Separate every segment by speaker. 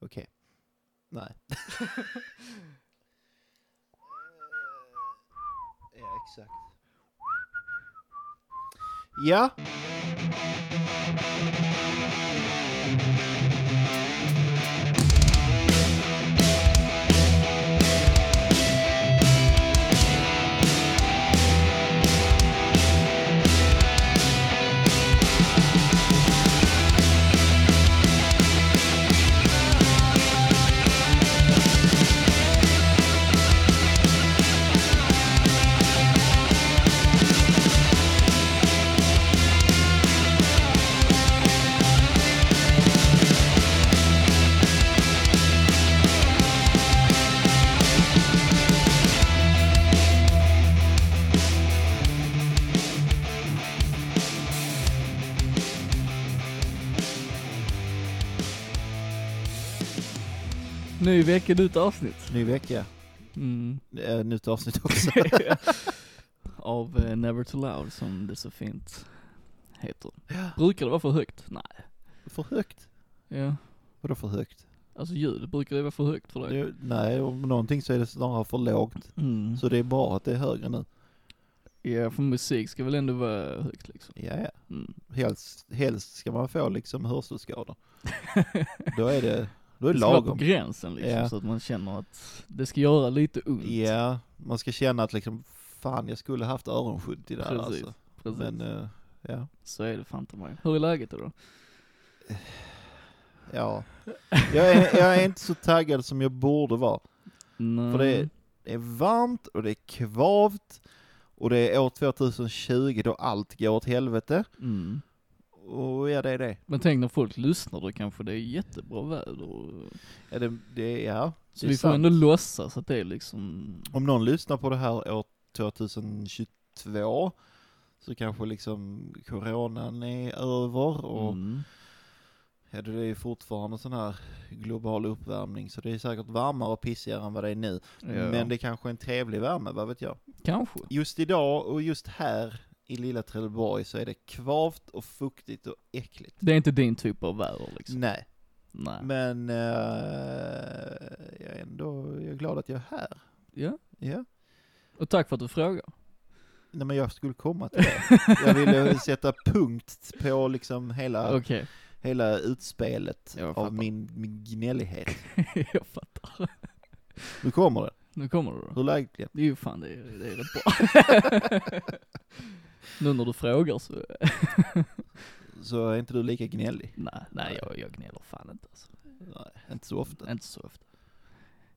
Speaker 1: Okej. Nej. ja, exakt. Ja.
Speaker 2: Ny vecka, nytt avsnitt.
Speaker 1: Ny vecka.
Speaker 2: Mm.
Speaker 1: Äh, nytt avsnitt också.
Speaker 2: Av eh, Never Too Loud som det så fint heter. Brukar det vara för högt? Nej.
Speaker 1: för högt.
Speaker 2: Ja.
Speaker 1: Vadå för högt?
Speaker 2: Alltså ljud, brukar det vara för högt för dig?
Speaker 1: Det, nej, om någonting så är det snarare för lågt.
Speaker 2: Mm.
Speaker 1: Så det är bra att det är högre nu.
Speaker 2: Ja, för musik ska väl ändå vara högt liksom.
Speaker 1: Ja, ja.
Speaker 2: Mm.
Speaker 1: Helst, helst ska man få liksom hörselskador. Då är det, då är det
Speaker 2: Det ska vara på
Speaker 1: lagom.
Speaker 2: gränsen liksom,
Speaker 1: Ja.
Speaker 2: så att man känner att det ska göra lite ont.
Speaker 1: Ja, man ska känna att liksom, fan jag skulle haft öronskydd till det här
Speaker 2: Precis,
Speaker 1: alltså.
Speaker 2: Precis.
Speaker 1: Men, eh, ja.
Speaker 2: Så är det fan ta mig. Hur är läget då?
Speaker 1: ja. Jag är, jag är inte så taggad som jag borde vara.
Speaker 2: Nej.
Speaker 1: För det, det är varmt och det är kvavt och det är år 2020 då allt går åt helvete.
Speaker 2: Mm.
Speaker 1: Och ja, det är det.
Speaker 2: Men tänk när folk lyssnar då kanske det är jättebra väder och...
Speaker 1: Ja, det, det är, ja. Det
Speaker 2: Så
Speaker 1: är
Speaker 2: vi får
Speaker 1: sant.
Speaker 2: ändå låtsas att det är liksom...
Speaker 1: Om någon lyssnar på det här år 2022 så kanske liksom coronan är över och
Speaker 2: Mm.
Speaker 1: Ja, det är ju fortfarande sån här global uppvärmning, så det är säkert varmare och pissigare än vad det är nu.
Speaker 2: Ja.
Speaker 1: Men det är kanske är en trevlig värme, vad vet jag.
Speaker 2: Kanske.
Speaker 1: Just idag och just här i lilla Trelleborg så är det kvavt och fuktigt och äckligt.
Speaker 2: Det är inte din typ av väder liksom.
Speaker 1: Nej,
Speaker 2: Nej.
Speaker 1: men eh, jag är ändå jag är glad att jag är här.
Speaker 2: Ja.
Speaker 1: Ja.
Speaker 2: Och tack för att du frågar.
Speaker 1: Nej men jag skulle komma till det. Jag ville sätta punkt på liksom hela,
Speaker 2: Okej.
Speaker 1: hela utspelet
Speaker 2: Jag fattar.
Speaker 1: av min, min gnällighet.
Speaker 2: jag fattar.
Speaker 1: Nu kommer det.
Speaker 2: Nu kommer du då.
Speaker 1: Hur är läget Glenn?
Speaker 2: Det är ju fan, det är, det är rätt bra. nu när du frågar så,
Speaker 1: så är inte du lika gnällig.
Speaker 2: nej, nej jag, jag gnäller fan inte alltså.
Speaker 1: Nej, inte så ofta.
Speaker 2: Inte så ofta.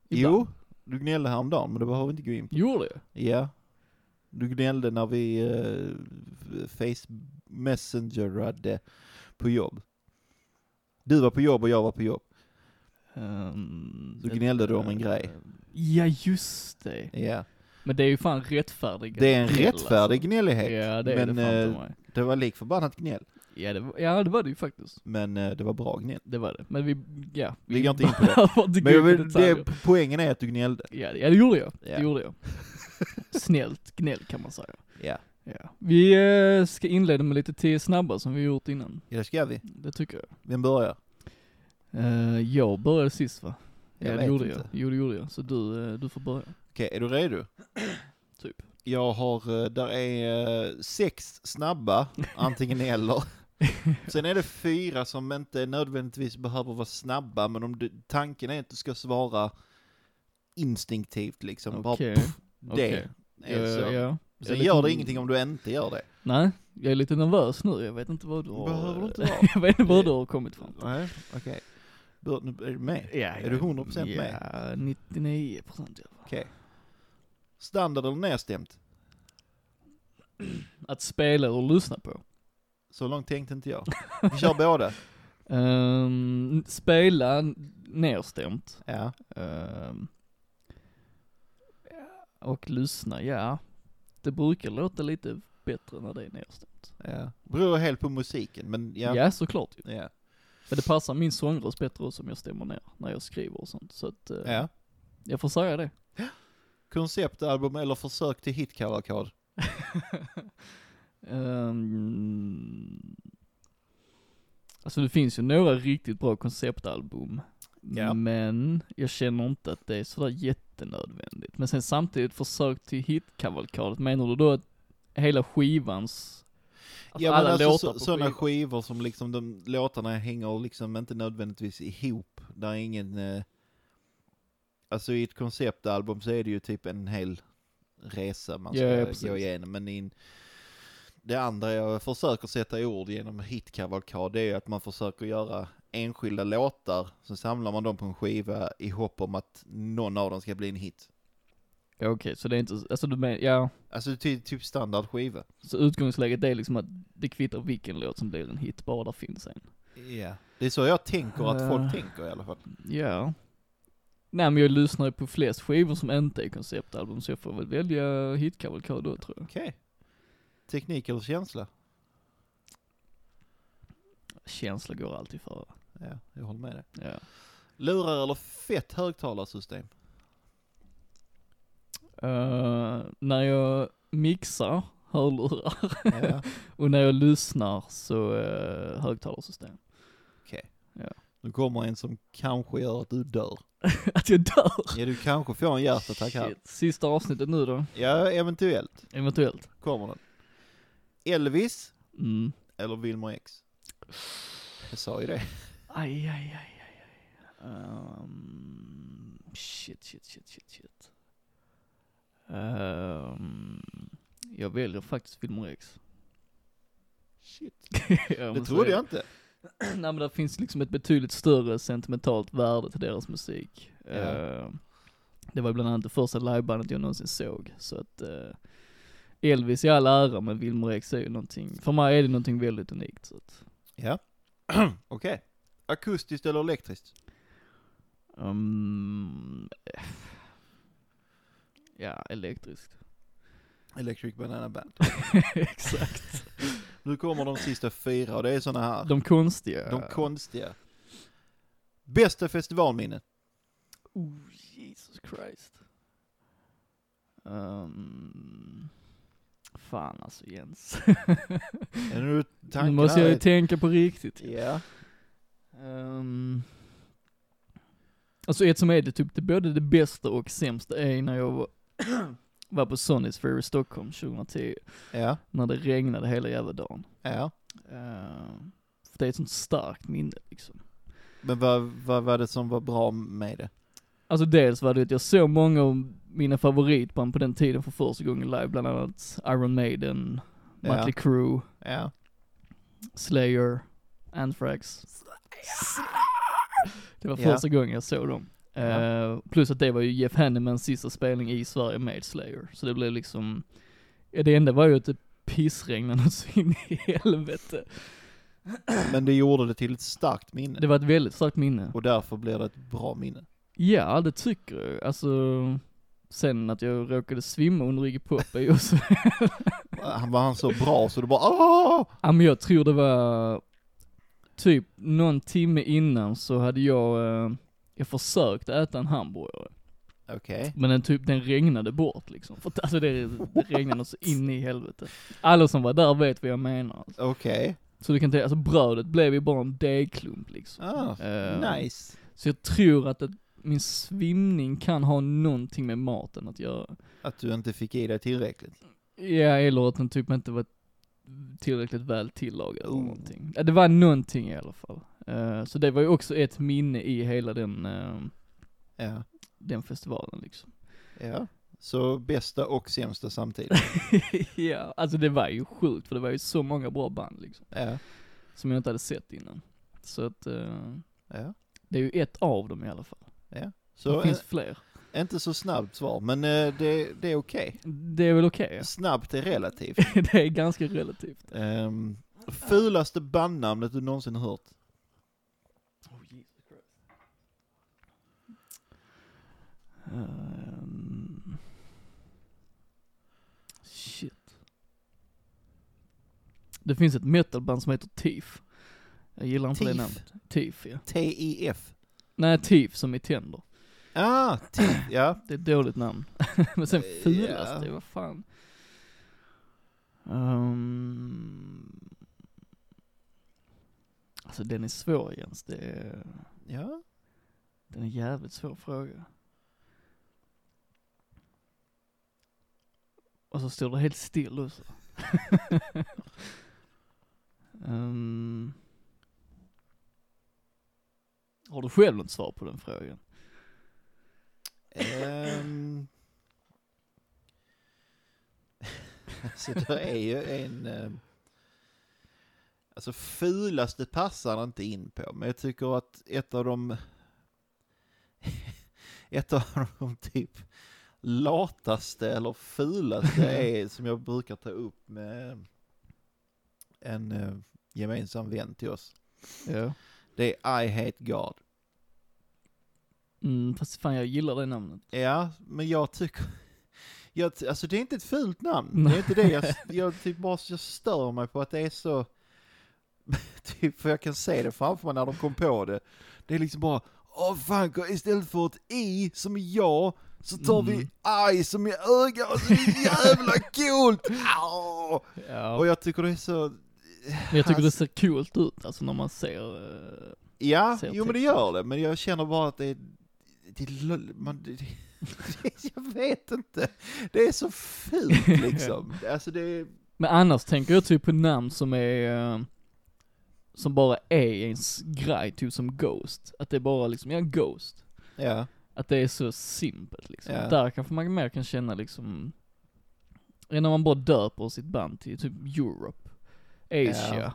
Speaker 1: Jo, du gnällde häromdagen, men det behöver vi inte gå in på.
Speaker 2: Gjorde jag?
Speaker 1: Ja. Du gnällde när vi eh, face messengerade på jobb. Du var på jobb och jag var på jobb.
Speaker 2: Um,
Speaker 1: Så gnällde du om en grej.
Speaker 2: ehm, Ja just det.
Speaker 1: Ja.
Speaker 2: Men det är ju fan rättfärdig
Speaker 1: Det är en
Speaker 2: gnäll,
Speaker 1: rättfärdig gnällighet.
Speaker 2: alltså. Ja det är
Speaker 1: men eh,
Speaker 2: det fan ta mig.
Speaker 1: det var lik förbannat gnäll.
Speaker 2: Ja det, var- ja det var det ju faktiskt.
Speaker 1: Men eh, det var bra gnäll.
Speaker 2: Det var det. Men vi, ja.
Speaker 1: Vi går inte in på det.
Speaker 2: behöver inte gå
Speaker 1: Men
Speaker 2: in
Speaker 1: jag vill,
Speaker 2: på detaljer.
Speaker 1: det, poängen är att du gnällde.
Speaker 2: Ja, det- ja det gjorde jag.
Speaker 1: Ja.
Speaker 2: Det gjorde jag. Snällt gnäll kan man säga.
Speaker 1: Ja.
Speaker 2: Ja. Vi eh, ska inleda med lite tio snabba som vi gjort innan.
Speaker 1: ja, det ska vi.
Speaker 2: Det tycker jag.
Speaker 1: Vem börjar?
Speaker 2: Eh, jag började sist va?
Speaker 1: Jag
Speaker 2: ja det
Speaker 1: vet
Speaker 2: gjorde
Speaker 1: inte.
Speaker 2: jag. Jo det gjorde jag. Så du, eh, du får börja.
Speaker 1: Okej, är du redo?
Speaker 2: Typ.
Speaker 1: Jag har, eh, där är eh, sex snabba, antingen eller. Sen är det fyra som inte nödvändigtvis behöver vara snabba, men om du, tanken är att du ska svara instinktivt liksom. Bara
Speaker 2: Okej.
Speaker 1: pff, det
Speaker 2: okej.
Speaker 1: är så.
Speaker 2: Ja, ja.
Speaker 1: Sen
Speaker 2: Jag mm. är
Speaker 1: gör
Speaker 2: lite-
Speaker 1: det ingenting om du inte gör det.
Speaker 2: Nej, jag är lite nervös nu. Jag vet inte vad du har...
Speaker 1: Behöver du inte
Speaker 2: jag vet inte vad du har kommit fram till.
Speaker 1: Nej, okej. Bör- nu Är du med?
Speaker 2: Ja,
Speaker 1: Är du 100%
Speaker 2: ja,
Speaker 1: med?
Speaker 2: Ja, 99 procent.
Speaker 1: Okej. Standard eller nedstämt?
Speaker 2: Att spela och lyssna på.
Speaker 1: Så långt tänkte inte jag. Vi kör båda.
Speaker 2: Ehm, spela n- nerstämt.
Speaker 1: Ja.
Speaker 2: Ehm, och lyssna, ja. Det brukar låta lite bättre när det är nerstämt.
Speaker 1: ja. Beror helt på musiken, men
Speaker 2: Ja,
Speaker 1: ja.
Speaker 2: såklart ju.
Speaker 1: Ja.
Speaker 2: Men det passar min sångröst bättre också om jag stämmer ner när jag skriver och sånt. Så att, eh,
Speaker 1: ja.
Speaker 2: jag får säga det.
Speaker 1: Konceptalbum eller försök till
Speaker 2: Alltså,
Speaker 1: hitkavalkad?
Speaker 2: Ehm, alltså det finns ju några riktigt bra konceptalbum.
Speaker 1: Ja.
Speaker 2: Men jag känner inte att det är sådär jättenödvändigt. Men sen samtidigt försök till hitkavalkadet, menar du då att hela skivans, alltså
Speaker 1: ja, men
Speaker 2: alla
Speaker 1: alltså,
Speaker 2: låtar på
Speaker 1: så, sådana
Speaker 2: skivan?
Speaker 1: skivor som liksom de låtarna hänger liksom inte nödvändigtvis ihop. Där är ingen... Eh, alltså i ett konceptalbum så är det ju typ en hel resa man
Speaker 2: Ja,
Speaker 1: ska
Speaker 2: ja, precis.
Speaker 1: gå igenom. Men in, det andra jag försöker sätta i ord genom hitkavalkad det är ju att man försöker göra enskilda låtar, så samlar man dem på en skiva i hopp om att någon av dem ska bli en hit.
Speaker 2: Ja, okej, så det är inte, alltså du menar, ja,
Speaker 1: Alltså ty, typ standardskiva.
Speaker 2: så utgångsläget är liksom att det kvittar vilken låt som blir en hit, bara där finns en.
Speaker 1: Ja. Det är så jag tänker att folk
Speaker 2: Eh.
Speaker 1: tänker i alla fall.
Speaker 2: Ja. Nej men jag lyssnar ju på flest skivor som inte är konceptalbum, så jag får väl välja hitkavalkad då tror jag.
Speaker 1: Okej. Teknik eller känsla?
Speaker 2: Känsla går alltid före.
Speaker 1: Ja, jag håller med dig.
Speaker 2: Ja.
Speaker 1: Lurar eller fett högtalarsystem?
Speaker 2: Eh, när jag mixar hörlurar
Speaker 1: Ja,
Speaker 2: och när jag lyssnar så uh, högtalarsystem.
Speaker 1: okej.
Speaker 2: Ja.
Speaker 1: Nu kommer en som kanske gör att du dör.
Speaker 2: Att jag dör!
Speaker 1: Ja, du kanske får en hjärtattack här.
Speaker 2: Shit. Sista avsnittet nu då,
Speaker 1: Ja, eventuellt
Speaker 2: eventuellt.
Speaker 1: kommer den. Elvis
Speaker 2: Mm.
Speaker 1: eller Wilmer X? Jag sa ju det.
Speaker 2: Aj, aj, aj, aj, aj. Ehm, shit, shit, shit, shit, shit. Ehm, jag väljer faktiskt Wilmer X.
Speaker 1: Shit.
Speaker 2: Jag
Speaker 1: Det
Speaker 2: måste
Speaker 1: trodde
Speaker 2: säga
Speaker 1: jag inte.
Speaker 2: Nej men det finns liksom ett betydligt större sentimentalt värde till deras musik.
Speaker 1: Ja.
Speaker 2: Eh, det var bland annat det första livebandet jag någonsin såg, så att eh, Elvis i all ära, men Wilmer X är ju någonting, för mig är det någonting väldigt unikt. Så att,
Speaker 1: Ja. okej. Akustiskt eller elektriskt?
Speaker 2: ehm, eh, ja, elektriskt.
Speaker 1: Electric Banana Band.
Speaker 2: Exakt.
Speaker 1: Nu kommer de sista fyra och det är såna här.
Speaker 2: De konstiga.
Speaker 1: De konstiga. Bästa festivalminne?
Speaker 2: oh, Jesus Christ. Um, fan alltså Jens.
Speaker 1: Är det nu
Speaker 2: Nu
Speaker 1: tanken
Speaker 2: måste
Speaker 1: här
Speaker 2: jag ju
Speaker 1: är-
Speaker 2: tänka på riktigt.
Speaker 1: Ja.
Speaker 2: Ehm, alltså ett som är det typ det både det bästa och sämsta är när jag var, var på Sonys Fair i Stockholm 2010,
Speaker 1: Ja.
Speaker 2: när det regnade hela jävla dagen.
Speaker 1: Ja.
Speaker 2: Ehm, för det är ett sånt starkt minne liksom.
Speaker 1: Men vad, vad var det som var bra med det?
Speaker 2: Alltså dels var det att jag såg många av mina favoritband på den tiden för första gången live, bland annat Iron Maiden,
Speaker 1: Ja.
Speaker 2: Mötley Crüe,
Speaker 1: Ja.
Speaker 2: Slayer, Anthrax. Det var
Speaker 1: Ja.
Speaker 2: första gången jag såg dem.
Speaker 1: Ja.
Speaker 2: Eh, plus att det var ju Jeff Hannemans sista spelning i Sverige med Slayer. Så det blev liksom, ja, det enda var ju att det pissregnade något så in i helvete.
Speaker 1: Men det gjorde det till ett starkt minne.
Speaker 2: Det var ett väldigt starkt minne.
Speaker 1: Och därför blir det ett bra minne.
Speaker 2: Ja, det tycker jag. Alltså, sen att jag råkade svimma under Iggy Pop är ju också
Speaker 1: Han var han så bra så det bara Åh!
Speaker 2: Ja men jag tror det var typ någon timme innan så hade jag, eh, jag försökt äta en hamburgare.
Speaker 1: Okej.
Speaker 2: Men den typ, den regnade bort liksom. För att, alltså det, det regnade så in i helvete. Alla som var där vet vad jag menar. alltså.
Speaker 1: Okej.
Speaker 2: Så du kan tänka, alltså brödet blev ju bara en degklump liksom.
Speaker 1: Ah,
Speaker 2: Eh,
Speaker 1: nice.
Speaker 2: Så jag tror att det, min svimning kan ha någonting med maten att göra.
Speaker 1: Att du inte fick i dig tillräckligt.
Speaker 2: Ja, eller att den typ inte var tillräckligt väl tillagad eller
Speaker 1: Oh.
Speaker 2: någonting. Ja, det var någonting i alla fall. Eh, så det var ju också ett minne i hela den, eh,
Speaker 1: Ja.
Speaker 2: den festivalen liksom.
Speaker 1: Ja. Så bästa och sämsta samtidigt.
Speaker 2: ja, alltså det var ju sjukt för det var ju så många bra band liksom,
Speaker 1: Ja.
Speaker 2: som jag inte hade sett innan. Så att, eh,
Speaker 1: Ja.
Speaker 2: det är ju ett av dem i alla fall.
Speaker 1: Så
Speaker 2: det finns fler.
Speaker 1: eh, inte så snabbt svar, men eh, det, det är okej.
Speaker 2: Det är väl okej?
Speaker 1: Snabbt är relativt.
Speaker 2: det är ganska relativt.
Speaker 1: Ehm, fulaste bandnamnet du någonsin hört?
Speaker 2: Ehm. shit. Det finns ett metalband som heter Thief. Jag gillar inte det
Speaker 1: Thief?
Speaker 2: namnet. Thief, ja.
Speaker 1: T-I-F.
Speaker 2: Nej, Thief som i tänder.
Speaker 1: Ah, T- ja.
Speaker 2: Det är ett dåligt namn. Men sen
Speaker 1: Eh,
Speaker 2: fulaste,
Speaker 1: ja.
Speaker 2: vad fan. Ehm. alltså den är svår Jens, det är...
Speaker 1: Ja.
Speaker 2: Det är en jävligt svår fråga. Och så står det helt still också. Ehm. har du själv något svar på den frågan?
Speaker 1: Ehm. alltså det är ju en... eh, Alltså fulaste passar han inte in på, men jag tycker att ett av de... ett av de typ lataste eller fulaste är som jag brukar ta upp med en eh, gemensam vän till oss.
Speaker 2: Ja.
Speaker 1: Det är I hate God.
Speaker 2: Mm, fast fan jag gillar det namnet.
Speaker 1: Ja, men jag tycker... Jag, ty- alltså det är inte ett fult namn, det är inte det. Jag, jag, typ bara, jag stör mig på att det är så... Typ, för jag kan se det framför mig när de kom på det. Det är liksom bara, åh fan, istället för ett i som är ja, så tar vi
Speaker 2: Mm.
Speaker 1: aj som är öga och så är det jävla coolt! Au!
Speaker 2: Ja.
Speaker 1: Och jag tycker det är så...
Speaker 2: Men jag tycker det ser coolt ut, alltså när man ser, eh,
Speaker 1: Ja,
Speaker 2: Ser
Speaker 1: jo men det
Speaker 2: texten.
Speaker 1: gör det, men jag känner bara att det är... Det är lull, man, det, det, jag vet inte. Det är så fult liksom. Alltså det är...
Speaker 2: men annars tänker jag typ på namn som är, eh, som bara är ens grej, typ som Ghost. Att det är bara liksom, ja Ghost.
Speaker 1: Ja,
Speaker 2: Att det är så simpelt liksom.
Speaker 1: Ja.
Speaker 2: Där kanske man mer kan känna liksom, än när man bara döper sitt band till typ Europe, Asia.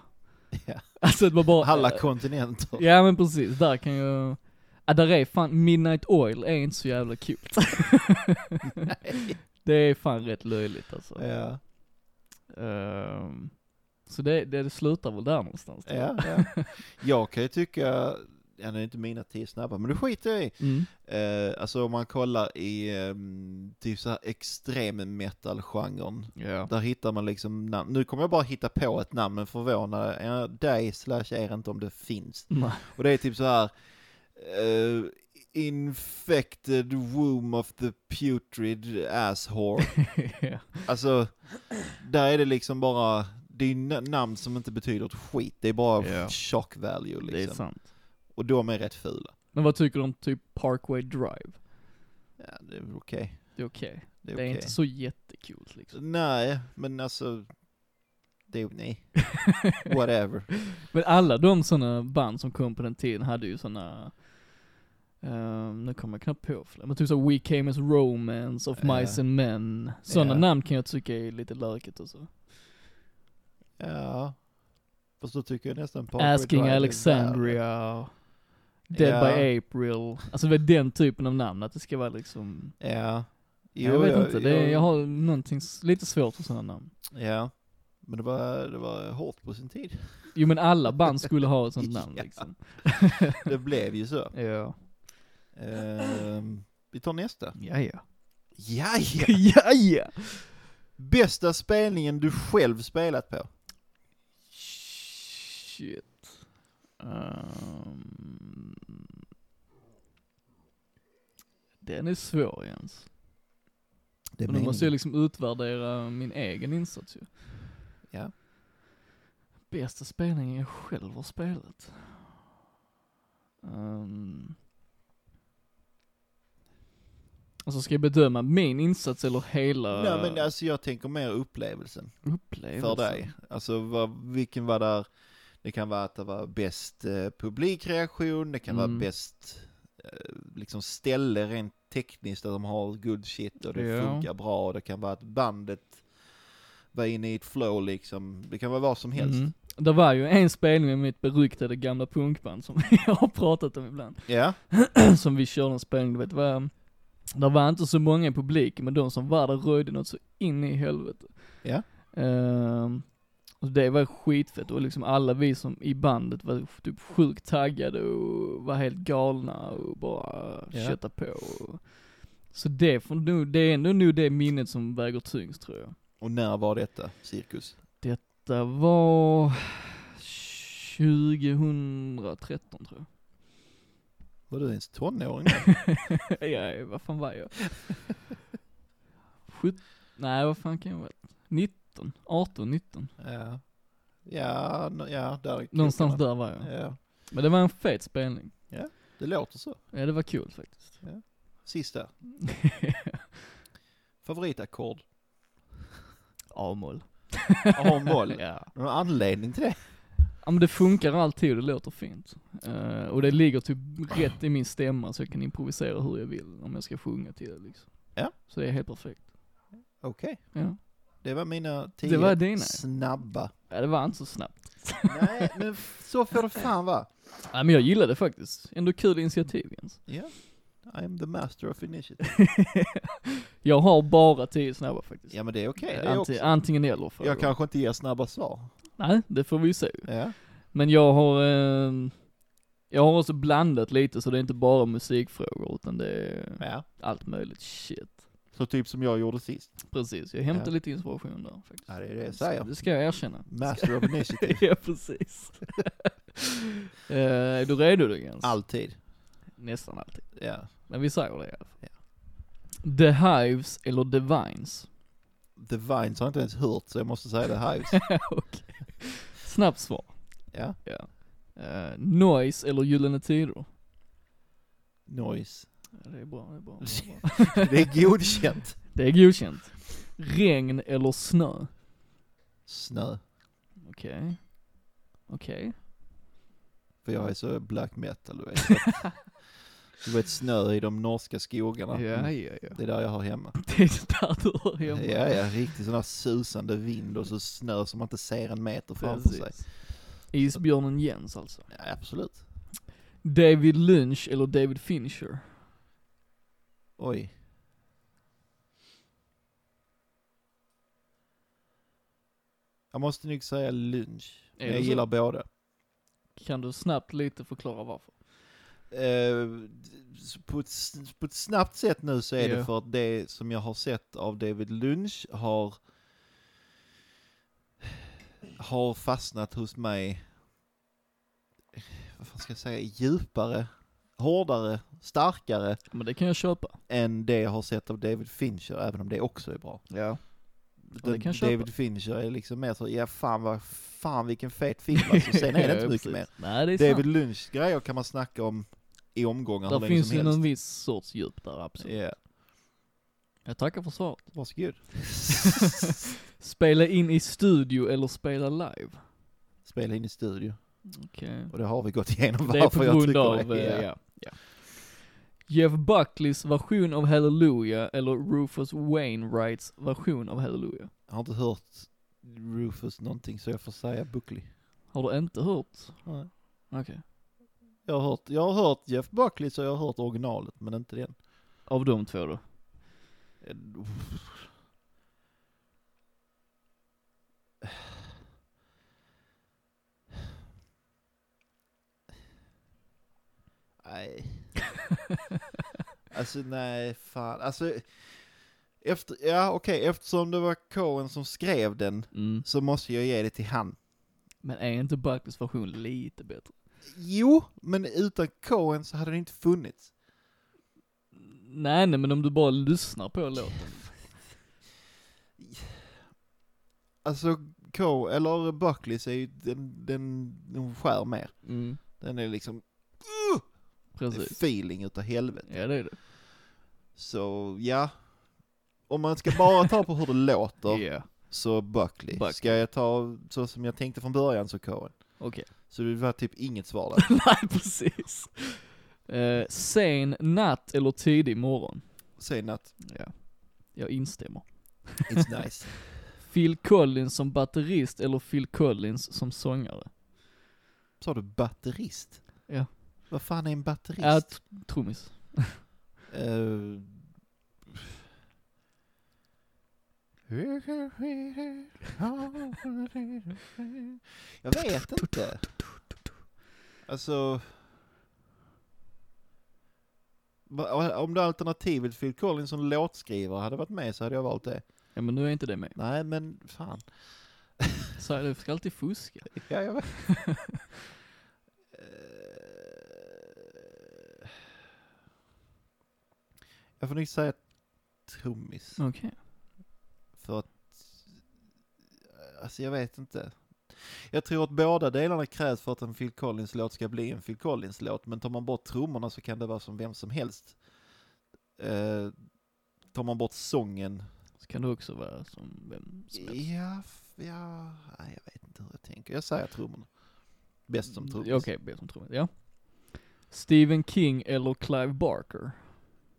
Speaker 1: Ja.
Speaker 2: Alltså att man bara...
Speaker 1: alla
Speaker 2: eh,
Speaker 1: kontinenter.
Speaker 2: Ja men precis, där kan jag... Ja där är fan, Midnight Oil är inte så jävla kul. det är fan rätt löjligt alltså.
Speaker 1: Ja,
Speaker 2: Ehm, så det, det, det slutar väl där någonstans. tror jag.
Speaker 1: ja, ja. Jag kan ju tycka, ja, det är inte mina tio snabba, men det skiter jag i.
Speaker 2: Mm.
Speaker 1: Eh, alltså om man kollar i ehm, typ så här extrem metal-genren.
Speaker 2: Ja.
Speaker 1: Där hittar man liksom namn. Nu kommer jag bara hitta på ett namn, men förvåna eh, dig slash er inte om det finns.
Speaker 2: Nej.
Speaker 1: Och det är typ så här. eh, infected womb of the putrid asshole.
Speaker 2: ja.
Speaker 1: Alltså, där är det liksom bara, det är na- namn som inte betyder ett skit. Det är bara
Speaker 2: Ja.
Speaker 1: shock value
Speaker 2: Det är
Speaker 1: liksom.
Speaker 2: sant.
Speaker 1: Och de är rätt fula.
Speaker 2: Men vad tycker du om typ Parkway Drive?
Speaker 1: Ja, det är väl okej.
Speaker 2: Det är okej.
Speaker 1: Det
Speaker 2: Det
Speaker 1: är
Speaker 2: är,
Speaker 1: okej.
Speaker 2: inte så jättekul liksom.
Speaker 1: Nej, men alltså, det är, nej. Whatever.
Speaker 2: Men alla de sådana band som kom på den tiden hade ju sådana ehm, nu kommer jag knappt på fler, men typ så We Came As Romance, Of
Speaker 1: Ja.
Speaker 2: Mice and Men. Sådana
Speaker 1: Ja.
Speaker 2: namn kan jag tycka är lite lökigt och så.
Speaker 1: Ja. Fast då tycker jag nästan Parkway
Speaker 2: Asking
Speaker 1: Drive är värre.
Speaker 2: Alexandria, Dead
Speaker 1: Ja.
Speaker 2: by April. Alltså det är den typen av namn, att det ska vara liksom
Speaker 1: Ja.
Speaker 2: Jag
Speaker 1: Jo,
Speaker 2: vet inte, det är, jag har någonting s- lite svårt för sådana namn.
Speaker 1: Ja. Men det var, det var hårt på sin tid.
Speaker 2: Jo men alla band skulle ha ett sånt namn
Speaker 1: Ja.
Speaker 2: liksom.
Speaker 1: Det blev ju så.
Speaker 2: Ja.
Speaker 1: Ehm, vi tar nästa.
Speaker 2: Ja ja.
Speaker 1: Ja, ja.
Speaker 2: ja ja!
Speaker 1: Bästa spelningen du själv spelat på?
Speaker 2: Shit. Ehm. den är svår Jens.
Speaker 1: Det
Speaker 2: Men nu måste jag liksom utvärdera min egen insats ju.
Speaker 1: Ja.
Speaker 2: Bästa spelningen jag själv har spelat. Ehm. alltså ska jag bedöma min insats eller hela
Speaker 1: Nej men alltså jag tänker mer upplevelsen för
Speaker 2: upplevelsen?
Speaker 1: dig. Alltså vad, vilken var där, det kan vara att det var bäst eh, publikreaktion, det kan vara
Speaker 2: Mm.
Speaker 1: bäst eh, liksom ställe rent tekniskt där de har good shit och det
Speaker 2: Ja.
Speaker 1: funkar bra och det kan vara att bandet var inne i ett flow liksom, det kan vara vad som helst.
Speaker 2: Mm. Det var ju en spelning med mitt beryktade gamla punkband som jag har pratat om ibland.
Speaker 1: Ja,
Speaker 2: som vi körde en spelning, du vet vad, det var inte så många i publiken, men de som var där röjde något så in i helvete.
Speaker 1: Ja.
Speaker 2: Ehm, och det var skitfett och liksom alla vi som i bandet var typ sjukt taggade och var helt galna och bara
Speaker 1: Ja.
Speaker 2: kötta på. Och, så det, får nog- det är ändå nu det minnet som väger tyngst tror jag.
Speaker 1: och när var detta cirkus?
Speaker 2: Det var 2013 tror jag.
Speaker 1: Var du ens tonåring?
Speaker 2: ja, vad fan var jag? Sjut... Nej, vad fan kan jag vara? 19? 18, 19?
Speaker 1: ja. Ja, nå- ja, där.
Speaker 2: Någonstans där var jag.
Speaker 1: Ja.
Speaker 2: Men det var en fet spelning.
Speaker 1: Ja. Det låter så.
Speaker 2: Ja, det var kul faktiskt.
Speaker 1: Sist där. Favoritackord?
Speaker 2: A-moll.
Speaker 1: A-moll.
Speaker 2: Ja.
Speaker 1: Någon anledning till det?
Speaker 2: ja, men det funkar alltid och det låter fint. Eh, och det ligger typ rätt i min stämma så jag kan improvisera hur jag vill om jag ska sjunga till det liksom.
Speaker 1: Ja.
Speaker 2: Så det är helt perfekt.
Speaker 1: Okej.
Speaker 2: Ja.
Speaker 1: Det var mina tio
Speaker 2: Det var dina.
Speaker 1: snabba.
Speaker 2: ja, det var inte så snabbt.
Speaker 1: Nej, men så får det fan vara.
Speaker 2: Nej men jag gillar det faktiskt. Ändå kul initiativ Jens.
Speaker 1: Ja. I am the master of initiative.
Speaker 2: Jag har bara tio snabba faktiskt.
Speaker 1: Ja men det är okej, det
Speaker 2: Eh,
Speaker 1: är
Speaker 2: anti-
Speaker 1: också.
Speaker 2: Antingen eller frågor.
Speaker 1: Jag kanske inte ger snabba svar.
Speaker 2: Nej, det får vi ju se.
Speaker 1: Ja.
Speaker 2: Men jag har, eh, jag har också blandat lite så det är inte bara musikfrågor utan det är
Speaker 1: ja.
Speaker 2: allt möjligt shit.
Speaker 1: Så typ som jag gjorde sist.
Speaker 2: Precis, jag hämtar
Speaker 1: Ja.
Speaker 2: lite inspiration där faktiskt.
Speaker 1: Ja det är det jag säger.
Speaker 2: Det ska jag erkänna.
Speaker 1: Master of initiative.
Speaker 2: ja precis. Eh, är du redo då Jens?
Speaker 1: Alltid.
Speaker 2: Nästan alltid.
Speaker 1: Ja.
Speaker 2: Men vi säger det i alla fall.
Speaker 1: Ja.
Speaker 2: The Hives eller The Vines?
Speaker 1: The Vines har jag inte ens hört så jag måste säga The Hives.
Speaker 2: Okej. Snabbt svar.
Speaker 1: Ja.
Speaker 2: Ja. Eh, noise eller Gyllene Tider?
Speaker 1: Noise.
Speaker 2: Ja, det är bra, det är bra.
Speaker 1: Det är godkänt.
Speaker 2: Det är godkänt. Regn eller snö?
Speaker 1: Snö.
Speaker 2: Okej. Okej.
Speaker 1: För jag är så black metal du vet. Så att- Du vet snö i de norska skogarna. Mm.
Speaker 2: Ja, ja, ja.
Speaker 1: Det är där jag har hemma.
Speaker 2: Det är där du hör hemma.
Speaker 1: Ja, ja, riktigt sån här susande vind och så snö som man inte ser en meter framför sig.
Speaker 2: Precis. Isbjörnen Jens alltså.
Speaker 1: Ja, absolut.
Speaker 2: David Lynch eller David Fincher?
Speaker 1: Oj. Jag måste nog säga lunch.
Speaker 2: Är
Speaker 1: Men jag
Speaker 2: det så?
Speaker 1: gillar båda.
Speaker 2: Kan du snabbt lite förklara varför?
Speaker 1: Eh, på, ett, s- på ett snabbt sätt nu så är
Speaker 2: Ja.
Speaker 1: det för att det som jag har sett av David Lynch har har fastnat hos mig eh, vad fan ska jag säga, djupare, hårdare, starkare
Speaker 2: Men det kan jag köpa.
Speaker 1: än det jag har sett av David Fincher, även om det också är bra.
Speaker 2: Ja. det
Speaker 1: Den-
Speaker 2: kan jag köpa.
Speaker 1: David Fincher är liksom mer så, ja fan vad, fan vilken fet film alltså, sen är det inte mycket mer.
Speaker 2: Nej, det är sant.
Speaker 1: David Lynchs grejer kan man snacka om i omgångar hur
Speaker 2: Där
Speaker 1: länge
Speaker 2: finns
Speaker 1: som
Speaker 2: ju
Speaker 1: helst.
Speaker 2: någon viss sorts djup där, absolut.
Speaker 1: Ja,
Speaker 2: Jag tackar för svaret.
Speaker 1: varsågod.
Speaker 2: Spela in i studio eller spela live?
Speaker 1: Spela in i studio.
Speaker 2: Okej.
Speaker 1: Och det har vi gått igenom
Speaker 2: Det är
Speaker 1: varför
Speaker 2: på
Speaker 1: jag
Speaker 2: grund
Speaker 1: tycker
Speaker 2: av,
Speaker 1: det.
Speaker 2: eh, ja. ja. Jeff Buckleys version av Hallelujah eller Rufus Wainwrights version av Hallelujah?
Speaker 1: Jag har inte hört Rufus någonting så jag får säga Buckley.
Speaker 2: Har du inte hört?
Speaker 1: Nej.
Speaker 2: Okej.
Speaker 1: Jag har, hört, jag har hört Jeff Buckley så jag har hört originalet men inte den.
Speaker 2: Av de två då?
Speaker 1: Eh, Nej. alltså nej, fan. Alltså, efter, ja okej, eftersom det var Cohen som skrev den
Speaker 2: Mm.
Speaker 1: så måste jag ge det till han.
Speaker 2: Men är inte Buckleys version lite bättre?
Speaker 1: Jo, men utan Cohen så hade det inte funnits.
Speaker 2: Nej, nej, men om du bara lyssnar på låten.
Speaker 1: Alltså Cohen, eller Buckleys är ju, den, den, den skär mer.
Speaker 2: Mm.
Speaker 1: Den är liksom det är
Speaker 2: Precis.
Speaker 1: feeling utav helvete.
Speaker 2: Ja, det är det.
Speaker 1: Så ja, om man ska bara ta på hur det
Speaker 2: Ja.
Speaker 1: låter så Buckley.
Speaker 2: Buckley.
Speaker 1: Ska jag ta så som jag tänkte från början så Cohen.
Speaker 2: Okej.
Speaker 1: Så det var typ inget svar där.
Speaker 2: nej, precis. Eh, sen natt eller tidig morgon?
Speaker 1: Sen att
Speaker 2: Ja. Jag instämmer.
Speaker 1: it's nice.
Speaker 2: Phil Collins som batterist eller Phil Collins som sångare?
Speaker 1: Sa du batterist?
Speaker 2: Ja.
Speaker 1: Vad fan är en batterist?
Speaker 2: Ja, tr- Äh, trummis.
Speaker 1: Eh. Jag vet inte. Alltså... Va- Om det alternativet Phil Collins som låtskrivare hade varit med så hade jag valt det.
Speaker 2: Ja men nu är inte det med.
Speaker 1: Nej men fan.
Speaker 2: Så jag ska alltid fuska.
Speaker 1: Ja, jag vet. Eh, jag får nog säga trummis.
Speaker 2: Okej.
Speaker 1: eh, För att, alltså jag vet inte. Jag tror att båda delarna krävs för att en Phil Collins-låt ska bli en Phil Collins-låt, men tar man bort trummorna så kan det vara som vem som helst. Eh, tar man bort sången...
Speaker 2: Så kan det också vara som vem som helst.
Speaker 1: Ja, f- ja, nej, jag vet inte hur jag tänker. Jag säger trummorna. Bäst som trummis.
Speaker 2: Mm, Okej, bäst som trummis, ja. Stephen King eller Clive Barker?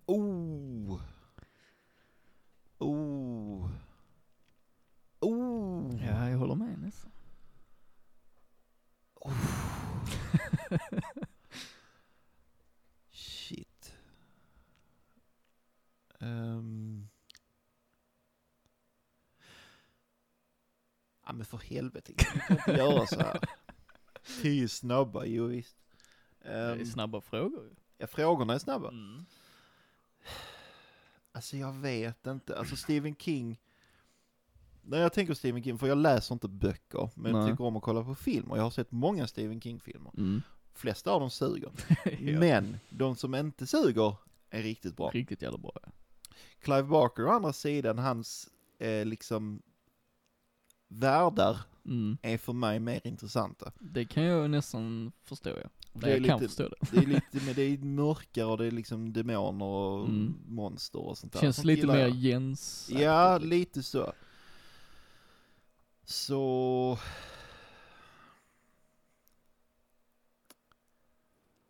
Speaker 1: Oh! Oh! Oh!
Speaker 2: Ja, jag håller med nästan.
Speaker 1: Shit. Ehm. Ja men för helvete, kan vi inte göra så här? Tio snabba, jo visst.
Speaker 2: Det är
Speaker 1: Ehm,
Speaker 2: snabba frågor ju.
Speaker 1: ja, frågorna är snabba.
Speaker 2: Mm.
Speaker 1: Alltså jag vet inte, alltså Stephen King. När jag tänker Stephen King, för jag läser inte böcker, men jag
Speaker 2: Nej.
Speaker 1: tycker om att kolla på filmer. Jag har sett många Stephen King-filmer.
Speaker 2: Mm.
Speaker 1: Flesta av dem suger.
Speaker 2: Ja.
Speaker 1: Men de som inte suger är riktigt bra.
Speaker 2: Riktigt jävla bra. ja.
Speaker 1: Clive Barker å andra sidan, hans eh, liksom världar
Speaker 2: Mm.
Speaker 1: är för mig mer intressanta.
Speaker 2: Det kan jag nästan förstå ja.
Speaker 1: Det
Speaker 2: Nej,
Speaker 1: är
Speaker 2: jag kan
Speaker 1: lite-
Speaker 2: förstå det.
Speaker 1: Det är lite, men det är mörkare och det är liksom demoner och
Speaker 2: Mm.
Speaker 1: monster och sånt där.
Speaker 2: Känns
Speaker 1: sånt
Speaker 2: lite
Speaker 1: gillar
Speaker 2: mer
Speaker 1: jag.
Speaker 2: Jens.
Speaker 1: Ja, lite så. Så...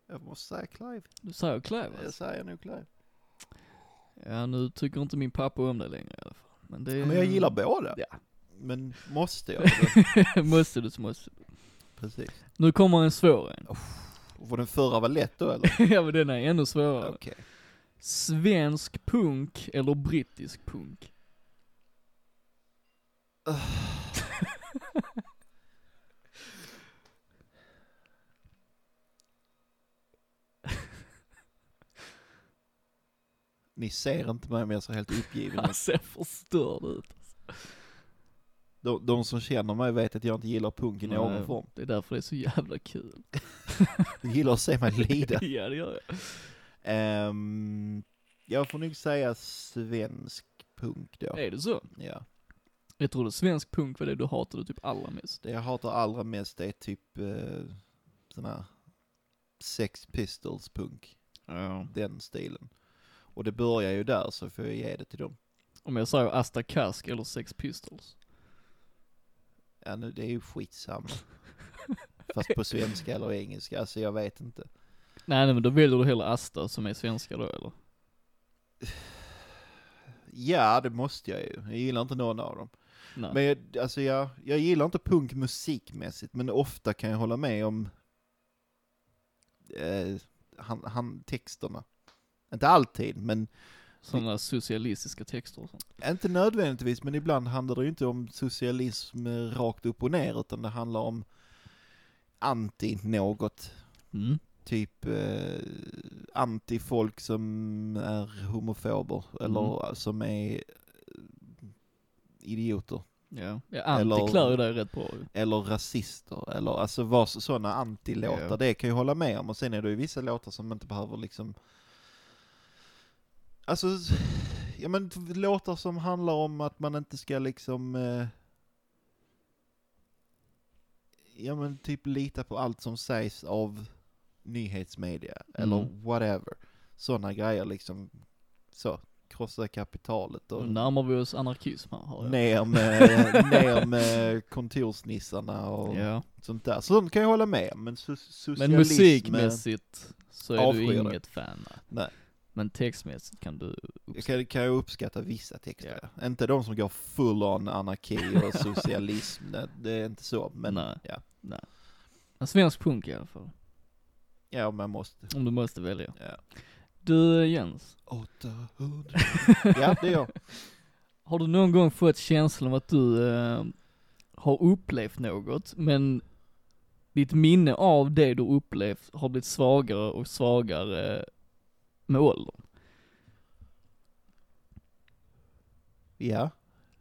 Speaker 1: Jag måste säga Clive.
Speaker 2: Du säger Clive
Speaker 1: Jag
Speaker 2: alltså.
Speaker 1: säger nog Clive.
Speaker 2: Ja, nu tycker inte min pappa om det längre i alla fall. Men det...
Speaker 1: Men jag gillar båda.
Speaker 2: Ja.
Speaker 1: Men måste jag? det?
Speaker 2: måste du så måste du.
Speaker 1: Precis.
Speaker 2: Nu kommer en svår en.
Speaker 1: Och för den förra var lätt då eller?
Speaker 2: ja men den är ännu svårare.
Speaker 1: Okej.
Speaker 2: Svensk punk eller brittisk punk?
Speaker 1: Ni ser inte mig men jag ser helt uppgiven
Speaker 2: Han
Speaker 1: ut.
Speaker 2: ser förstörd ut.
Speaker 1: De, de som känner mig vet att jag inte gillar punk i någon
Speaker 2: Nej,
Speaker 1: form.
Speaker 2: Det är därför det är så jävla kul.
Speaker 1: Jag gillar att se mig lida.
Speaker 2: ja det gör jag.
Speaker 1: Ehm, jag får nog säga svensk punk då.
Speaker 2: Är det så?
Speaker 1: Ja.
Speaker 2: Jag trodde svensk punk var det du hatade typ allra mest.
Speaker 1: Det jag hatar allra mest är typ eh, sån här Sex Pistols punk.
Speaker 2: Ja.
Speaker 1: Den stilen. Och det börjar ju där så får jag ge det till dem.
Speaker 2: Om jag säger Asta Kask eller Sex Pistols.
Speaker 1: Ja nu det är ju skitsamma. Fast på svenska eller engelska, alltså jag vet inte.
Speaker 2: Nej nej men då väljer du hellre Asta som är svenska då eller?
Speaker 1: Ja, det måste jag ju. Jag gillar inte någon av dem.
Speaker 2: Nej.
Speaker 1: Men jag, alltså jag, jag gillar inte punk musikmässigt, men ofta kan jag hålla med om eh, han, han, texterna. Inte alltid, men
Speaker 2: Sådana socialistiska texter och sånt.
Speaker 1: inte nödvändigtvis, men ibland handlar det ju inte om socialism eh, rakt upp och ner, utan det handlar om anti-något.
Speaker 2: Mm.
Speaker 1: Typ eh, anti-folk som är homofober, eller som är eh, idioter.
Speaker 2: Ja. Ja,
Speaker 1: Eller-
Speaker 2: anti klär ju dig rätt bra ju.
Speaker 1: eller rasister, eller alltså vad sådana antilåtar,
Speaker 2: Ja.
Speaker 1: det kan jag hålla med om. Och sen är det ju vissa låtar som inte behöver liksom, alltså, s- ja men t- låtar som handlar om att man inte ska liksom, eh, ja men typ lita på allt som sägs av nyhetsmedia, eller
Speaker 2: Mm.
Speaker 1: whatever. Sådana grejer liksom, så, krossa kapitalet och
Speaker 2: Nu närmar vi oss anarkism här hör jag.
Speaker 1: ner med, ner med kontorsnissarna och
Speaker 2: Ja.
Speaker 1: sånt där. Sånt kan jag hålla med om, men so- socialism...
Speaker 2: Men musikmässigt så är
Speaker 1: avskyr
Speaker 2: du
Speaker 1: det.
Speaker 2: inget fan. nej.
Speaker 1: Nej.
Speaker 2: Men textmässigt kan du
Speaker 1: Jag eh, kan, kan jag uppskatta vissa texter. Inte de som går full on anarki och socialism, det, det är inte så. Men
Speaker 2: nej.
Speaker 1: ja.
Speaker 2: nej. En svensk punk i alla fall.
Speaker 1: ja, man måste.
Speaker 2: Om du måste välja.
Speaker 1: Ja.
Speaker 2: Du eh, Jens,
Speaker 1: 800. ja, det är jag.
Speaker 2: har du någon gång fått känslan av att du eh, har upplevt något, men ditt minne av det du upplevt har blivit svagare och svagare eh, med åldern?
Speaker 1: Ja.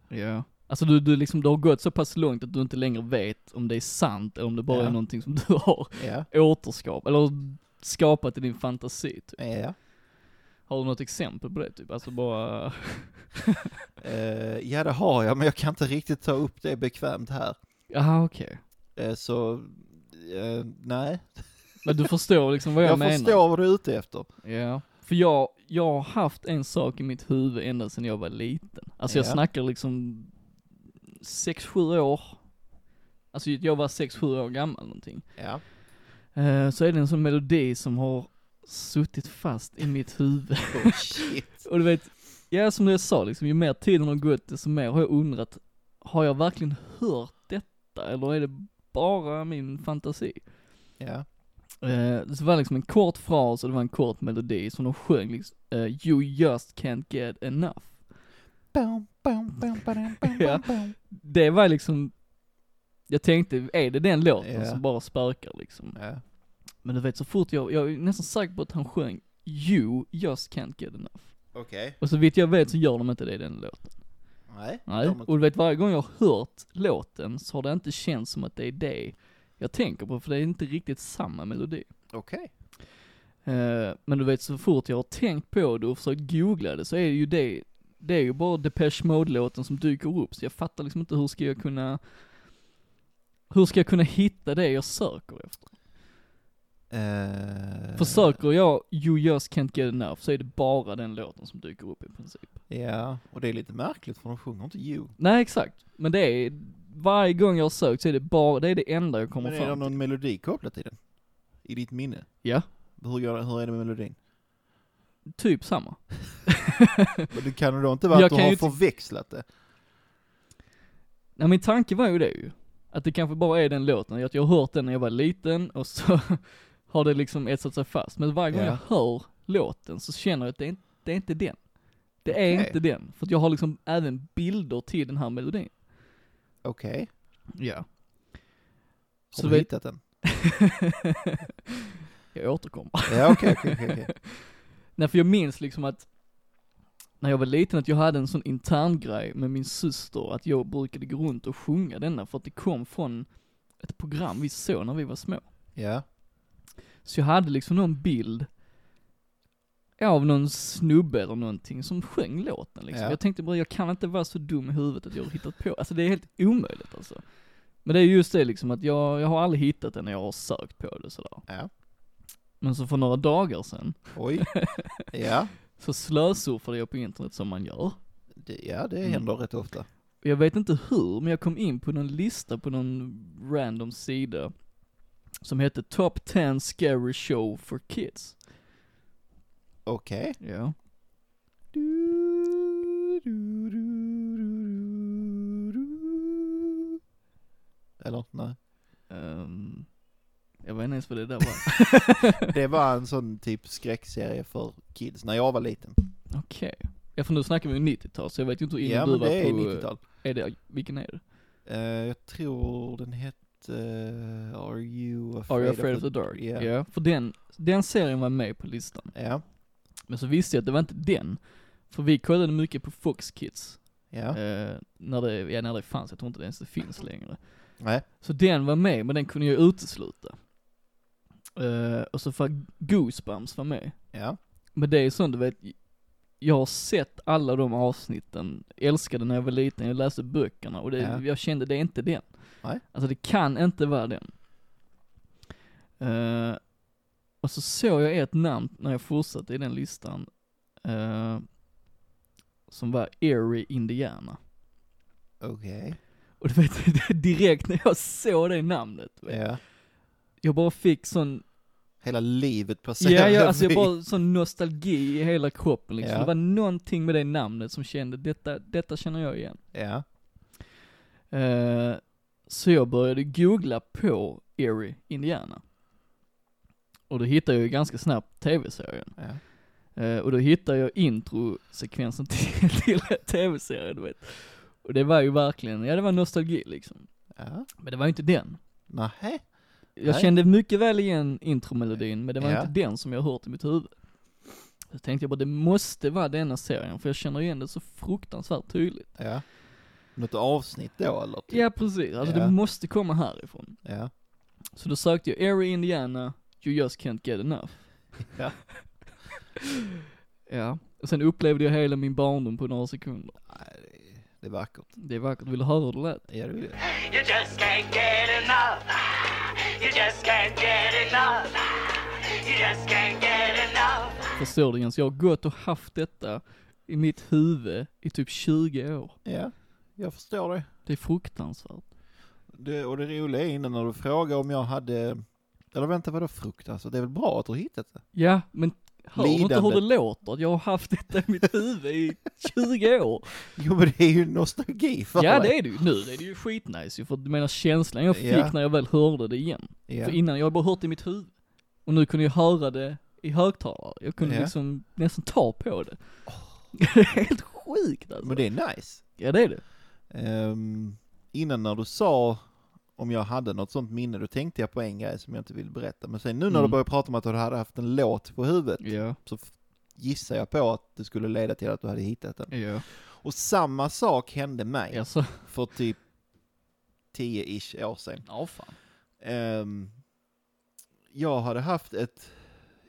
Speaker 2: Ja. Alltså du, du liksom, det har gått så pass långt att du inte längre vet om det är sant eller om det bara
Speaker 1: Ja.
Speaker 2: är någonting som du har
Speaker 1: Ja.
Speaker 2: återskapat, eller skapat i din fantasi typ.
Speaker 1: Ja.
Speaker 2: Har du något exempel på det typ? Alltså bara,
Speaker 1: Eh, ja, det har jag, men jag kan inte riktigt ta upp det bekvämt här.
Speaker 2: jaha okej.
Speaker 1: Eh, Så, eh, nej.
Speaker 2: Men du förstår liksom vad jag,
Speaker 1: Jag
Speaker 2: menar.
Speaker 1: förstår vad du är ute efter.
Speaker 2: Ja. För jag, jag har haft en sak i mitt huvud ända sedan jag var liten. Alltså jag
Speaker 1: Ja.
Speaker 2: snackar liksom 6-7 år. Alltså jag var 6-7 år gammal någonting.
Speaker 1: Ja.
Speaker 2: Eh, så är det en sån melodi som har suttit fast i mitt huvud.
Speaker 1: Oh, shit.
Speaker 2: Och du vet, ja som jag sa liksom, ju mer tiden har gått desto mer har jag undrat, har jag verkligen hört detta eller är det bara min fantasi?
Speaker 1: Ja.
Speaker 2: Eh, det var liksom en kort fras och det var en kort melodi som de sjöng liksom, eh, You just can't get enough.
Speaker 1: Bam, bam, bam, bam, bam,
Speaker 2: Ja.
Speaker 1: bam, bam.
Speaker 2: Det var liksom, jag tänkte, är det den låten
Speaker 1: Ja.
Speaker 2: som bara spökar liksom?
Speaker 1: Ja.
Speaker 2: Men du vet så fort jag, jag är nästan säker på att han sjöng You just can't get enough.
Speaker 1: Okej.
Speaker 2: Och så vitt jag vet så gör de inte det i den låten.
Speaker 1: Nej.
Speaker 2: Nej,
Speaker 1: de-
Speaker 2: och du vet varje gång jag har hört låten så har det inte känts som att det är det jag tänker på, för det är inte riktigt samma melodi.
Speaker 1: Okej.
Speaker 2: Eh, men du vet så fort jag har tänkt på det och försökt googla det så är det ju det, det är ju bara Depeche Mode-låten som dyker upp, så jag fattar liksom inte hur ska jag kunna, hur ska jag kunna hitta det jag söker efter?
Speaker 1: Eh,
Speaker 2: Försöker jag You Just Can't Get Enough så är det bara den låten som dyker upp i princip.
Speaker 1: Ja, och det är lite märkligt för de sjunger inte you.
Speaker 2: Nej exakt, men det är, varje gång jag har sökt så är det bara, det är det enda jag kommer
Speaker 1: Men är det
Speaker 2: fram till.
Speaker 1: någon melodi kopplat till den? I ditt minne?
Speaker 2: Ja,
Speaker 1: Hur, gör, hur är det med melodin?
Speaker 2: typ samma.
Speaker 1: Men det kan ju då inte vara
Speaker 2: Jag
Speaker 1: att du
Speaker 2: kan
Speaker 1: har
Speaker 2: ju inte-
Speaker 1: förväxlat det?
Speaker 2: Nej min tanke var ju det ju. Att det kanske bara är den låten, att jag har hört den när jag var liten och så har det liksom etsat sig fast. Men varje gång
Speaker 1: Ja.
Speaker 2: jag hör låten så känner jag att det är, inte- det är inte den. Det är
Speaker 1: Okej.
Speaker 2: inte den, för att jag har liksom även bilder till den här melodin.
Speaker 1: Okej.
Speaker 2: Ja.
Speaker 1: Har
Speaker 2: Så
Speaker 1: du
Speaker 2: vet,
Speaker 1: hittat den?
Speaker 2: jag återkommer.
Speaker 1: Ja, okej, okej, okej, okej.
Speaker 2: Nej för jag minns liksom att när jag var liten att jag hade en sån intern grej med min syster att jag brukade gå runt och sjunga denna för att det kom från ett program vi såg när vi var små.
Speaker 1: Ja.
Speaker 2: Så jag hade liksom någon bild av någon snubbe eller någonting som sjöng låten liksom.
Speaker 1: Ja.
Speaker 2: Jag tänkte bara jag kan inte vara så dum i huvudet att jag har hittat på, alltså det är helt omöjligt alltså. Men det är just det liksom att jag, jag har aldrig hittat det när jag har sökt på det sådär.
Speaker 1: Ja.
Speaker 2: Men så för några dagar sedan
Speaker 1: Oj. Ja.
Speaker 2: så slösurfade jag på internet som man gör.
Speaker 1: Det, ja, det
Speaker 2: Mm.
Speaker 1: händer rätt ofta.
Speaker 2: jag vet inte hur, men jag kom in på någon lista på någon random sida som hette Top 10 Scary Show for Kids.
Speaker 1: Okej.
Speaker 2: Ja.
Speaker 1: Eller? Nej.
Speaker 2: Ehm, jag vet inte ens vad det där var.
Speaker 1: Det var en sån typ skräckserie för kids när jag var liten.
Speaker 2: Okej. Ja för nu snackar vi ju 90-tal, så jag vet ju inte hur innan
Speaker 1: Ja,
Speaker 2: du
Speaker 1: men
Speaker 2: var
Speaker 1: det är
Speaker 2: på... eh,
Speaker 1: 90-tal.
Speaker 2: Är det, vilken är det?
Speaker 1: Eh, jag tror den hette eh, Are you afraid,
Speaker 2: Are you afraid of the dark? Ja.
Speaker 1: Yeah.
Speaker 2: För den, den serien var med på listan.
Speaker 1: Ja,
Speaker 2: Men så visste jag att det var inte den. För vi kollade mycket på Fox Kids.
Speaker 1: ja.
Speaker 2: Eh, när, det, ja, när det fanns, jag tror inte det ens det finns längre.
Speaker 1: Nej.
Speaker 2: Så den var med, men den kunde jag utesluta. Eh, och så för Goosebumps var med.
Speaker 1: Ja.
Speaker 2: Men det är sånt du vet, jag har sett alla de avsnitten, älskade när jag var liten, jag läste böckerna och det,
Speaker 1: Ja.
Speaker 2: jag kände det är inte den.
Speaker 1: Nej.
Speaker 2: Alltså det kan inte vara den. Eh, och så såg jag ett namn när jag fortsatte i den listan, eh, som var Erie Indiana.
Speaker 1: Okej.
Speaker 2: Och du vet, direkt när jag såg det namnet, du vet,
Speaker 1: Ja.
Speaker 2: jag bara fick sån,
Speaker 1: Hela livet passerar
Speaker 2: ja, ja alltså jag
Speaker 1: förbi.
Speaker 2: bara sån nostalgi i hela kroppen liksom.
Speaker 1: Ja.
Speaker 2: Det var någonting med det namnet som kände, detta, detta känner jag igen.
Speaker 1: Ja.
Speaker 2: Eh, så jag började googla på Erie, Indiana. Och då hittade jag ju ganska snabbt tv-serien.
Speaker 1: Ja.
Speaker 2: Eh, och då hittade jag introsekvensen till, till tv-serien, du vet. Och det var ju verkligen, ja det var nostalgi liksom.
Speaker 1: ja.
Speaker 2: Men det var ju inte den.
Speaker 1: Nähä.
Speaker 2: Jag
Speaker 1: Nej.
Speaker 2: kände mycket väl igen intromelodin, men det var
Speaker 1: Ja.
Speaker 2: inte den som jag hört i mitt huvud. Så tänkte jag bara, det måste vara denna serien, för jag känner igen det så fruktansvärt tydligt.
Speaker 1: Ja. Något avsnitt då eller? Typ.
Speaker 2: Ja precis, alltså
Speaker 1: Ja.
Speaker 2: det måste komma härifrån.
Speaker 1: Ja.
Speaker 2: Så då sökte jag Erie, Indiana, You just can't get enough.
Speaker 1: Ja.
Speaker 2: ja, och sen upplevde jag hela min barndom på några sekunder.
Speaker 1: Nej, det är- Det är vackert.
Speaker 2: Det är vackert. Vill du höra hur det lät?
Speaker 1: Ja, det vill jag.
Speaker 3: You just can't get enough. You just can't get enough. You just can't get enough.
Speaker 2: Förstår du Jens? Jag har gått och haft detta i mitt huvud i typ 20 år.
Speaker 1: Ja, jag förstår det.
Speaker 2: Det är fruktansvärt.
Speaker 1: det. Och det roliga är innan när du frågar om jag hade, eller vänta vadå frukt alltså? Det är väl bra att du har hittat det?
Speaker 2: Ja, men hör du inte hur
Speaker 1: Lidande.
Speaker 2: det låter? Jag har haft detta i mitt huvud i 20 år.
Speaker 1: Jo men det är ju nostalgi för
Speaker 2: Ja
Speaker 1: mig.
Speaker 2: det är det ju. Nu är det ju skitnice ju, för du menar känslan jag fick
Speaker 1: Ja.
Speaker 2: när jag väl hörde det igen.
Speaker 1: Ja.
Speaker 2: För innan, jag har bara hört det i mitt huvud. Och nu kunde jag höra det i högtalare. Jag kunde
Speaker 1: Ja. Oh.
Speaker 2: liksom nästan ta på det. Det är helt sjukt alltså.
Speaker 1: Men det är nice.
Speaker 2: Ja det är det.
Speaker 1: Ehm, innan när du sa om jag hade något sånt minne, då tänkte jag på en grej som jag inte vill berätta. Men sen nu när
Speaker 2: Mm.
Speaker 1: du började prata om att du hade haft en låt på huvudet,
Speaker 2: Ja,
Speaker 1: så f- gissar jag på att det skulle leda till att du hade hittat den.
Speaker 2: ja.
Speaker 1: Och samma sak hände mig
Speaker 2: Alltså,
Speaker 1: för typ 10-ish år sedan.
Speaker 2: ja fan.
Speaker 1: Ehm, jag hade haft ett,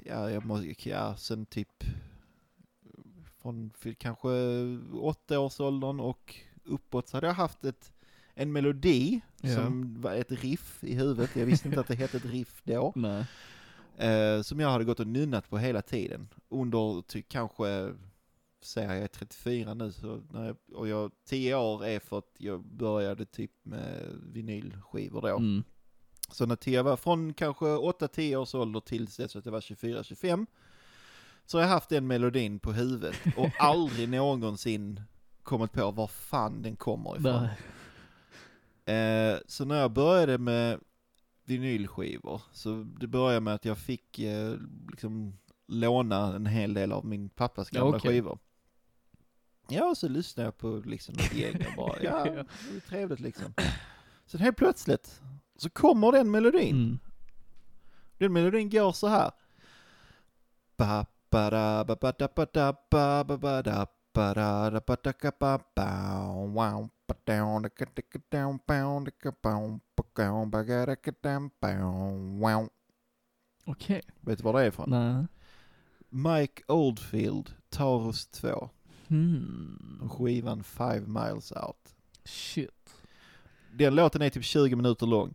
Speaker 1: ja, jag måste, ja, sen typ från f- kanske åttaårsåldern och uppåt så hade jag haft ett, en melodi
Speaker 2: Ja.
Speaker 1: som var ett riff i huvudet, jag visste inte att det hette ett riff då,
Speaker 2: Nej.
Speaker 1: eh, som jag hade gått och nynnat på hela tiden under typ kanske säger jag är 34 nu så när jag, och jag 10 år är för att jag började typ med vinylskivor då.
Speaker 2: Mm.
Speaker 1: Så när Tia var från kanske 8-10 års ålder till dess att jag var 24-25 så har jag haft den melodin på huvudet och aldrig någonsin kommit på var fan den kommer ifrån.
Speaker 2: Nej.
Speaker 1: Eh, så när jag började med vinylskivor så det började med att jag fick eh, liksom låna en hel del av min pappas
Speaker 2: Ja,
Speaker 1: gamla
Speaker 2: okej.
Speaker 1: skivor. Ja, så lyssnade jag på liksom något gäng och bara, ja, det
Speaker 2: Ja.
Speaker 1: är trevligt liksom. Sen helt plötsligt så kommer den melodin.
Speaker 2: Mm.
Speaker 1: Den melodin går så här. Ba ba da ba ba da ba da ba ba ba da ba da da ba da ka ba ba wow ba down da ka da ka down bound da ka bound ba ka ba ga da ka down bound wow.
Speaker 2: Okej.
Speaker 1: Vet du var det är ifrån?
Speaker 2: Nej.
Speaker 1: Mike Oldfield, Taurus 2,
Speaker 2: Hmm.
Speaker 1: och skivan Five Miles Out.
Speaker 2: Shit.
Speaker 1: Den låten är typ 20 minuter lång.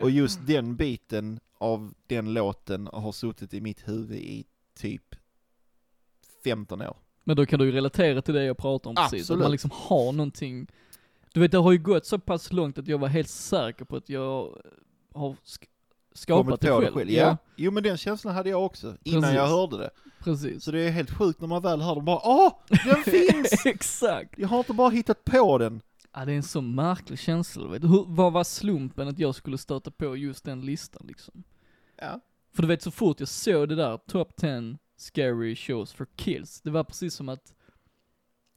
Speaker 1: Och just den biten av den låten har suttit i mitt huvud i typ 15 år.
Speaker 2: Men då kan du ju relatera till det jag pratar om precis, att
Speaker 1: Absolut.
Speaker 2: man liksom har någonting. Du vet det har ju gått så pass långt att jag var helt säker på att jag har sk- skapat
Speaker 1: Kommit
Speaker 2: det
Speaker 1: på
Speaker 2: själv.
Speaker 1: Ja. Jo men den känslan hade jag också, innan
Speaker 2: Precis.
Speaker 1: jag hörde det.
Speaker 2: precis.
Speaker 1: Så det är helt sjukt när man väl hör den bara Åh! Den finns!
Speaker 2: Exakt!
Speaker 1: Jag har inte bara hittat på den.
Speaker 2: Ja det är en så märklig känsla, vet du. Hur, vad var slumpen att jag skulle stöta på just den listan liksom?
Speaker 1: Ja.
Speaker 2: För du vet så fort jag såg det där, Top 10 Scary Shows for Kids, det var precis som att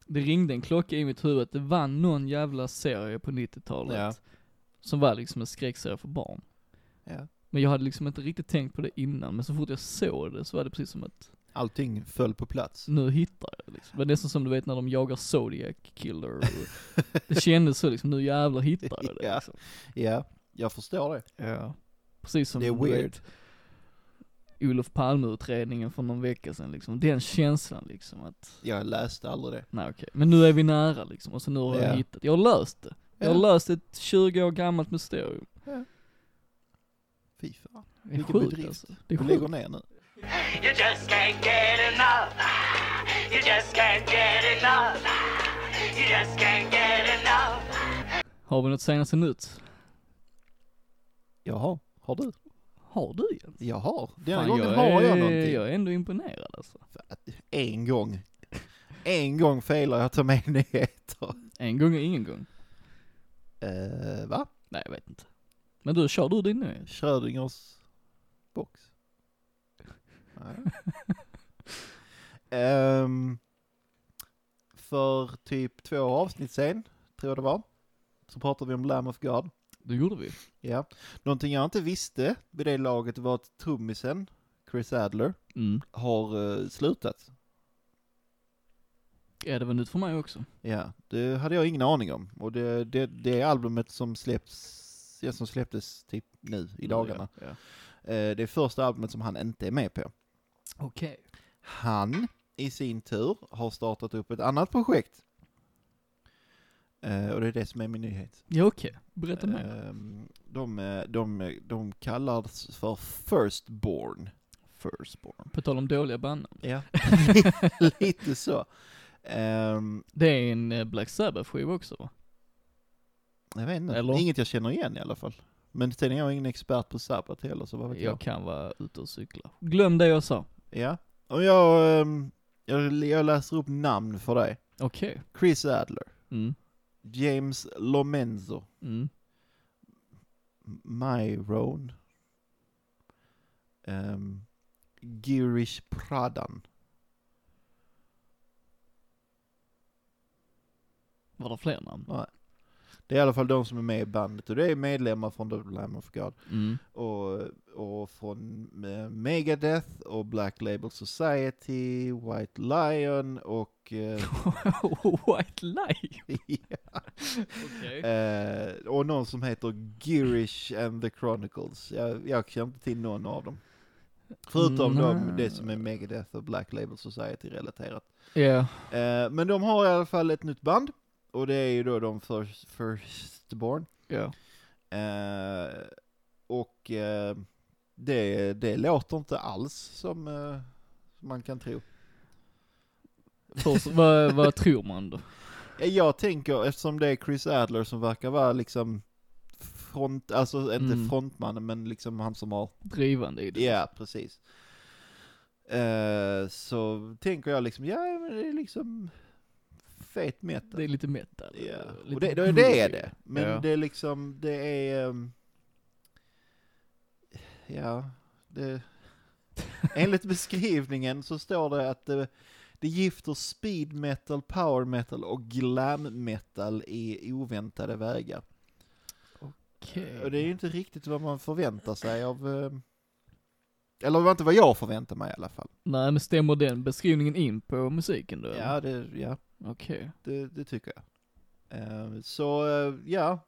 Speaker 2: det ringde en klocka i mitt huvud, att det var någon jävla serie på 90-talet
Speaker 1: Ja.
Speaker 2: som var liksom en skräckserie för barn.
Speaker 1: ja.
Speaker 2: Men jag hade liksom inte riktigt tänkt på det innan, men så fort jag såg det så var det precis som att
Speaker 1: Allting föll på plats.
Speaker 2: nu hittar jag det liksom. Det var nästan som du vet när de jagar Zodiac Killer. och- Det kändes så liksom, nu jävlar hittar jag det
Speaker 1: Ja.
Speaker 2: liksom.
Speaker 1: Ja, jag förstår det.
Speaker 2: Ja. Precis som
Speaker 1: Det är
Speaker 2: du vet,
Speaker 1: weird.
Speaker 2: Olof Palme-utredningen för någon vecka sedan liksom. Den känslan liksom att,
Speaker 1: Jag läste aldrig det.
Speaker 2: nej okej, men nu är vi nära liksom och så nu har
Speaker 1: Ja.
Speaker 2: jag hittat, jag har löst det. Jag har
Speaker 1: Ja.
Speaker 2: löst ett 20 år gammalt mysterium.
Speaker 1: Fy fan.
Speaker 2: Det är
Speaker 1: Vilken
Speaker 2: sjukt
Speaker 1: bedrift.
Speaker 2: alltså. Det är
Speaker 1: Du lägger
Speaker 2: sjukt.
Speaker 1: ner nu.
Speaker 3: You just can't get enough. You just can't get enough. You just can't get enough.
Speaker 2: Har vi något senaste nytt?
Speaker 1: Jaha, har du?
Speaker 2: Har du igen?
Speaker 1: Jag har. Denna
Speaker 2: Fan,
Speaker 1: gången har jag
Speaker 2: är-
Speaker 1: någonting.
Speaker 2: Jag är ändå imponerad alltså.
Speaker 1: En gång. En gång felar jag att ta med nyheter.
Speaker 2: En gång är ingen gång.
Speaker 1: Eh, va?
Speaker 2: Nej jag vet inte. Men du, kör du din nu?
Speaker 1: Schrödingers box? Nej. Ehm, för typ två avsnitt sen, tror jag det var, så pratade vi om Lamb of God.
Speaker 2: Det gjorde vi.
Speaker 1: Ja. Någonting jag inte visste vid det laget var att trummisen, Chris Adler,
Speaker 2: Mm.
Speaker 1: har eh, slutat.
Speaker 2: Ja det var nytt för mig också.
Speaker 1: Ja, det hade jag ingen aning om. Och det, det, det albumet som släpps, ja, som släpptes typ nu i dagarna,
Speaker 2: Ja.
Speaker 1: eh, det är första albumet som han inte är med på.
Speaker 2: Okej.
Speaker 1: Han i sin tur har startat upp ett annat projekt Eh, och det är det som är min nyhet.
Speaker 2: Ja okej, berätta mer.
Speaker 1: Ehm, de, eh, de, de kallas för firstborn. Firstborn.
Speaker 2: På tal om dåliga bandnamn.
Speaker 1: Ja, lite så. Ehm,
Speaker 2: Det är en eh, Black Sabbath-skiva också va?
Speaker 1: jag vet inte,
Speaker 2: Eller?
Speaker 1: inget jag känner igen i alla fall. Men sen är jag ingen expert på Sabbath heller, så vad vet jag.
Speaker 2: Jag kan vara ute och cykla. Glöm det jag sa.
Speaker 1: Ja, och jag, ehm, jag, jag läser upp namn för dig.
Speaker 2: Okej.
Speaker 1: Chris Adler,
Speaker 2: Mm.
Speaker 1: James Lomenzo,
Speaker 2: Mm.
Speaker 1: Myron, um, Girish Pradhan.
Speaker 2: Var det fler namn?
Speaker 1: Det är i alla fall de som är med i bandet och det är medlemmar från The Lamb of God
Speaker 2: Mm.
Speaker 1: och, och från eh, Megadeth och Black Label Society, White Lion och eh,
Speaker 2: White Lion. Okej.
Speaker 1: Eh, och någon som heter Girish and the Chronicles. Jag, jag känner inte till någon av dem. Förutom
Speaker 2: Nej.
Speaker 1: de, det som är Megadeth och Black Label Society relaterat.
Speaker 2: Ja.
Speaker 1: Eh, men de har i alla fall ett nytt band. Och det är ju då de first, Firstborn.
Speaker 2: Ja.
Speaker 1: Eh, och eh, det, det låter inte alls som eh, man kan tro.
Speaker 2: Först, vad, vad tror man då?
Speaker 1: Eh, Jag tänker, eftersom det är Chris Adler som verkar vara liksom front, alltså inte
Speaker 2: Mm.
Speaker 1: frontmannen men liksom han som har
Speaker 2: Drivande i det.
Speaker 1: Ja, precis. Eh, så tänker jag liksom, ja men det är liksom fet metal.
Speaker 2: Det är lite metal.
Speaker 1: Ja,
Speaker 2: eh, Lite
Speaker 1: och det, det, det är
Speaker 2: groovy.
Speaker 1: det. Men
Speaker 2: Ja.
Speaker 1: det är liksom, det är... ehm, ja, det... Enligt beskrivningen så står det att det, det gifter speed metal, power metal och glam metal i oväntade vägar.
Speaker 2: Okej.
Speaker 1: Och det är ju inte riktigt vad man förväntar sig av... ehm, eller det var inte vad jag förväntar mig i alla fall.
Speaker 2: Nej men stämmer den beskrivningen in på musiken då?
Speaker 1: Ja, det, ja,
Speaker 2: Okej.
Speaker 1: det, det tycker jag. Eh, så eh, ja,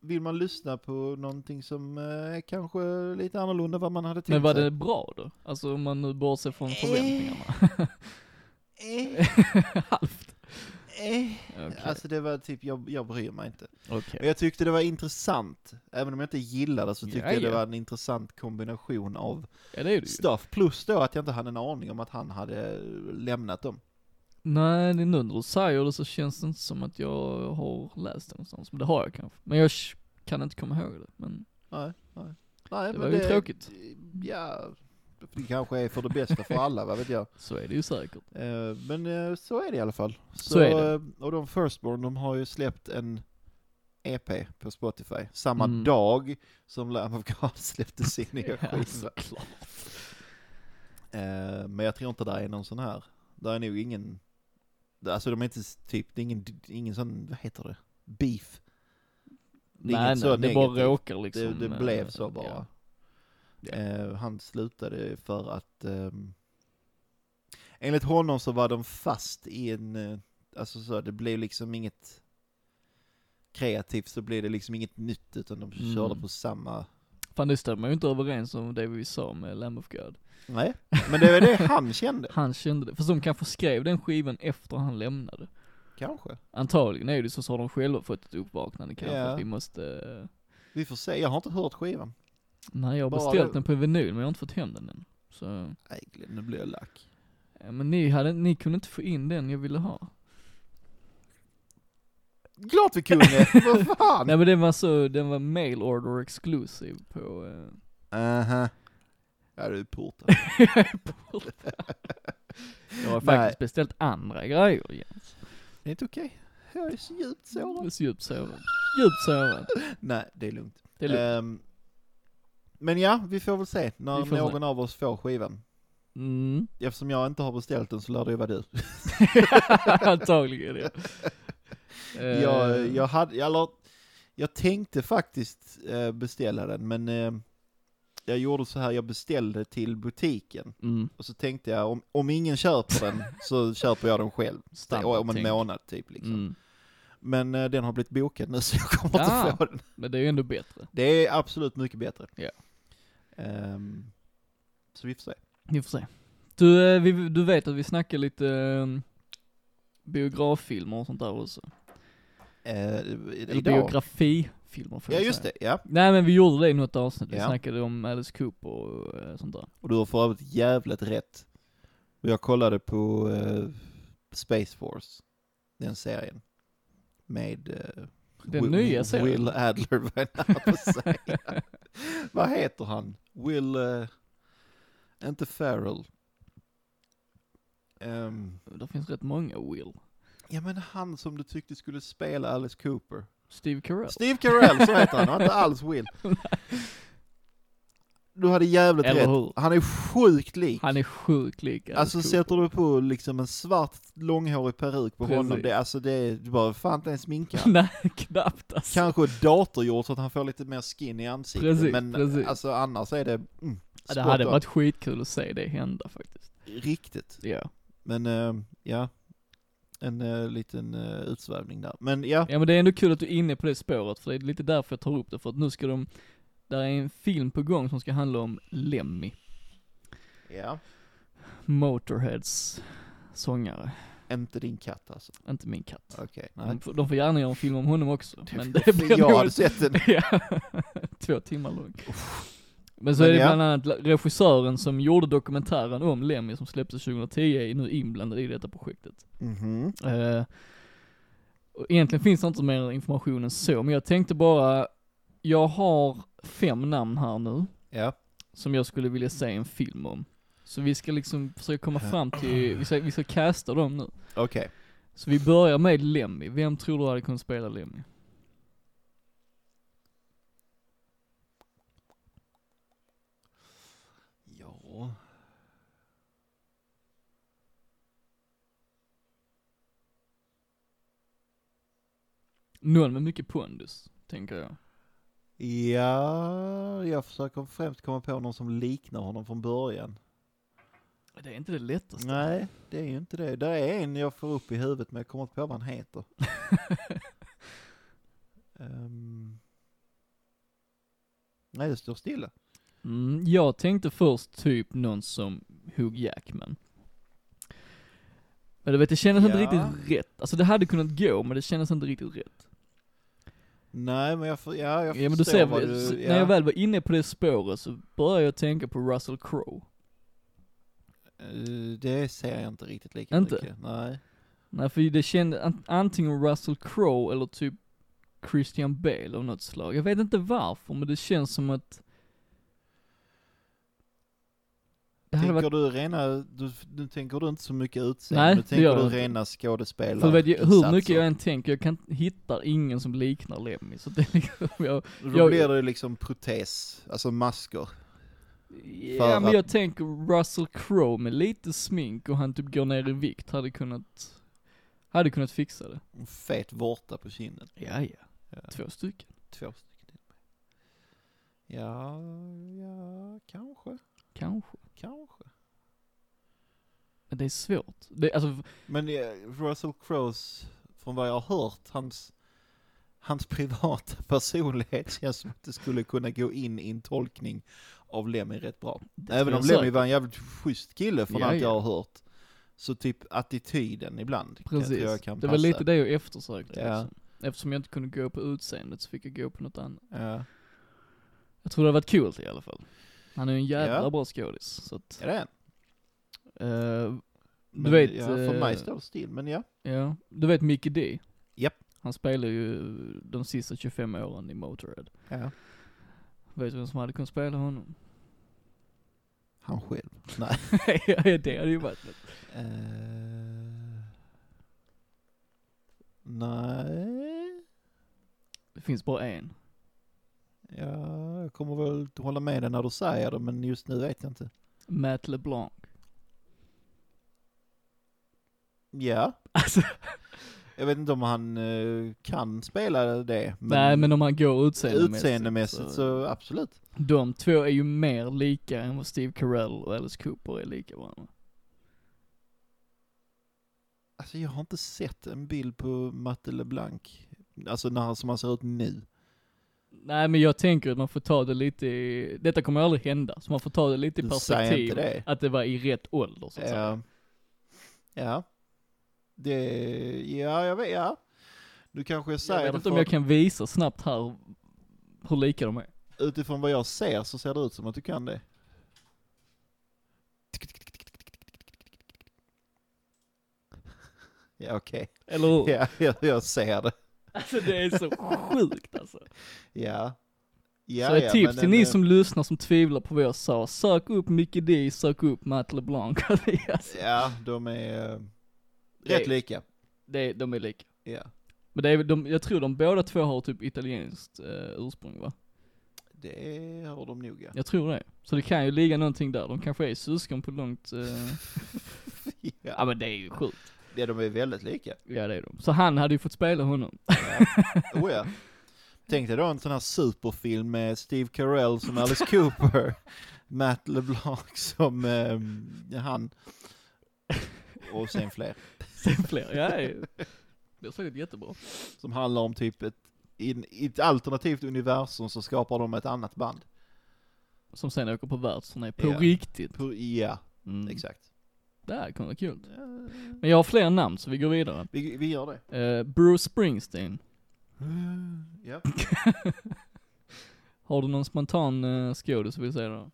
Speaker 1: vill man lyssna på någonting som eh, är kanske lite annorlunda än vad man hade tänkt
Speaker 2: Men var
Speaker 1: sig.
Speaker 2: det bra då? Alltså om man nu bortser från
Speaker 1: Eh.
Speaker 2: förväntningarna.
Speaker 1: Eh,
Speaker 2: Halvt.
Speaker 1: eh.
Speaker 2: Okej.
Speaker 1: Alltså det var typ, jag, jag bryr mig inte.
Speaker 2: Okej.
Speaker 1: Men jag tyckte det var intressant. Även om jag inte gillade så tyckte jag det
Speaker 2: Jaja.
Speaker 1: var en intressant kombination av
Speaker 2: Ja det är det ju.
Speaker 1: stuff. Plus då att jag inte hade en aning om att han hade eh, lämnat dem.
Speaker 2: Nej, det är nu när du säger det så känns det inte som att jag har läst det någonstans. Men det har jag kanske. Men jag sh- kan inte komma ihåg det. Men
Speaker 1: Nej, nej. nej
Speaker 2: Det
Speaker 1: men
Speaker 2: var ju tråkigt.
Speaker 1: Ja, det kanske är för det bästa för alla, vad vet jag.
Speaker 2: så är det ju säkert.
Speaker 1: Eh, Men eh, så är det i alla fall. Så,
Speaker 2: är det.
Speaker 1: eh, Och de Firstborn, de har ju släppt en EP på Spotify, samma
Speaker 2: Mm.
Speaker 1: dag som Lamb of God släppte sin nya
Speaker 2: Ja,
Speaker 1: skiva.
Speaker 2: såklart.
Speaker 1: Eh, Men jag tror inte det är någon sån här, det är nog ingen, alltså de är inte s- typ, det är ingen, ingen sån, vad heter det, beef. Det är
Speaker 2: Nej,
Speaker 1: inget så
Speaker 2: nej, det bara
Speaker 1: negativt.
Speaker 2: råkar liksom.
Speaker 1: det, det
Speaker 2: eh,
Speaker 1: blev så bara.
Speaker 2: Ja. Ja.
Speaker 1: Eh, han slutade för att, ehm, enligt honom så var de fast i en, eh, alltså så, det blev liksom inget kreativt, så blev det liksom inget nytt, utan de
Speaker 2: Mm.
Speaker 1: körde på samma,
Speaker 2: Fan det stämmer ju inte överens om det vi sa med Lamb of God.
Speaker 1: nej, men det var det han kände,
Speaker 2: Han kände det. För de kanske skrev den skivan efter han lämnade.
Speaker 1: kanske.
Speaker 2: Antagligen är det ju så, så har de själva fått ett uppvaknande kanske.
Speaker 1: Ja.
Speaker 2: Att vi måste... eh,
Speaker 1: Vi får se, jag har inte hört skivan.
Speaker 2: Nej, jag har
Speaker 1: Bara
Speaker 2: beställt
Speaker 1: det-
Speaker 2: den på vinyl men jag har inte fått hem den än. Så...
Speaker 1: Nej, Glenn, nu blir jag lack.
Speaker 2: Ja, men ni, hade, ni kunde inte få in den jag ville ha.
Speaker 1: Klart vi kunde, vad fan!
Speaker 2: Nej men den var så, den var mail order exclusive på... eh,
Speaker 1: Aha. Ja, du är portad.
Speaker 2: jag
Speaker 1: Nej.
Speaker 2: har faktiskt beställt andra grejer igen.
Speaker 1: Det är inte okej. Jag är så djupt
Speaker 2: Jag
Speaker 1: sårad.
Speaker 2: är så Djupt sårad. Djupt sårad.
Speaker 1: Nej, det är lugnt.
Speaker 2: Det är lugnt.
Speaker 1: Ehm, men ja, vi får väl se när
Speaker 2: Vi får
Speaker 1: någon av oss får skivan. Eh.
Speaker 2: Mm.
Speaker 1: Eftersom jag inte har beställt den så lär det ju vara du.
Speaker 2: Antagligen ja. Eh,
Speaker 1: Jag, jag, hade, jag, la- jag tänkte faktiskt eh, beställa den, men eh, jag gjorde så här, jag beställde till butiken.
Speaker 2: Mm,
Speaker 1: Och så tänkte jag, om, om ingen köper den så köper jag den själv.
Speaker 2: Standard
Speaker 1: om en
Speaker 2: tänk.
Speaker 1: månad typ liksom.
Speaker 2: mm.
Speaker 1: Men eh, den har blivit bokad nu så jag kommer
Speaker 2: Ah.
Speaker 1: inte få den.
Speaker 2: Men det är ju ändå bättre.
Speaker 1: Det är absolut mycket bättre.
Speaker 2: Ja.
Speaker 1: Ehm, så vi får se.
Speaker 2: Vi får se. Du, eh, vi, du vet att vi snackar lite eh, biograffilmer och sånt där också.
Speaker 1: eh,
Speaker 2: Eller
Speaker 1: idag.
Speaker 2: biografifilmer får
Speaker 1: Ja
Speaker 2: jag
Speaker 1: just
Speaker 2: säga.
Speaker 1: det, ja.
Speaker 2: Nej men vi gjorde det i något avsnitt, vi
Speaker 1: Ja.
Speaker 2: snackade om Alice Cooper och eh, sånt där.
Speaker 1: Och du har för övrigt jävligt rätt. Och jag kollade på eh, Space Force, den serien. Med eh,
Speaker 2: Den
Speaker 1: Will-
Speaker 2: nya serien.
Speaker 1: Will Adler, vad jag höll på att säga. Vad heter han? Will... eh, inte Farrell. Ehm,
Speaker 2: Det finns rätt många Will.
Speaker 1: ja men han som du tyckte skulle spela Alice Cooper.
Speaker 2: Steve Carell.
Speaker 1: Steve Carell, så heter han. Det var inte alls Will. Du hade jävligt
Speaker 2: Eller
Speaker 1: rätt.
Speaker 2: hur?
Speaker 1: Han är sjukt lik.
Speaker 2: Han är sjukt lik Alice
Speaker 1: Alltså
Speaker 2: Cooper.
Speaker 1: sätter du på liksom en svart långhårig peruk på
Speaker 2: Precis.
Speaker 1: honom, det, alltså det är, du bara, fan inte ens sminka.
Speaker 2: Nej, knappt alltså.
Speaker 1: Kanske datorgjort så att han får lite mer skin i ansiktet,
Speaker 2: Precis,
Speaker 1: men
Speaker 2: precis.
Speaker 1: alltså annars är det, mm,
Speaker 2: Ja, det
Speaker 1: spot
Speaker 2: hade
Speaker 1: on.
Speaker 2: varit skitkul att se det hända faktiskt.
Speaker 1: riktigt.
Speaker 2: Ja.
Speaker 1: Men eh, ja, en eh, liten eh, utsvävning där. Men ja,
Speaker 2: ja men det är ändå kul att du är inne på det spåret, för det är lite därför jag tar upp det, för att nu ska de, där är en film på gång som ska handla om Lemmy,
Speaker 1: ja.
Speaker 2: Motorheads sångare,
Speaker 1: inte din katt alltså.
Speaker 2: inte min katt.
Speaker 1: Okej, nej.
Speaker 2: De får, de får gärna göra en film om honom också, Mm. men det blir
Speaker 1: Jag
Speaker 2: nog
Speaker 1: hade sett den.
Speaker 2: Ja, två timmar lång. Men så
Speaker 1: Men
Speaker 2: är det
Speaker 1: ja.
Speaker 2: bland annat regissören som gjorde dokumentären om Lemmy som släpptes 2010 är nu inblandad i detta projektet.
Speaker 1: Mhm.
Speaker 2: Eh, och egentligen finns det inte mer information än så, men jag tänkte bara, jag har fem namn här nu
Speaker 1: Ja,
Speaker 2: som jag skulle vilja se en film om. Så vi ska liksom försöka komma fram till, vi ska, vi ska casta dem nu.
Speaker 1: okej.
Speaker 2: Så vi börjar med Lemmy, vem tror du hade kunnat spela Lemmy?
Speaker 1: Ja.
Speaker 2: Någon med mycket pondus, tänker jag.
Speaker 1: Ja, jag försöker främst komma på någon som liknar honom från början.
Speaker 2: Det är inte det lättaste.
Speaker 1: Nej, det är ju inte det. Där är en jag får upp i huvudet men jag kommer inte på vad han heter. Ehm. Nej, det står stilla.
Speaker 2: Mm, jag tänkte först typ någon som Hugh Jackman. Men du vet, det kändes inte
Speaker 1: Ja.
Speaker 2: riktigt rätt. Alltså det hade kunnat gå, men det kändes inte riktigt rätt.
Speaker 1: Nej, men jag, för, ja, jag
Speaker 2: Ja men du
Speaker 1: förstår
Speaker 2: ser,
Speaker 1: vad
Speaker 2: väl-
Speaker 1: du...
Speaker 2: så-
Speaker 1: Ja.
Speaker 2: när jag väl var inne på det spåret så började jag tänka på Russell Crowe.
Speaker 1: Eh, Det ser jag inte riktigt lika
Speaker 2: Inte?
Speaker 1: mycket. Nej.
Speaker 2: Nej för det kändes, an- antingen Russell Crowe eller typ Christian Bale av något slag. Jag vet inte varför, men det känns som att... Det hade
Speaker 1: Tänker
Speaker 2: varit
Speaker 1: du rena, du, nu tänker du inte så mycket utseende,
Speaker 2: Nej,
Speaker 1: nu
Speaker 2: det
Speaker 1: tänker
Speaker 2: gör
Speaker 1: du
Speaker 2: jag inte.
Speaker 1: rena skådespelare.
Speaker 2: För vet jag, hur mycket jag än tänker, jag kan hittar ingen som liknar Lemmy, så det är liksom, jag,
Speaker 1: Då
Speaker 2: jag-
Speaker 1: blir det liksom protes, alltså masker.
Speaker 2: ja men
Speaker 1: att-
Speaker 2: jag tänker Russell Crowe med lite smink och han typ går ner i vikt, hade kunnat, hade kunnat fixa det.
Speaker 1: En fet vårta på kinden.
Speaker 2: Ja, ja.
Speaker 1: Ja.
Speaker 2: Två stycken.
Speaker 1: Två stycken. Ja, ja, kanske.
Speaker 2: Kanske.
Speaker 1: Kanske.
Speaker 2: Men det är svårt. Det, alltså,
Speaker 1: Men eh, Russell Crowes, från vad jag har hört, hans, hans privata personlighet känns som att det skulle kunna gå in i en tolkning av Lemmy rätt bra. Även
Speaker 2: tror
Speaker 1: om
Speaker 2: jag
Speaker 1: Lemmy
Speaker 2: säkert.
Speaker 1: var en jävligt schysst kille från
Speaker 2: Ja,
Speaker 1: allt jag
Speaker 2: ja.
Speaker 1: har hört. Så typ attityden ibland kan jag
Speaker 2: precis.
Speaker 1: tror jag kan
Speaker 2: det
Speaker 1: passa.
Speaker 2: var lite det jag eftersökte.
Speaker 1: Ja.
Speaker 2: Liksom. Eftersom jag inte kunde gå på utseendet så fick jag gå på något annat.
Speaker 1: Ja.
Speaker 2: Jag tror det hade varit coolt i alla fall. Han är ju en jävla
Speaker 1: Ja.
Speaker 2: bra skådis, så att,
Speaker 1: Är det en?
Speaker 2: eh, du
Speaker 1: Men,
Speaker 2: vet.
Speaker 1: ja, för
Speaker 2: eh,
Speaker 1: mig står det still, men ja.
Speaker 2: Ja, du vet Mickey D?
Speaker 1: Japp.
Speaker 2: Han spelar ju de sista 25 åren i Motorhead.
Speaker 1: ja.
Speaker 2: Vet du vem som hade kunnat spela honom?
Speaker 1: Han själv. Nej.
Speaker 2: Ja, det hade ju varit något.
Speaker 1: Eh, nej.
Speaker 2: Det finns bara en.
Speaker 1: Ja, jag kommer väl att hålla med dig när du säger det, men just nu vet jag inte.
Speaker 2: Matt LeBlanc.
Speaker 1: Ja,
Speaker 2: Alltså,
Speaker 1: jag vet inte om han eh, kan spela det. Men
Speaker 2: nej men om han går utseendemässigt.
Speaker 1: utseendemässigt så, absolut.
Speaker 2: De två är ju mer lika än vad Steve Carell och Alice Cooper är lika varandra.
Speaker 1: Alltså jag har inte sett en bild på Matte LeBlanc. Alltså när han, som han ser ut nu.
Speaker 2: Nej men jag tänker att man får ta det lite i, detta kommer aldrig hända, så man får ta det lite i
Speaker 1: Du
Speaker 2: perspektiv.
Speaker 1: säger inte det.
Speaker 2: Att det var i rätt ålder så
Speaker 1: Ehm,
Speaker 2: att säga.
Speaker 1: Ja. ja. Det, ja jag vet, ja. Nu kanske jag
Speaker 2: Jag
Speaker 1: säger
Speaker 2: vet
Speaker 1: det
Speaker 2: inte om
Speaker 1: för
Speaker 2: jag kan visa snabbt här hur lika de är.
Speaker 1: att utifrån vad jag ser så ser det ut som att du kan det. Ja okej,
Speaker 2: Eller hur?
Speaker 1: ja, jag, jag ser det.
Speaker 2: Alltså det är så sjukt alltså.
Speaker 1: Ja. ja
Speaker 2: så ett
Speaker 1: ja,
Speaker 2: tips
Speaker 1: men
Speaker 2: till
Speaker 1: den,
Speaker 2: ni
Speaker 1: eh,
Speaker 2: som lyssnar som tvivlar på vad jag sa, sök upp Mickey D, sök upp Matt LeBlanc. alltså,
Speaker 1: Ja, de är eh,
Speaker 2: Det är-
Speaker 1: rätt lika.
Speaker 2: det, de är lika.
Speaker 1: Ja,
Speaker 2: Men det är, väl- de, jag tror de båda två har typ italienskt eh, ursprung va?
Speaker 1: det har de nog ja.
Speaker 2: Jag tror det. Så det kan ju ligga någonting där, de kanske är syskon på långt... Eh... ja
Speaker 1: ja.
Speaker 2: men det är ju sjukt.
Speaker 1: Ja, de är väldigt lika.
Speaker 2: Ja det är de. Så han hade ju fått spela honom.
Speaker 1: Oh, ja. Tänk dig då en sån här superfilm med Steve Carell som Alice Cooper, Matt LeBlanc som eh, han, och sen fler.
Speaker 2: Sen fler, ja det är- det är säkert jättebra.
Speaker 1: Som handlar om typ ett, i, en- i ett alternativt universum så skapar de ett annat band.
Speaker 2: Som sen åker på världsturné, på
Speaker 1: Ja.
Speaker 2: riktigt.
Speaker 1: På- Ja,
Speaker 2: Mm.
Speaker 1: exakt.
Speaker 2: Det här kommer vara kul.
Speaker 1: Ja,
Speaker 2: Men jag har fler namn så vi går vidare.
Speaker 1: Vi, vi gör det.
Speaker 2: Eh, Bruce Springsteen.
Speaker 1: Ja.
Speaker 2: Har du någon spontan uh, skådis vill säga då?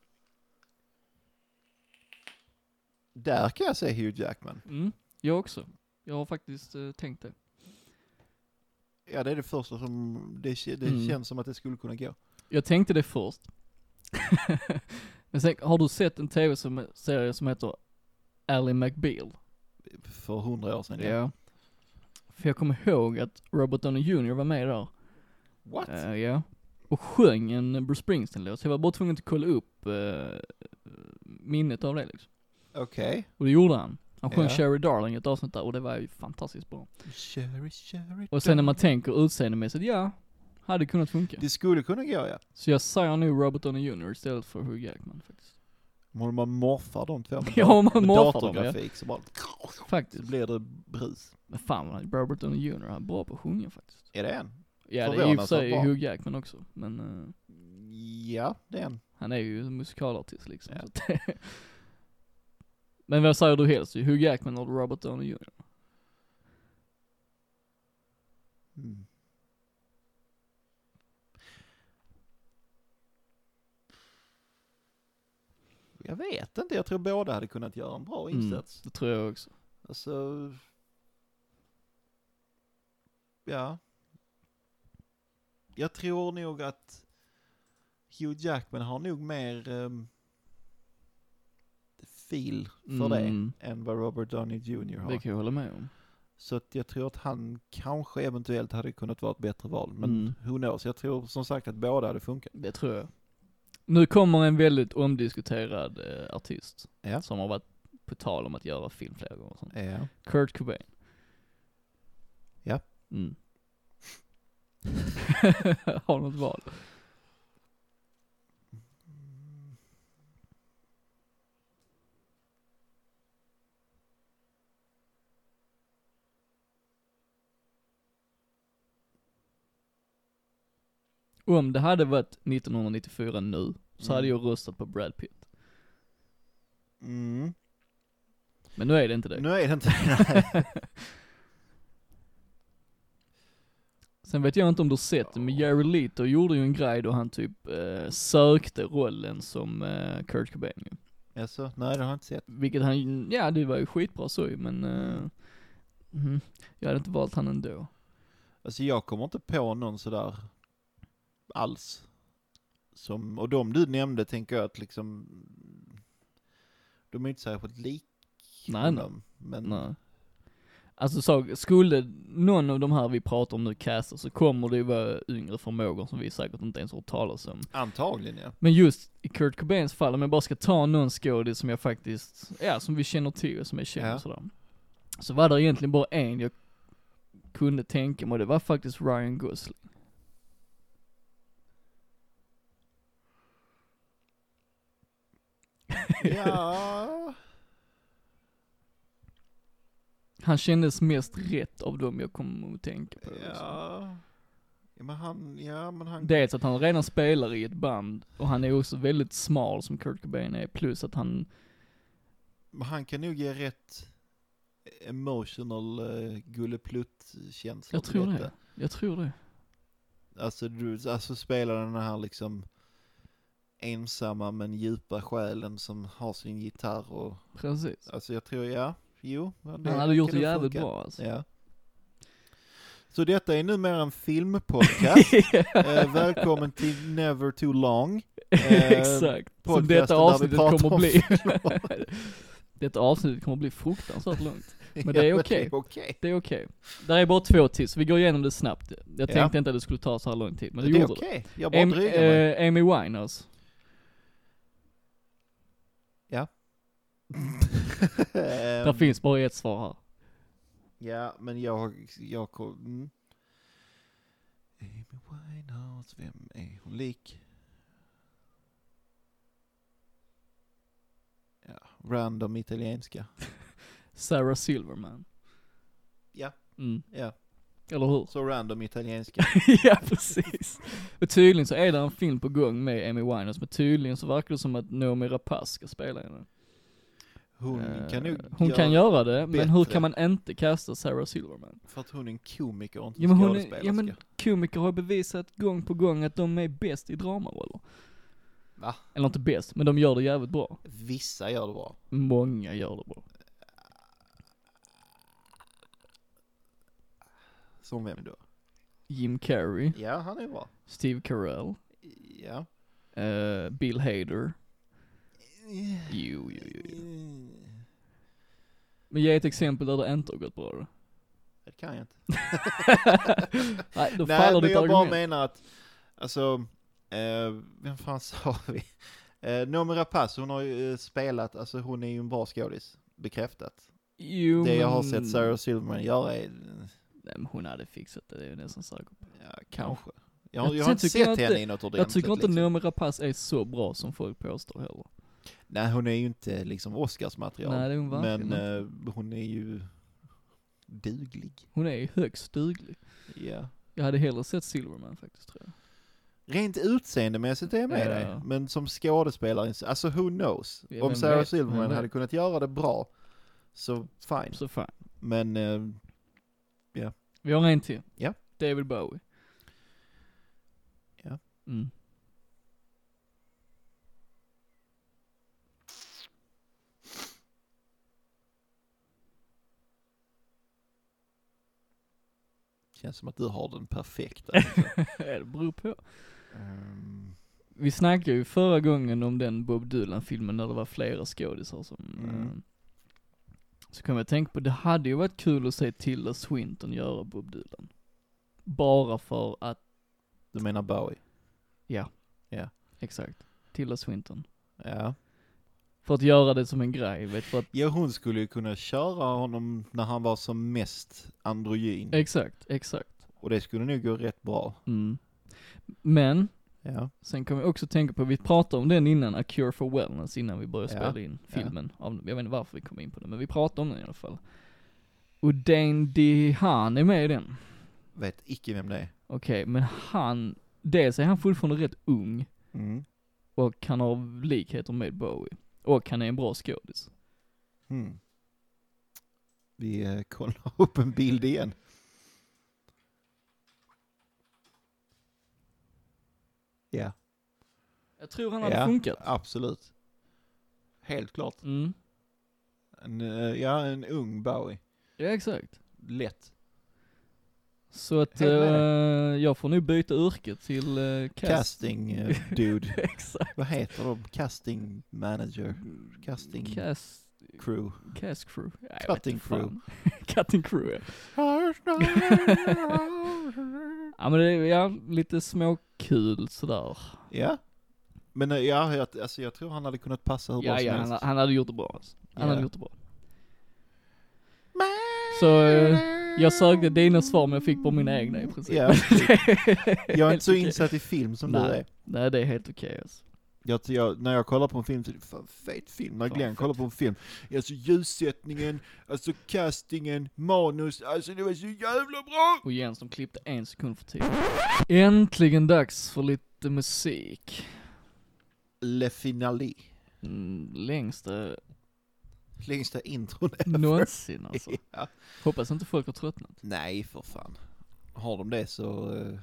Speaker 1: Där kan jag säga Hugh Jackman.
Speaker 2: Mm, jag också. Jag har faktiskt eh, tänkt det.
Speaker 1: Ja, det är det första som, det, kä- det
Speaker 2: Mm.
Speaker 1: känns som att det skulle kunna gå.
Speaker 2: Jag tänkte det först. Men sen, har du sett en tv-serie som heter Ally McBeal?
Speaker 1: För hundra år sedan.
Speaker 2: För jag kommer ihåg att Robert Downey Jr var med där.
Speaker 1: What?
Speaker 2: Eh, ja. Och sjöng en Bruce Springsteen-låt, så jag var bara tvungen att kolla upp eh, minnet av det liksom.
Speaker 1: Okej.
Speaker 2: Och det gjorde han. Han sjöng
Speaker 1: Ja.
Speaker 2: Sherry Darling i ett avsnitt där och det var ju fantastiskt bra.
Speaker 1: Cherry, cherry,
Speaker 2: Och sen när man tänker utseendemässigt, ja, hade kunnat funka.
Speaker 1: Det skulle kunna gå ja.
Speaker 2: Så jag säger nu Robert Downey Jr istället för Hugh Jackman faktiskt.
Speaker 1: Om man morfar de två med,
Speaker 2: Ja,
Speaker 1: dat-
Speaker 2: om man
Speaker 1: med
Speaker 2: morfar dem,
Speaker 1: datorgrafik så bara så
Speaker 2: Faktiskt.
Speaker 1: blir det brus.
Speaker 2: Men fan vad Robert Downey Jr han är bra på att sjunga faktiskt.
Speaker 1: Är det en?
Speaker 2: Ja det är ju för
Speaker 1: Förvånansvärt
Speaker 2: sig
Speaker 1: bra.
Speaker 2: Hugh Jackman också, men eh,
Speaker 1: Ja, det är en.
Speaker 2: han är ju en musikalartist liksom.
Speaker 1: Ja.
Speaker 2: så att- men vad säger du helst? Hugh Jackman eller Robert Downey Jr?
Speaker 1: Mm. Jag vet inte, jag tror båda hade kunnat göra en bra
Speaker 2: Mm,
Speaker 1: insats.
Speaker 2: det tror jag också.
Speaker 1: Alltså... Ja. Jag tror nog att Hugh Jackman har nog mer um, feel för
Speaker 2: Mm.
Speaker 1: det än vad Robert Downey Jr har.
Speaker 2: Det kan jag hålla med om.
Speaker 1: Så att jag tror att han kanske eventuellt hade kunnat vara ett bättre val. Men
Speaker 2: Mm.
Speaker 1: who knows, jag tror som sagt att båda hade funkat.
Speaker 2: Det tror jag. Nu kommer en väldigt omdiskuterad eh, artist.
Speaker 1: Ja.
Speaker 2: Som har varit på tal om att göra film flera gånger och sånt.
Speaker 1: Ja.
Speaker 2: Kurt Cobain.
Speaker 1: Ja.
Speaker 2: Mm. har något val. Om det hade varit 1994 nu, så
Speaker 1: Mm.
Speaker 2: hade jag röstat på Brad Pitt.
Speaker 1: Mm.
Speaker 2: Men nu är det inte det.
Speaker 1: Nu är det inte det.
Speaker 2: Sen vet jag inte om du har sett det, men Jerry Leto gjorde ju en grej då han typ eh, sökte rollen som eh, Kurt Cobain ju.
Speaker 1: Jaså? Alltså, nej, det har jag inte sett.
Speaker 2: Vilket han, ja det var ju skitbra så ju, men eh, mhm, jag hade inte valt han ändå.
Speaker 1: Alltså jag kommer inte på någon sådär alls. Som, och de du nämnde tänker jag att liksom, de är inte särskilt lika.
Speaker 2: Nej, nej.
Speaker 1: dem, Men
Speaker 2: Nej. Alltså så, skulle någon av de här vi pratar om nu casta så kommer det ju vara yngre förmågor som vi säkert inte ens har hört talas om.
Speaker 1: antagligen ja.
Speaker 2: Men just i Kurt Cobains fall, om jag bara ska ta någon skådis som jag faktiskt, ja som vi känner till och som är känd
Speaker 1: Ja.
Speaker 2: och sådär. Så var det egentligen bara en jag kunde tänka mig och det var faktiskt Ryan Gosling.
Speaker 1: ja.
Speaker 2: Han kändes mest rätt av dem jag kom att tänka på. liksom.
Speaker 1: Ja. Ja men han, ja men han,
Speaker 2: Dels att han redan spelar i ett band och han är också väldigt smal som Kurt Cobain är, plus att han,
Speaker 1: men han kan nog ge rätt emotional uh, gulleplutt-känsla
Speaker 2: jag
Speaker 1: till
Speaker 2: tror
Speaker 1: detta.
Speaker 2: det. Jag tror det.
Speaker 1: Alltså, du, alltså spelar den här liksom ensamma men djupa själen som har sin gitarr och,
Speaker 2: Precis.
Speaker 1: alltså jag tror, ja, jo. ja, det
Speaker 2: Han hade gjort
Speaker 1: kan
Speaker 2: det
Speaker 1: nog
Speaker 2: jävligt
Speaker 1: funka.
Speaker 2: bra alltså.
Speaker 1: Ja. Så detta är numera en filmpodcast. eh, välkommen till Never Too Long. Eh,
Speaker 2: Exakt. Som
Speaker 1: podcasten
Speaker 2: detta
Speaker 1: där vi
Speaker 2: avsnittet
Speaker 1: pratar
Speaker 2: kommer
Speaker 1: om
Speaker 2: bli. detta avsnittet kommer bli fruktansvärt långt. Men det är
Speaker 1: Ja,
Speaker 2: okej.
Speaker 1: okej.
Speaker 2: Det är okej. Där är bara två till, så vi går igenom det snabbt. Jag
Speaker 1: Ja.
Speaker 2: tänkte inte att det skulle ta så här lång tid, men det,
Speaker 1: Det är
Speaker 2: gjorde det.
Speaker 1: okej. Jag bara
Speaker 2: Am,
Speaker 1: drygar mig.
Speaker 2: eh, Amy Winehouse. Där
Speaker 1: Ehm,
Speaker 2: finns bara ett svar här.
Speaker 1: Ja, men jag, jag kom... Mm. Amy Winehouse, vem är hon lik? Ja, random italienska.
Speaker 2: Sarah Silverman.
Speaker 1: Ja.
Speaker 2: Mm.
Speaker 1: Ja,
Speaker 2: Eller hur?
Speaker 1: så random italienska.
Speaker 2: ja precis. Och tydligen så är det en film på gång med Amy Winehouse, men tydligen så verkar det som att Naomi Rapace ska spela i den.
Speaker 1: Hon kan nog
Speaker 2: Eh, Hon kan göra det, men hur
Speaker 1: bättre.
Speaker 2: kan man inte kasta Sarah Silverman?
Speaker 1: För att hon är en komiker och inte
Speaker 2: Ja men hon är,
Speaker 1: skådespelerska.
Speaker 2: ja men komiker har bevisat gång på gång att de är bäst i dramaroller.
Speaker 1: Va?
Speaker 2: Eller inte bäst, men de gör det jävligt bra.
Speaker 1: Vissa gör det bra.
Speaker 2: Många gör det bra.
Speaker 1: Som vem då?
Speaker 2: Jim Carrey,
Speaker 1: Ja, han är bra.
Speaker 2: Steve Carell,
Speaker 1: Ja.
Speaker 2: eh, Bill Hader. Jo, jo, jo, jo. Men ge ett exempel där det inte har gått bra då.
Speaker 1: Det kan jag inte.
Speaker 2: Nej, då
Speaker 1: Nej,
Speaker 2: faller
Speaker 1: men
Speaker 2: ditt
Speaker 1: jag bara
Speaker 2: argument.
Speaker 1: menar att, alltså, eh, vem fan sa vi? Eh, Noomi Rapace, hon har ju eh, spelat, alltså hon är ju en bra skådis. Bekräftat.
Speaker 2: Jo,
Speaker 1: det jag har
Speaker 2: men-
Speaker 1: sett Sarah Silverman göra är,
Speaker 2: Nej, men hon hade fixat det, det är jag nästan säker på.
Speaker 1: ja, kanske. Jag,
Speaker 2: Jag
Speaker 1: har- jag har inte
Speaker 2: tycker
Speaker 1: sett
Speaker 2: inte-
Speaker 1: henne i något
Speaker 2: Jag
Speaker 1: ordentligt.
Speaker 2: tycker inte
Speaker 1: liksom.
Speaker 2: Noomi Rapace är så bra som folk påstår heller.
Speaker 1: Nej, hon är ju inte liksom Oscarsmaterial.
Speaker 2: Nej, det är hon verkligen
Speaker 1: Men eh, hon är ju duglig.
Speaker 2: Hon är ju högst duglig.
Speaker 1: Ja.
Speaker 2: Jag hade hellre sett Silverman faktiskt tror jag.
Speaker 1: Rent utseendemässigt är jag med
Speaker 2: Ja.
Speaker 1: dig, men som skådespelare, alltså who knows?
Speaker 2: Ja,
Speaker 1: Om
Speaker 2: vem
Speaker 1: Sarah
Speaker 2: vet, vem
Speaker 1: Silverman
Speaker 2: vet.
Speaker 1: hade kunnat göra det bra, så fine.
Speaker 2: Så fan.
Speaker 1: Men eh,
Speaker 2: Vi har en till.
Speaker 1: Ja.
Speaker 2: David Bowie.
Speaker 1: Ja.
Speaker 2: Mm.
Speaker 1: känns som att du har den perfekta.
Speaker 2: det beror på.
Speaker 1: Ehm,
Speaker 2: Vi snackade ju förra gången om den Bob Dylan-filmen där det var flera skådisar som...
Speaker 1: Mm.
Speaker 2: eh, så kom jag att tänka på, det hade ju varit kul att se Tilda Swinton göra Bob Dylan. Bara för att,
Speaker 1: du menar Bowie?
Speaker 2: exakt, Tilda Swinton.
Speaker 1: Ja.
Speaker 2: För att göra det som en grej, vet för att,
Speaker 1: ja, hon skulle ju kunna köra honom när han var som mest androgyn.
Speaker 2: exakt, exakt.
Speaker 1: Och det skulle nog gå rätt bra.
Speaker 2: Mm. Men,
Speaker 1: Ja.
Speaker 2: Sen kom jag också tänka på, vi pratade om den innan, A Cure for Wellness, innan vi började
Speaker 1: Ja,
Speaker 2: spela in filmen. Av, jag vet inte varför vi kom in på det, men vi pratade om den i alla fall. Och Dane DeHaan är med i den.
Speaker 1: Vet icke vem det är.
Speaker 2: Okej, men han, dels är han fortfarande rätt ung
Speaker 1: Mm.
Speaker 2: och han har likheter med Bowie. Och han är en bra skådis.
Speaker 1: Mm. Vi eh, kollar upp en bild igen. Ja,
Speaker 2: Jag tror han hade
Speaker 1: ja
Speaker 2: funkat.
Speaker 1: absolut. Helt klart.
Speaker 2: Mm.
Speaker 1: En, eh, ja, en ung Bowie.
Speaker 2: Ja, exakt.
Speaker 1: Lätt.
Speaker 2: Så att
Speaker 1: Helt med
Speaker 2: eh, jag får nu byta yrke till uh, cast.
Speaker 1: Casting eh, dude.
Speaker 2: exakt.
Speaker 1: Vad heter de? Casting manager? Casting
Speaker 2: Cast,
Speaker 1: crew?
Speaker 2: cast crew. Nej, jag vet
Speaker 1: Cutting
Speaker 2: inte
Speaker 1: crew.
Speaker 2: fan. Cutting crew, ja. Ja men det är ja, lite småkul sådär.
Speaker 1: ja. Men eh, ja, jag, alltså, jag tror han hade kunnat passa hur bra
Speaker 2: Ja, ja
Speaker 1: som
Speaker 2: han,
Speaker 1: helst.
Speaker 2: han hade gjort det bra alltså. Han
Speaker 1: Ja.
Speaker 2: hade gjort det bra. Så eh, jag sökte dina svar men jag fick bara mina egna i princip.
Speaker 1: Ja. Jag är
Speaker 2: Helt
Speaker 1: inte så
Speaker 2: okej.
Speaker 1: insatt i film som du
Speaker 2: Nej.
Speaker 1: är.
Speaker 2: Nej det är helt okej alltså.
Speaker 1: Jag, jag, när jag kollar på en film, så är det fan fet film. När
Speaker 2: Fan,
Speaker 1: Glenn
Speaker 2: fet.
Speaker 1: kollar på en film, alltså ljussättningen, alltså castingen, manus, alltså det var så jävla bra!
Speaker 2: Och Jens de klippte en sekund för tidigt. Äntligen dags för lite musik.
Speaker 1: Le Finale.
Speaker 2: Mm, längsta
Speaker 1: Längsta intron ever.
Speaker 2: någonsin alltså.
Speaker 1: Ja.
Speaker 2: Hoppas inte folk har tröttnat.
Speaker 1: Nej, för fan. har de det så, eh,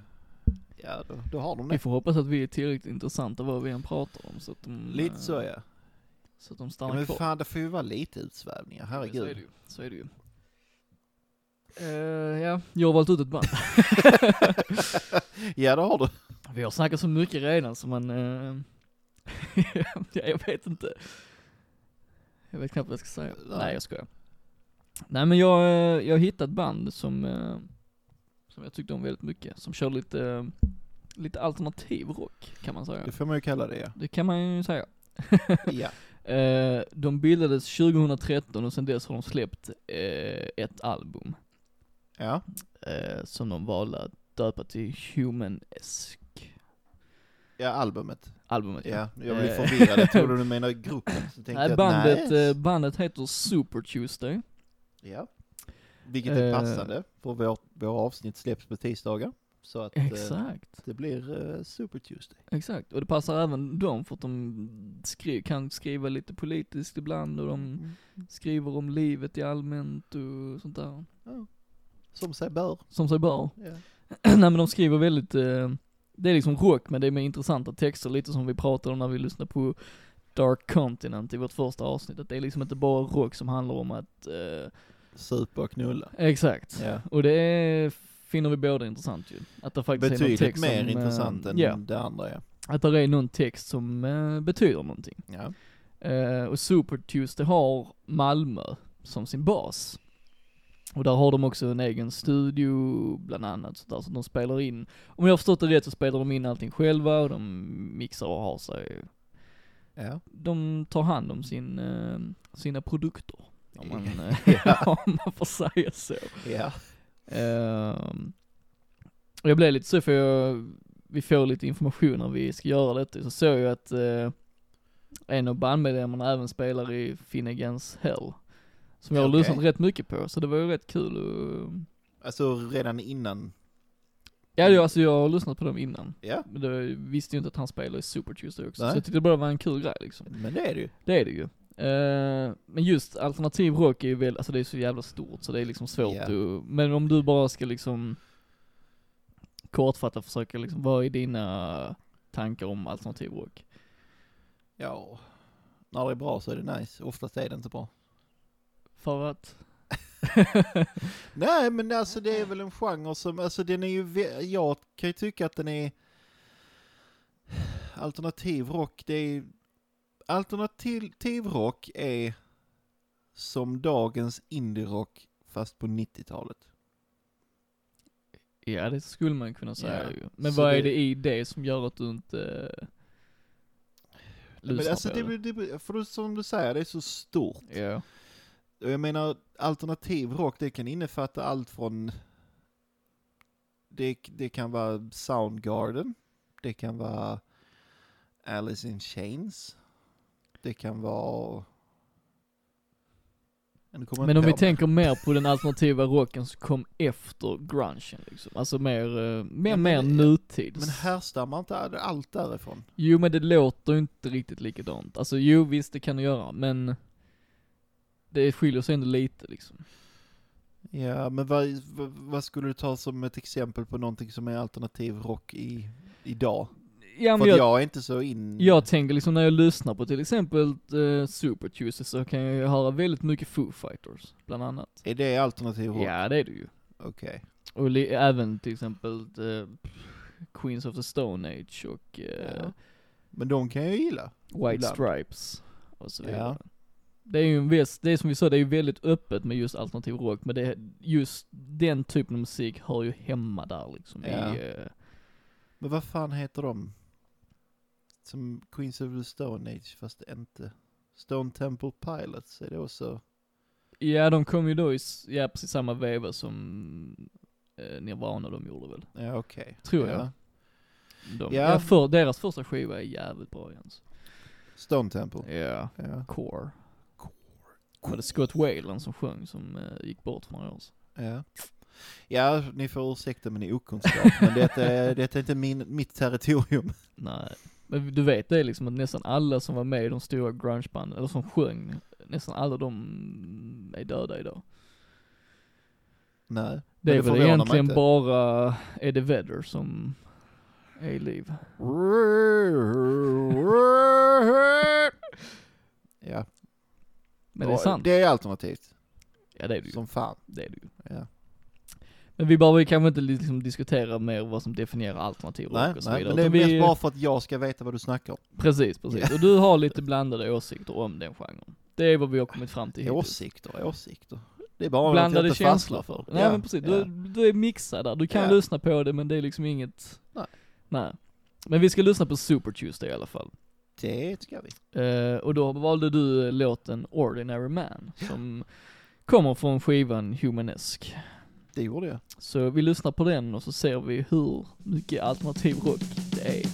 Speaker 1: ja då, då har de
Speaker 2: Vi
Speaker 1: det.
Speaker 2: får hoppas att vi är tillräckligt intressanta vad vi än pratar om så att de,
Speaker 1: Lite
Speaker 2: eh,
Speaker 1: så ja.
Speaker 2: så att de
Speaker 1: ja
Speaker 2: stannar
Speaker 1: men
Speaker 2: kvar.
Speaker 1: fan, det får ju vara lite utsvävningar,
Speaker 2: Så är det
Speaker 1: herregud.
Speaker 2: ju. Så är det ju. Eh, ja, jag har valt ut ett band.
Speaker 1: Ja, det har du.
Speaker 2: Vi har snackat så mycket redan så man, eh, ja, jag vet inte. Jag vet knappt vad jag ska säga.
Speaker 1: Nej.
Speaker 2: Nej jag skojar. Nej men jag, eh, jag har hittat band som, eh, som jag tyckte om väldigt mycket, som kör lite, eh, lite alternativ rock kan man säga.
Speaker 1: Det får man ju kalla det ja.
Speaker 2: Det kan man ju säga.
Speaker 1: ja.
Speaker 2: Eh, de bildades 2013 och sedan dess har de släppt eh, ett album
Speaker 1: Ja,
Speaker 2: eh, som de valde att döpa till Human-esk.
Speaker 1: ja albumet.
Speaker 2: Albumet
Speaker 1: Ja, jag blev
Speaker 2: Eh.
Speaker 1: förvirrad. Jag trodde du menade gruppen. Så tänkte
Speaker 2: Nej,
Speaker 1: jag,
Speaker 2: bandet,
Speaker 1: nej.
Speaker 2: eh, bandet heter Super Tuesday.
Speaker 1: Ja. Vilket är
Speaker 2: eh,
Speaker 1: passande, för vår, våra avsnitt släpps på tisdagar. Så att eh,
Speaker 2: Exakt,
Speaker 1: det blir eh, Super Tuesday.
Speaker 2: exakt. Och det passar även dem för att de skri kan skriva lite politiskt ibland och de
Speaker 1: Mm.
Speaker 2: skriver om livet i allmänt och sånt där.
Speaker 1: Som sig bör.
Speaker 2: Som sig bör.
Speaker 1: Ja.
Speaker 2: Nej men de skriver väldigt, eh, det är liksom rock men det är med intressanta texter, lite som vi pratade om när vi lyssnade på Dark Continent i vårt första avsnitt, att det är liksom inte bara rock som handlar om att, eh,
Speaker 1: Super och knulla.
Speaker 2: exakt.
Speaker 1: Ja.
Speaker 2: Och det är, finner vi båda intressant ju. Att det faktiskt är någon
Speaker 1: Betydligt
Speaker 2: text
Speaker 1: mer
Speaker 2: som, eh,
Speaker 1: intressant än
Speaker 2: Ja,
Speaker 1: det andra ja.
Speaker 2: att det är någon text som eh, betyder någonting.
Speaker 1: ja.
Speaker 2: Eh, och Super Tuesday har Malmö som sin bas. Och där har de också en egen studio, bland annat, så där, så de spelar in, om jag har förstått det rätt så spelar de in allting själva och de mixar och har sig.
Speaker 1: ja.
Speaker 2: De tar hand om sin, eh, sina produkter, om man, eh,
Speaker 1: Ja.
Speaker 2: om man får säga så.
Speaker 1: ja.
Speaker 2: Ehm, och jag blev lite så för jag, vi får lite information när vi ska göra detta, så såg jag att eh, en av bandmedlemmarna även spelar i Finnegans Hell. Som jag har
Speaker 1: Okej.
Speaker 2: lyssnat rätt mycket på, så det var ju rätt kul och,
Speaker 1: Alltså redan innan.
Speaker 2: Ja, jag, alltså jag har lyssnat på dem innan.
Speaker 1: Mm. Ja.
Speaker 2: Men då visste ju inte att han spelar i Super Tuesday också,
Speaker 1: Nej.
Speaker 2: så jag tyckte det bara var en kul grej liksom.
Speaker 1: Men det är det ju.
Speaker 2: Det är det ju. Eh, men just alternativ rock är ju väl, alltså det är så jävla stort så det är liksom svårt
Speaker 1: Ja.
Speaker 2: att, men om du bara ska liksom kortfattat försöka liksom, vad är dina tankar om alternativ rock?
Speaker 1: Ja. När det är bra så är det nice. Oftast är det inte bra.
Speaker 2: För att,
Speaker 1: Nej men alltså det är väl en genre som, alltså den är ju, vä- jag kan ju tycka att den är alternativ rock, det är alternativ rock är som dagens indie-rock fast på 90-talet.
Speaker 2: ja det skulle man kunna säga
Speaker 1: Ja.
Speaker 2: ju. Men
Speaker 1: Så
Speaker 2: vad
Speaker 1: det-
Speaker 2: är det i det som gör att du inte eh,
Speaker 1: Men
Speaker 2: lyssnar
Speaker 1: alltså
Speaker 2: på
Speaker 1: det, det, det, för det- som du säger, det är så stort.
Speaker 2: Ja.
Speaker 1: Och jag menar alternativ rock, det kan innefatta allt från, det, det kan vara Soundgarden, det kan vara Alice in Chains, det kan vara... Nu kommer jag
Speaker 2: Men
Speaker 1: inte
Speaker 2: om vi
Speaker 1: på mig.
Speaker 2: tänker mer på den alternativa rocken som kom efter grungen liksom, alltså mer, eh, mer,
Speaker 1: Ja, men-
Speaker 2: mer nutids.
Speaker 1: Men härstammar inte all- allt därifrån?
Speaker 2: Jo men det låter ju inte riktigt likadant. Alltså jo visst det kan det göra men det skiljer sig ändå lite liksom.
Speaker 1: Ja, men vad, vad, vad skulle du ta som ett exempel på någonting som är alternativ rock i, idag?
Speaker 2: Ja,
Speaker 1: För
Speaker 2: men
Speaker 1: jag,
Speaker 2: jag,
Speaker 1: jag är inte så in...
Speaker 2: jag tänker liksom när jag lyssnar på till exempel eh, Super Tuesday så kan jag ju höra väldigt mycket Foo Fighters bland annat.
Speaker 1: Är det alternativ rock?
Speaker 2: Ja det är det ju.
Speaker 1: Okej.
Speaker 2: Och li- även till exempel eh, Queens of the Stone Age och eh,
Speaker 1: Ja. Men de kan jag ju gilla.
Speaker 2: White
Speaker 1: Ibland.
Speaker 2: Stripes och så
Speaker 1: Ja.
Speaker 2: vidare. Det är ju en väst, det är som vi sa, det är ju väldigt öppet med just alternativ rock, men det, just den typen av musik hör ju hemma där liksom
Speaker 1: Ja.
Speaker 2: i, eh,
Speaker 1: Men vad fan heter de? Som Queens of the Stone Age fast inte. Stone Temple Pilots är det också.
Speaker 2: ja de kom ju då i, s- ja precis samma veva som eh, Nirvana de gjorde väl.
Speaker 1: Ja okej.
Speaker 2: Tror
Speaker 1: ja.
Speaker 2: jag. De,
Speaker 1: Ja.
Speaker 2: ja. för, deras första skiva är jävligt bra Jens.
Speaker 1: Stone Temple.
Speaker 2: Ja.
Speaker 1: Ja.
Speaker 2: Core. Var det Scott Whalen som sjöng som eh, gick bort för några år sedan?
Speaker 1: Ja. ja, ni får ursäkta min okunskap men detta är, detta är inte min, mitt territorium.
Speaker 2: Nej. Men du vet det är liksom att nästan alla som var med i de stora grungebanden, eller som sjöng, nästan alla de är döda idag.
Speaker 1: Nej.
Speaker 2: Det är
Speaker 1: det
Speaker 2: väl
Speaker 1: förvånar mig
Speaker 2: egentligen
Speaker 1: inte.
Speaker 2: bara Eddie Vedder som är i liv.
Speaker 1: ja.
Speaker 2: Men det är sant.
Speaker 1: Det är alternativt.
Speaker 2: Ja det är det ju.
Speaker 1: Som fan.
Speaker 2: Det är det ju.
Speaker 1: Ja.
Speaker 2: Men vi behöver ju kanske inte liksom diskutera mer vad som definierar alternativ
Speaker 1: Nej,
Speaker 2: rock och så
Speaker 1: nej,
Speaker 2: vidare.
Speaker 1: men det är
Speaker 2: utan
Speaker 1: mest
Speaker 2: vi...
Speaker 1: bara för att jag ska veta vad du snackar om.
Speaker 2: Precis, precis. Och du har lite blandade åsikter om den genren. Det är vad vi har kommit fram till hittills.
Speaker 1: Åsikter, åsikter. Det är bara något jag
Speaker 2: Blandade
Speaker 1: inte
Speaker 2: känslor.
Speaker 1: fastnar för.
Speaker 2: Nej
Speaker 1: Ja,
Speaker 2: men precis,
Speaker 1: ja.
Speaker 2: du, du är mixad där. Du kan
Speaker 1: Ja.
Speaker 2: lyssna på det men det är liksom inget...
Speaker 1: Nej.
Speaker 2: Nej. Men vi ska lyssna på Super Tuesday i alla fall.
Speaker 1: Det ska vi.
Speaker 2: Eh, och då valde du eh, låten Ordinary Man som kommer från skivan Humanesque.
Speaker 1: Det gjorde jag.
Speaker 2: Så vi lyssnar på den och så ser vi hur mycket alternativ rock det är.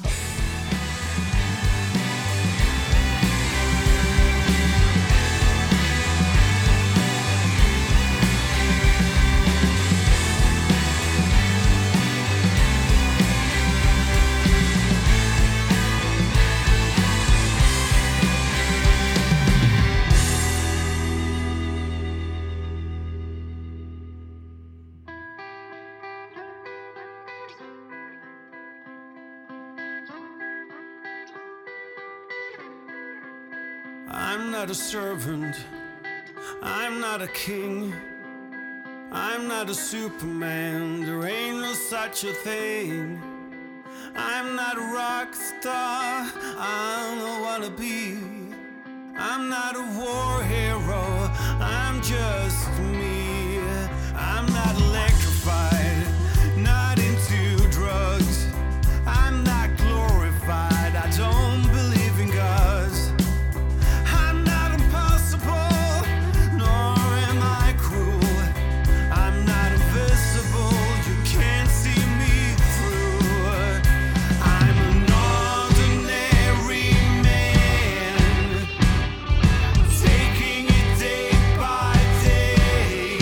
Speaker 4: I'm not a servant. I'm not a king. I'm not a Superman. There ain't no such a thing. I'm not a rock star. I don't wanna be. I'm not a war hero. I'm just me. I'm not electrified. Not into drugs. I'm not glorified. I don't believe in gods. I'm not impossible, nor am I cruel. I'm not invisible, you can't see me through. I'm an ordinary man, taking it day by day.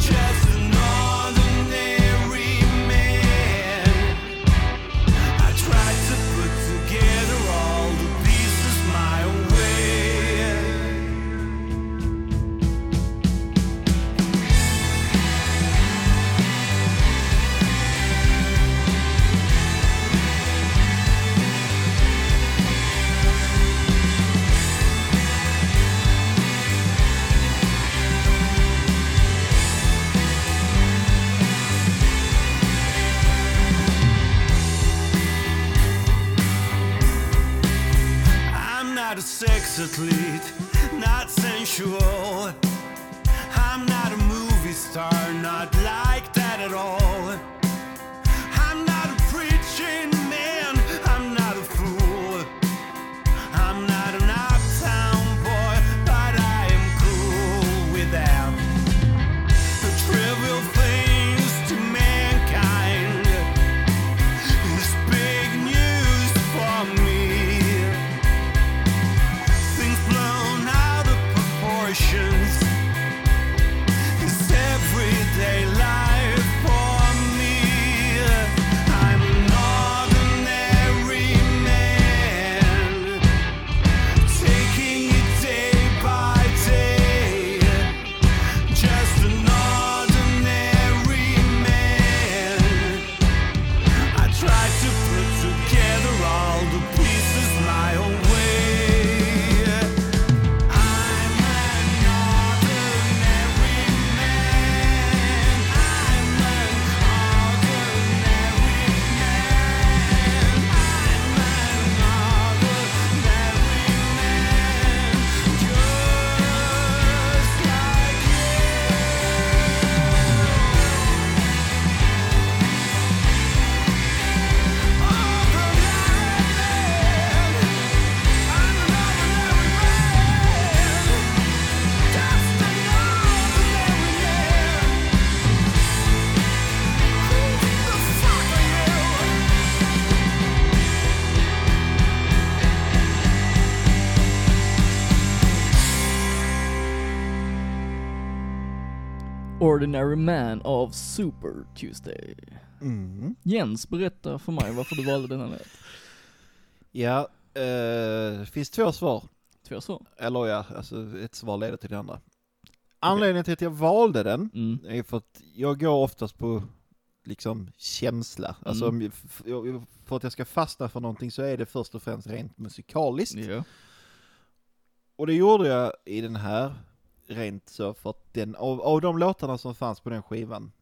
Speaker 4: Just an ordinary man. I tried to put together all the pieces my way. I'm not a sex athlete, not sensual. I'm not a movie star, not like that at all. I'm not a preaching man, I'm not a fool. I'm not an uptown boy, but I am cool with them. The trivial things to mankind is big news for me things blown out of proportions. It's everyday life for me. I'm an ordinary man, taking it day by day. Just an ordinary man. I tried to put together all the pieces my own way. I'm an ordinary man. I'm an ordinary man. I'm an ordinary man. Just like
Speaker 2: Ordinary Man av Super Tuesday. Mm. Jens, berätta för mig varför du valde denna låt.
Speaker 1: Ja, eh, det finns två svar.
Speaker 2: Två svar.
Speaker 1: Eller ja, alltså ett svar leder till det andra. Anledningen till att jag valde den
Speaker 2: Mm.
Speaker 1: är för att jag går oftast på liksom känsla. Alltså
Speaker 2: Mm.
Speaker 1: om jag- f- jag- för att jag ska fastna för någonting så är det först och främst rent musikaliskt.
Speaker 2: Ja.
Speaker 1: Och det gjorde jag i den här, rent så för att den, av, av de låtarna som fanns på den skivan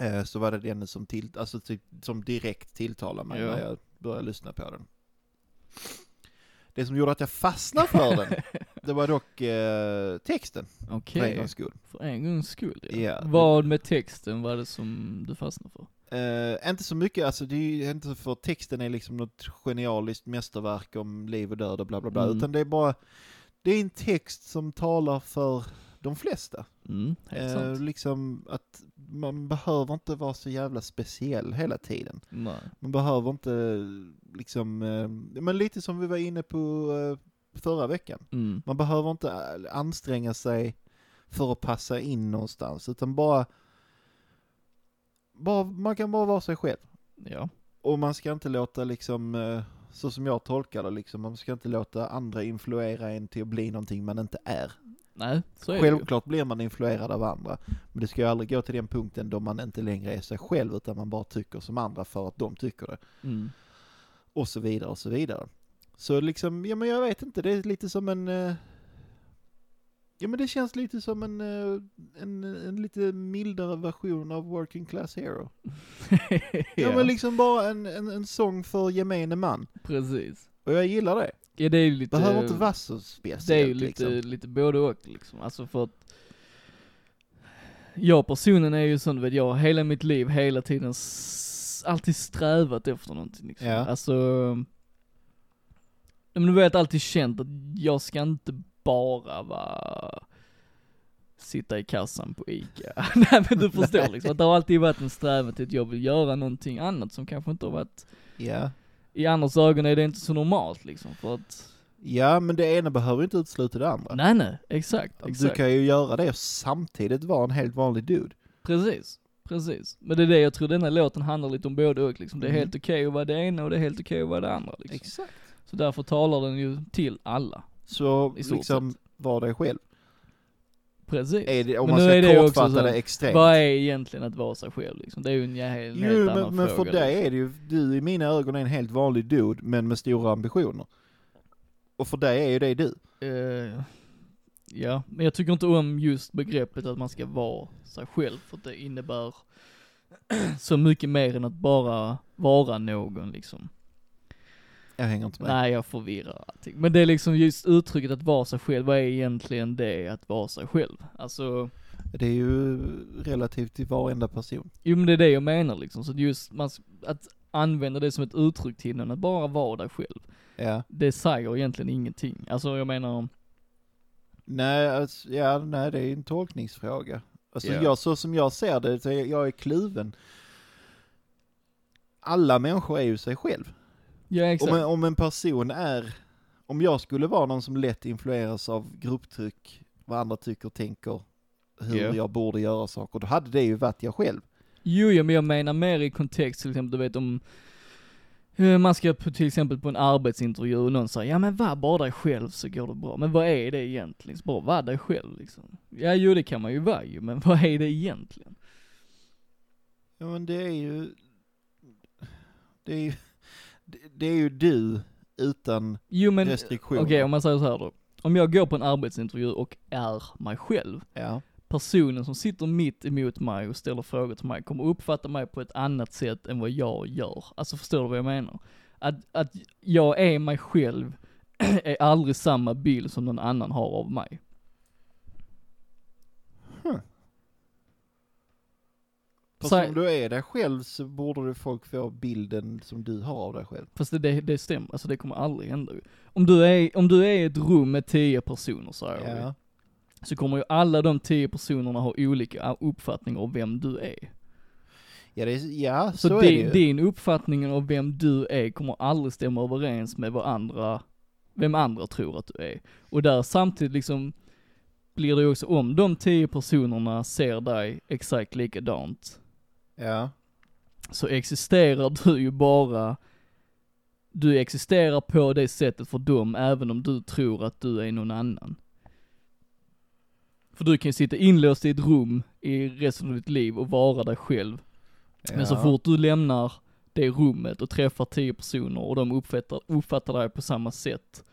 Speaker 1: eh, så var det den som, till, alltså, typ, som direkt tilltalade mig
Speaker 2: Ja.
Speaker 1: när jag började lyssna på den. Det som gjorde att jag fastnade för den, det var dock eh, texten för en
Speaker 2: Okej.
Speaker 1: gångs skull.
Speaker 2: För en gångs skull ja.
Speaker 1: Ja.
Speaker 2: Vad med texten var det som du fastnade för?
Speaker 1: Eh, inte så mycket, alltså det är ju inte för texten är liksom något genialiskt mästerverk om liv och död och bla bla bla,
Speaker 2: Mm.
Speaker 1: utan det är bara, det är en text som talar för de flesta.
Speaker 2: Mm, helt
Speaker 1: Eh,
Speaker 2: sant.
Speaker 1: liksom att man behöver inte vara så jävla speciell hela tiden.
Speaker 2: Nej.
Speaker 1: Man behöver inte liksom, eh, men lite som vi var inne på eh, förra veckan.
Speaker 2: Mm.
Speaker 1: Man behöver inte eh, anstränga sig för att passa in någonstans, utan bara, bara man kan bara vara sig själv.
Speaker 2: Ja.
Speaker 1: Och man ska inte låta liksom, eh, så som jag tolkar det liksom, man ska inte låta andra influera en till att bli någonting man inte är.
Speaker 2: Nej, så är det
Speaker 1: Självklart blir man influerad av andra, men det ska ju aldrig gå till den punkten då man inte längre är sig själv utan man bara tycker som andra för att de tycker det.
Speaker 2: ju. Mm.
Speaker 1: Och så vidare och så vidare. Så liksom, ja men jag vet inte, det är lite som en... eh, Ja men det känns lite som en, eh, en, en lite mildare version av Working Class Hero. Ja, men liksom bara en, en, en sång för gemene man.
Speaker 2: Precis.
Speaker 1: Och jag gillar det.
Speaker 2: Ja, det är ju lite...
Speaker 1: Behöver inte vara så
Speaker 2: Alltså, Det är ju
Speaker 1: speciellt
Speaker 2: lite,
Speaker 1: liksom.
Speaker 2: lite både och liksom, alltså för att jag personen är ju sån, vet jag, hela mitt liv, hela tiden, s- alltid strävat efter någonting liksom.
Speaker 1: Ja.
Speaker 2: Alltså, ja, men du vet, alltid känt att jag ska inte bara vara, sitta i kassan på ICA. Nej men du förstår liksom, att det har alltid varit en strävan till att jag vill göra någonting annat som kanske inte har varit,
Speaker 1: Ja.
Speaker 2: i andras ögon är det inte så normalt liksom, för att,
Speaker 1: ja, men det ena behöver inte utesluta det andra.
Speaker 2: nej nej, exakt,
Speaker 1: Du
Speaker 2: exakt.
Speaker 1: kan ju göra det och samtidigt vara en helt vanlig dude.
Speaker 2: Precis, precis. Men det är det jag tror den här låten handlar lite om både och liksom. Det är
Speaker 1: Mm.
Speaker 2: helt okej att vara det ena och det är helt okej att vara det andra liksom.
Speaker 1: Exakt.
Speaker 2: Så därför talar den ju till alla.
Speaker 1: Så
Speaker 2: I stort
Speaker 1: liksom, var dig själv.
Speaker 2: Precis.
Speaker 1: Är det, om
Speaker 2: Men
Speaker 1: man
Speaker 2: nu
Speaker 1: ska
Speaker 2: är det också
Speaker 1: kortfatta
Speaker 2: så-
Speaker 1: det extremt.
Speaker 2: Vad är egentligen att vara sig själv liksom? Det är ju en, jä- en helt
Speaker 1: jo,
Speaker 2: annan
Speaker 1: men, men för
Speaker 2: fråga. liksom.
Speaker 1: dig är det ju, du i mina ögon är en helt vanlig dude, men med stora ambitioner. Och för dig är ju det du.
Speaker 2: Eh, ja, men jag tycker inte om just begreppet att man ska vara sig själv, för att det innebär så mycket mer än att bara vara någon liksom.
Speaker 1: Jag hänger inte med.
Speaker 2: Nej, jag förvirrar allting. Men det är liksom just uttrycket att vara sig själv, vad är egentligen det att vara sig själv? Alltså,
Speaker 1: Det är ju relativt till varenda person.
Speaker 2: jo men det är det jag menar liksom, så att just man, s- att använda det som ett uttryck till någon, att bara vara dig själv,
Speaker 1: Ja.
Speaker 2: det säger egentligen ingenting. Alltså jag menar,
Speaker 1: Nej, alltså, ja, nej, det är en tolkningsfråga. Alltså
Speaker 2: Ja.
Speaker 1: jag, så som jag ser det, så är- jag är kluven. Alla människor är ju sig själv.
Speaker 2: ja
Speaker 1: Om
Speaker 2: exakt.
Speaker 1: en, om en person är, om jag skulle vara någon som lätt influeras av grupptryck, vad andra tycker och tänker, hur
Speaker 2: Ja.
Speaker 1: jag borde göra saker, då hade det ju varit jag själv.
Speaker 2: Jo, ja, men jag menar mer i kontext till exempel, du vet om eh, man ska på, till exempel på en arbetsintervju och någon säger ja men var bara dig själv så går det bra. Men vad är det egentligen? Så bara var dig själv liksom. Ja jo det kan man ju vara ju, men vad är det egentligen?
Speaker 1: Ja men det är ju, det är ju, det, det är ju du utan
Speaker 2: Jo men, okej
Speaker 1: restriktioner.
Speaker 2: om man säger så här då. Om jag går på en arbetsintervju och är mig själv,
Speaker 1: ja.
Speaker 2: personen som sitter mitt emot mig och ställer frågor till mig kommer uppfatta mig på ett annat sätt än vad jag gör. Alltså förstår du vad jag menar? Att, att jag är mig själv är aldrig samma bild som någon annan har av mig.
Speaker 1: För
Speaker 2: Så-
Speaker 1: som du är dig själv så borde du folk få bilden som du har av dig själv.
Speaker 2: Fast det, det, det stämmer, alltså det kommer aldrig hända ju. Om du är, om du är i ett rum med tio personer säger vi,
Speaker 1: Ja.
Speaker 2: så kommer ju alla de tio personerna ha olika uppfattningar om vem du är.
Speaker 1: Ja, det är, ja så,
Speaker 2: Så,
Speaker 1: är det ju.
Speaker 2: din, din uppfattning av vem du är kommer aldrig stämma överens med vad andra, vem andra tror att du är. Och där samtidigt liksom blir det ju också, om de tio personerna ser dig exakt likadant,
Speaker 1: Ja.
Speaker 2: så existerar du ju bara, du existerar på det sättet för dem även om du tror att du är någon annan. För du kan ju sitta inlåst i ett rum i resten av ditt liv och vara dig själv. Men så
Speaker 1: Ja.
Speaker 2: fort du lämnar det rummet och träffar tio personer och de uppfattar, uppfattar dig på samma sätt,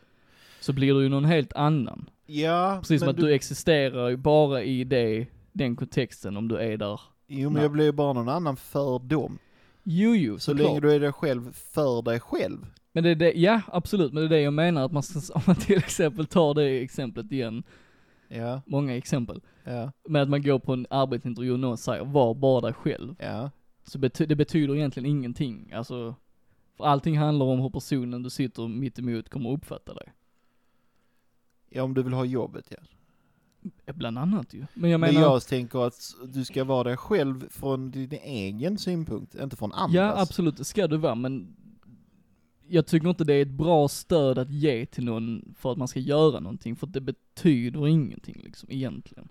Speaker 2: så blir du ju någon helt annan.
Speaker 1: Ja,
Speaker 2: Precis som
Speaker 1: men
Speaker 2: att du, existerar ju bara i det, den kontexten om du är där.
Speaker 1: Jo, men jag blir ju bara någon annan för dem.
Speaker 2: Jo, jo,
Speaker 1: Så
Speaker 2: såklart.
Speaker 1: länge du är dig själv för dig själv.
Speaker 2: Men det är det, ja absolut, men det är det jag menar att man ska, om man till exempel tar det exemplet igen,
Speaker 1: Ja,
Speaker 2: många exempel,
Speaker 1: ja,
Speaker 2: med att man går på en arbetsintervju och någon säger var bara dig själv.
Speaker 1: ja.
Speaker 2: Så bety- det betyder egentligen ingenting, alltså, för allting handlar om hur personen du sitter mitt emot kommer att uppfatta dig.
Speaker 1: Ja, om du vill ha jobbet, ja.
Speaker 2: Ja, Bland annat ju. Men jag
Speaker 1: Men
Speaker 2: menar,
Speaker 1: jag tänker att du ska vara dig själv från din egen synpunkt, inte från andras.
Speaker 2: ja absolut, det ska du vara, men jag tycker inte det är ett bra stöd att ge till någon för att man ska göra någonting, för att det betyder ingenting liksom, egentligen.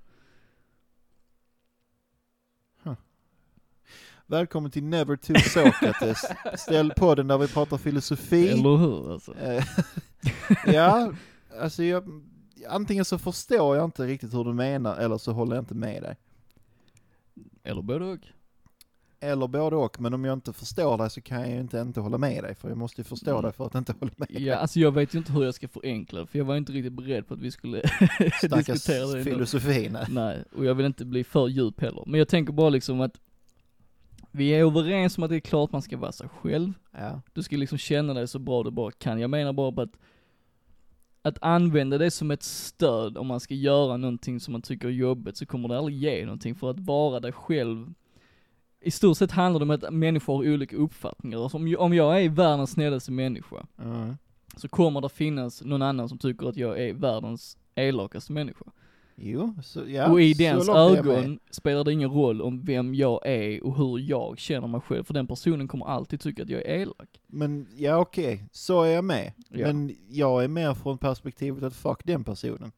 Speaker 1: Välkommen till Never to Sokrates. Ställ på den där vi pratar filosofi.
Speaker 2: Eller hur alltså?
Speaker 1: Eh, ja, alltså jag, antingen så förstår jag inte riktigt hur du menar eller så håller jag inte med dig.
Speaker 2: Eller både och.
Speaker 1: Eller både och, men om jag inte förstår dig så kan jag ju inte inte hålla med dig, för jag måste ju förstå dig för att inte hålla med dig.
Speaker 2: Ja, alltså jag vet ju inte hur jag ska förenkla det, för jag var inte riktigt beredd på att vi skulle
Speaker 1: Stackars
Speaker 2: diskutera det. ändå.
Speaker 1: filosofin. här.
Speaker 2: Nej, och jag vill inte bli för djup heller. Men jag tänker bara liksom att vi är överens om att det är klart man ska vara sig själv.
Speaker 1: Ja.
Speaker 2: Du ska liksom känna dig så bra du bara kan. Jag menar bara på att, att använda det som ett stöd om man ska göra någonting som man tycker är jobbigt så kommer det aldrig ge någonting för att vara dig själv. I stort sett handlar det om att människor har olika uppfattningar. Alltså om, om jag är världens snällaste människa,
Speaker 1: Mm.
Speaker 2: så kommer det finnas någon annan som tycker att jag är världens elakaste människa.
Speaker 1: Jo, så, ja,
Speaker 2: och i
Speaker 1: så
Speaker 2: dens
Speaker 1: långt är jag med.
Speaker 2: ögon spelar det ingen roll om vem jag är och hur jag känner mig själv, för den personen kommer alltid tycka att jag är elak.
Speaker 1: Men ja, okej, så är jag med.
Speaker 2: Ja.
Speaker 1: Men jag är mer från perspektivet att fuck den personen.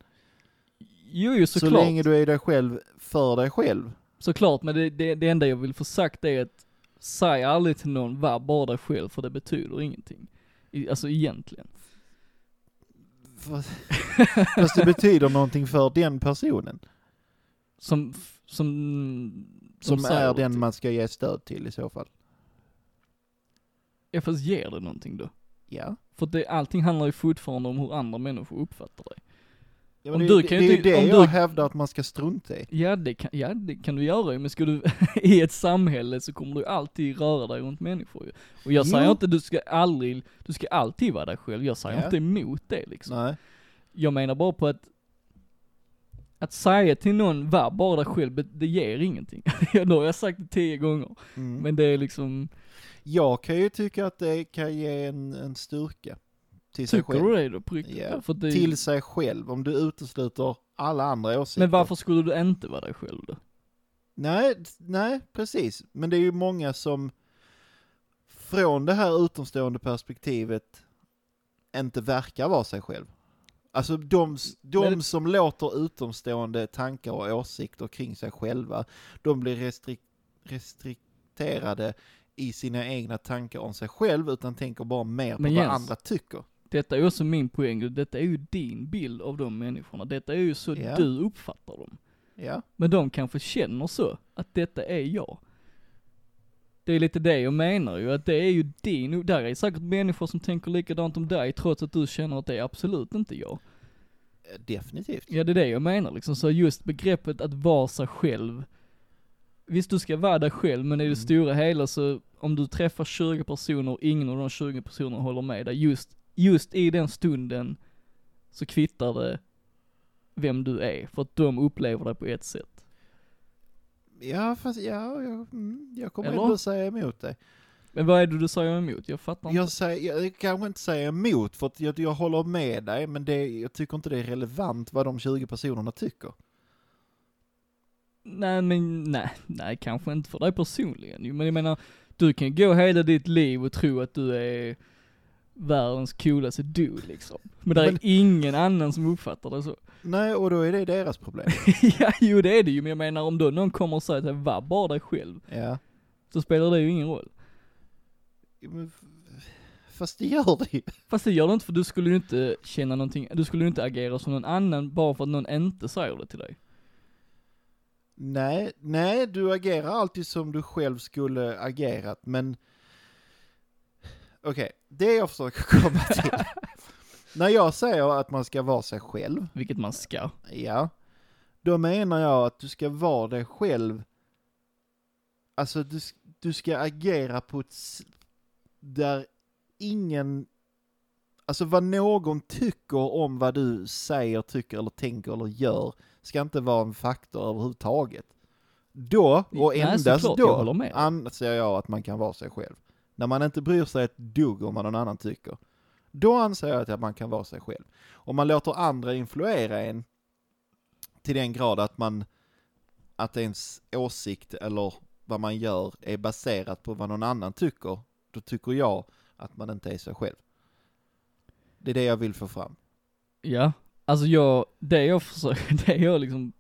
Speaker 2: Jo, jo
Speaker 1: Så,
Speaker 2: såklart.
Speaker 1: länge du är dig själv, för dig själv.
Speaker 2: Såklart, men det, det, det enda jag vill få sagt är att säg aldrig till någon, var bara dig själv, för det betyder ingenting. I, alltså egentligen.
Speaker 1: Fast, fast det betyder någonting för den personen.
Speaker 2: Som, f- som,
Speaker 1: Som
Speaker 2: säger
Speaker 1: är
Speaker 2: någonting.
Speaker 1: den man ska ge stöd till i så fall.
Speaker 2: Ja, fast ger det någonting då?
Speaker 1: Ja.
Speaker 2: För det, allting handlar ju fortfarande om hur andra människor uppfattar dig.
Speaker 1: ja
Speaker 2: Om
Speaker 1: det,
Speaker 2: du
Speaker 1: det,
Speaker 2: kan
Speaker 1: det
Speaker 2: ju
Speaker 1: är ju
Speaker 2: inte-
Speaker 1: det
Speaker 2: om
Speaker 1: jag
Speaker 2: du-
Speaker 1: hävdar att man ska strunta i.
Speaker 2: Ja det kan, ja, det kan du göra ju, men ska du, i ett samhälle så kommer du alltid röra dig runt människor ju. Och jag
Speaker 1: Jo.
Speaker 2: säger inte, du ska aldrig, du ska alltid vara dig själv, jag säger
Speaker 1: Ja.
Speaker 2: inte emot det liksom.
Speaker 1: Nej.
Speaker 2: Jag menar bara på att, att säga till någon, var bara dig själv, det ger ingenting. Ja, nu har jag sagt det tio gånger,
Speaker 1: Mm.
Speaker 2: men det är liksom,
Speaker 1: Jag kan ju tycka att det kan ge en, en styrka. Till sig
Speaker 2: tycker
Speaker 1: själv.
Speaker 2: du det då på riktigt?
Speaker 1: Ja.
Speaker 2: För det,
Speaker 1: Till sig själv, om du utesluter alla andra åsikter.
Speaker 2: men varför skulle du inte vara dig själv då?
Speaker 1: Nej, d- nej, precis. Men det är ju många som från det här utomstående perspektivet inte verkar vara sig själv. Alltså de, s- de
Speaker 2: Men det-
Speaker 1: som låter utomstående tankar och åsikter kring sig själva, de blir restrik restrikterade i sina egna tankar om sig själv, utan tänker bara mer på
Speaker 2: Men
Speaker 1: vad
Speaker 2: Jens,
Speaker 1: andra tycker.
Speaker 2: Detta är också min poäng, detta är ju din bild av de människorna, detta är ju så
Speaker 1: Ja.
Speaker 2: du uppfattar dem.
Speaker 1: Ja,
Speaker 2: Men de kanske känner så, att detta är jag. Det är lite det jag menar ju, att det är ju din, där är säkert människor som tänker likadant om dig trots att du känner att det är absolut inte jag.
Speaker 1: eh, definitivt.
Speaker 2: Ja det är det jag menar liksom, så just begreppet att vara sig själv. Visst du ska vara dig själv, men i det stora hela så, om du träffar 20 personer och ingen av de 20 personerna håller med dig, just, just i den stunden så kvittar det vem du är, för att de upplever dig på ett sätt.
Speaker 1: Ja, fast ja, jag, mm, jag kommer
Speaker 2: Eller?
Speaker 1: ändå säga emot dig.
Speaker 2: Men vad är det du säger emot? Jag fattar inte.
Speaker 1: Jag, säger, jag kanske inte säger emot, för att jag, jag håller med dig, men det, jag tycker inte det är relevant vad de 20 personerna tycker.
Speaker 2: Nej men nej, nej kanske inte för dig personligen ju, men jag menar, du kan ju gå hela ditt liv och tro att du är världens coolaste dude liksom. Men det är
Speaker 1: Men-
Speaker 2: ingen annan som uppfattar det så.
Speaker 1: Nej, och då är det deras problem.
Speaker 2: ja, jo det är det ju, men jag menar om då någon kommer och säger att var bara dig själv,
Speaker 1: ja.
Speaker 2: så spelar det ju ingen roll.
Speaker 1: Men f- Fast det gör det ju.
Speaker 2: Fast det gör det inte för du skulle ju inte känna någonting, du skulle ju inte agera som någon annan bara för att någon inte säger det till dig.
Speaker 1: Nej, nej, du agerar alltid som du själv skulle agerat, men... Okej, det jag försöker komma till. När jag säger att man ska vara sig själv,
Speaker 2: Vilket man ska.
Speaker 1: ja, då menar jag att du ska vara dig själv. Alltså, du, s- du ska agera på ett... s- Där ingen... Alltså vad någon tycker om vad du säger, tycker eller tänker eller gör ska inte vara en faktor överhuvudtaget. Då, och
Speaker 2: Nej,
Speaker 1: endast
Speaker 2: såklart, jag håller
Speaker 1: då,
Speaker 2: med.
Speaker 1: anser jag att man kan vara sig själv. När man inte bryr sig ett dugg om vad någon annan tycker. Då anser jag att man kan vara sig själv. Om man låter andra influera en till den grad att man att ens åsikt eller vad man gör är baserat på vad någon annan tycker, då tycker jag att man inte är sig själv. Det är det jag vill få fram.
Speaker 2: Ja, alltså jag, det jag försöker, det jag liksom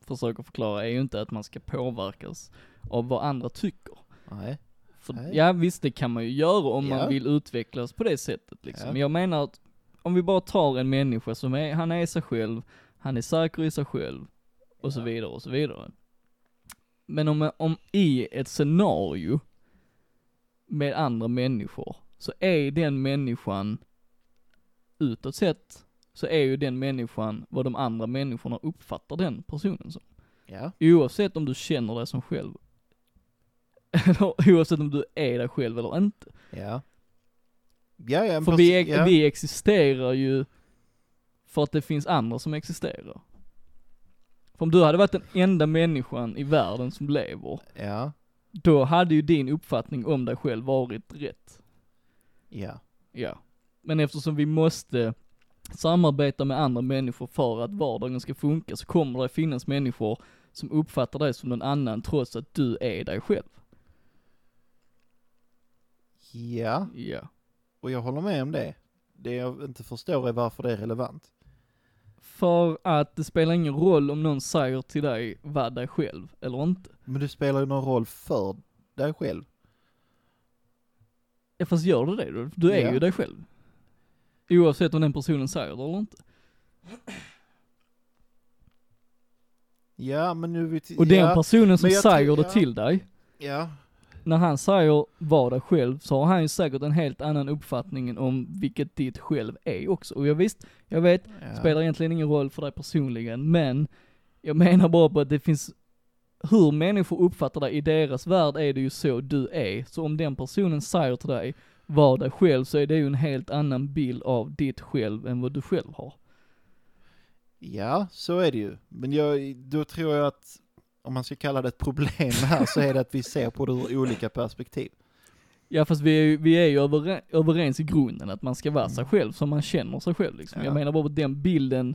Speaker 2: försöker förklara är ju inte att man ska påverkas av vad andra tycker.
Speaker 1: Nej.
Speaker 2: För,
Speaker 1: Nej.
Speaker 2: ja visst, det kan man ju göra om
Speaker 1: Ja.
Speaker 2: man vill utvecklas på det sättet liksom.
Speaker 1: Ja.
Speaker 2: Men jag menar att om vi bara tar en människa som är, han är sig själv, han är säker i sig själv och så vidare och så vidare. Men om, om i ett scenario med andra människor så är den människan utåt sett så är ju den människan vad de andra människorna uppfattar den personen som.
Speaker 1: Ja.
Speaker 2: Oavsett om du känner dig som själv. Eller oavsett om du är dig själv eller inte.
Speaker 1: Ja. Ja, ja, men
Speaker 2: För
Speaker 1: precis-
Speaker 2: vi, ex-
Speaker 1: ja.
Speaker 2: vi existerar ju för att det finns andra som existerar. För om du hade varit den enda människan i världen som lever,
Speaker 1: ja.
Speaker 2: då hade ju din uppfattning om dig själv varit rätt.
Speaker 1: Ja.
Speaker 2: Ja. Men eftersom vi måste samarbeta med andra människor för att vardagen ska funka så kommer det finnas människor som uppfattar dig som någon annan trots att du är dig själv.
Speaker 1: Ja.
Speaker 2: Ja.
Speaker 1: Och jag håller med om det. Det jag inte förstår är varför det är relevant.
Speaker 2: För att det spelar ingen roll om någon säger till dig, var dig själv eller inte.
Speaker 1: Men det spelar ju någon roll för dig själv.
Speaker 2: Ja, fast gör du det då? Du är
Speaker 1: Ja.
Speaker 2: ju dig själv. Oavsett om den personen säger det eller inte.
Speaker 1: Ja, men nu... är Vi till-
Speaker 2: Och
Speaker 1: ja,
Speaker 2: den personen som
Speaker 1: men jag
Speaker 2: säger
Speaker 1: tror-
Speaker 2: det
Speaker 1: ja.
Speaker 2: till dig,
Speaker 1: Ja.
Speaker 2: när han säger var dig själv så har han ju säkert en helt annan uppfattning än om vilket ditt själv är också. Och jag visst, jag vet,
Speaker 1: ja.
Speaker 2: spelar egentligen ingen roll för dig personligen, men jag menar bara på att det finns, hur människor uppfattar dig i deras värld är det ju så du är. Så om den personen säger till dig, var dig själv, så är det ju en helt annan bild av ditt själv än vad du själv har.
Speaker 1: Ja, så är det ju. Men jag, då tror jag att om man ska kalla det ett problem här så är det att vi ser på det ur olika perspektiv.
Speaker 2: Ja fast vi är ju, vi är ju överen- överens i grunden att man ska vara sig själv som man känner sig själv liksom.
Speaker 1: Ja.
Speaker 2: Jag menar bara att den bilden,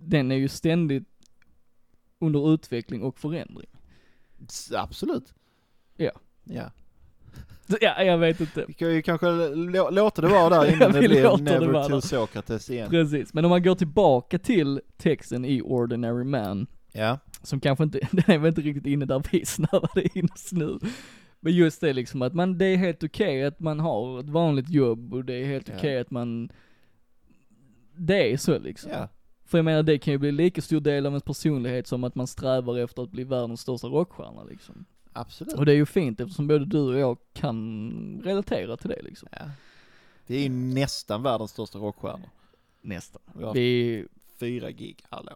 Speaker 2: den är ju ständigt under utveckling och förändring.
Speaker 1: S- Absolut.
Speaker 2: Ja.
Speaker 1: Ja.
Speaker 2: Så, Ja, jag vet inte.
Speaker 1: Vi kan ju kanske lå- låta det vara där innan det
Speaker 2: Vi
Speaker 1: blir
Speaker 2: låter det
Speaker 1: Never
Speaker 2: vara
Speaker 1: to
Speaker 2: där.
Speaker 1: Sokrates igen.
Speaker 2: Precis, men om man går tillbaka till texten i Ordinary Man,
Speaker 1: Ja.
Speaker 2: som kanske inte, den är väl inte riktigt inne där vi snövade in oss nu. Men just det liksom att man, det är helt okej att man har ett vanligt jobb och det är helt
Speaker 1: Ja.
Speaker 2: okej att man, det är så liksom.
Speaker 1: Ja.
Speaker 2: För jag menar det kan ju bli lika stor del av ens personlighet som att man strävar efter att bli världens största rockstjärna liksom.
Speaker 1: Absolut.
Speaker 2: Och det är ju fint eftersom både du och jag kan relatera till det liksom.
Speaker 1: Ja. Vi är ju nästan världens största rockstjärnor.
Speaker 2: Nästan.
Speaker 1: Vi har
Speaker 2: Vi,
Speaker 1: fyra gig, hallå.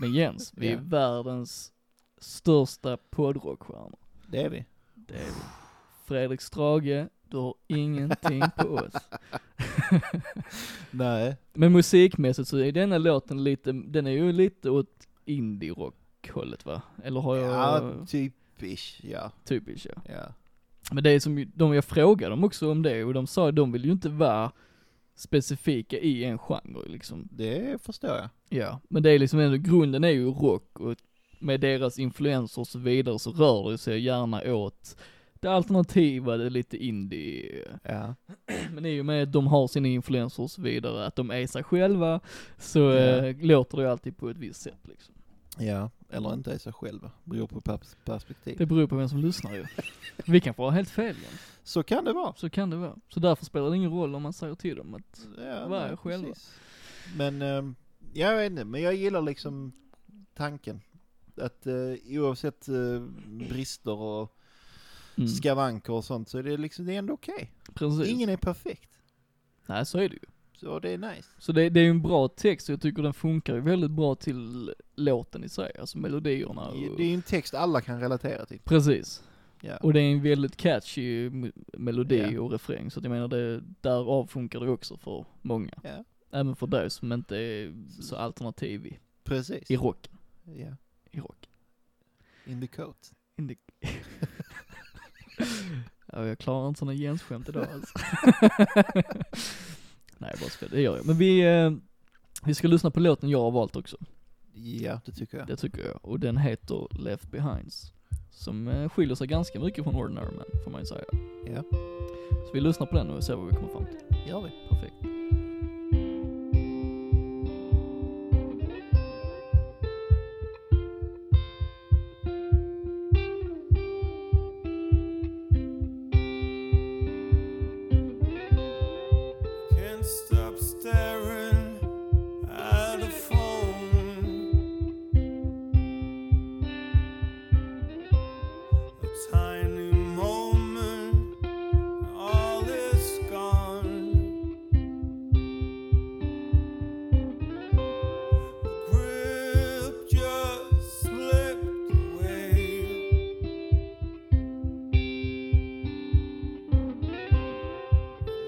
Speaker 2: men Jens, vi är
Speaker 1: Ja.
Speaker 2: världens största poddrockstjärnor.
Speaker 1: Det är vi.
Speaker 2: Det är vi. Fredrik Strage, du har ingenting på oss.
Speaker 1: Nej.
Speaker 2: Men musikmässigt så är denna låten lite, den är ju lite åt indie-rock-hållet va? Eller har jag,
Speaker 1: Ja, typiskt, ja.
Speaker 2: typiskt ja.
Speaker 1: Ja.
Speaker 2: Men det är som ju- de jag frågade dem också om det och de sa att de vill ju inte vara specifika i en genre liksom.
Speaker 1: Det förstår jag.
Speaker 2: Ja. Men det är liksom ändå, grunden är ju rock och med deras influenser och så vidare så rör det sig gärna åt det alternativa, det lite indie.
Speaker 1: Ja.
Speaker 2: Men i och med att de har sina influenser och så vidare, att de är sig själva, så
Speaker 1: Ja.
Speaker 2: eh, låter det ju alltid på ett visst sätt liksom.
Speaker 1: Ja, eller inte i sig själva. Beror på pers- perspektiv.
Speaker 2: Det beror på vem som lyssnar ju. Vi kan få ha helt fel igen.
Speaker 1: Så kan det vara.
Speaker 2: Så kan det vara. Så därför spelar det ingen roll om man säger till dem att
Speaker 1: Ja,
Speaker 2: Vad är
Speaker 1: nej,
Speaker 2: själva?
Speaker 1: precis. Men, ehm, ja, jag vet inte, men jag gillar liksom tanken. att eh, oavsett eh, brister och
Speaker 2: Mm.
Speaker 1: skavanker och sånt så är det liksom, det är ändå okej.
Speaker 2: Precis.
Speaker 1: Ingen är perfekt.
Speaker 2: Nej, så är det ju.
Speaker 1: Så det är nice.
Speaker 2: Så det, det är ju en bra text och jag tycker den funkar ju väldigt bra till låten i sig, alltså melodierna och...
Speaker 1: Det är ju en text alla kan relatera till.
Speaker 2: Precis.
Speaker 1: Ja.
Speaker 2: Och det är en väldigt catchy m- melodi
Speaker 1: Ja.
Speaker 2: och refräng, så att jag menar det, därav funkar det också för många.
Speaker 1: Ja.
Speaker 2: Även för dig som inte är så alternativ i,
Speaker 1: Precis.
Speaker 2: i rocken.
Speaker 1: Ja.
Speaker 2: I rock.
Speaker 1: In the coat.
Speaker 2: In the... ja, jag klarar inte sådana Jens-skämt idag alltså. Nej, jag bara skojar, det gör jag. Men vi, eh, vi ska lyssna på låten jag har valt också.
Speaker 1: Ja, det tycker jag.
Speaker 2: Det tycker jag. Och den heter Left Behinds. Som eh, skiljer sig ganska mycket från Ordinary Man, får man ju säga.
Speaker 1: Ja.
Speaker 2: Så vi lyssnar på den och ser vad vi kommer fram till.
Speaker 1: gör vi.
Speaker 2: Perfekt.
Speaker 4: Can't stop staring at the phone. A tiny moment, all is gone. The grip just slipped away.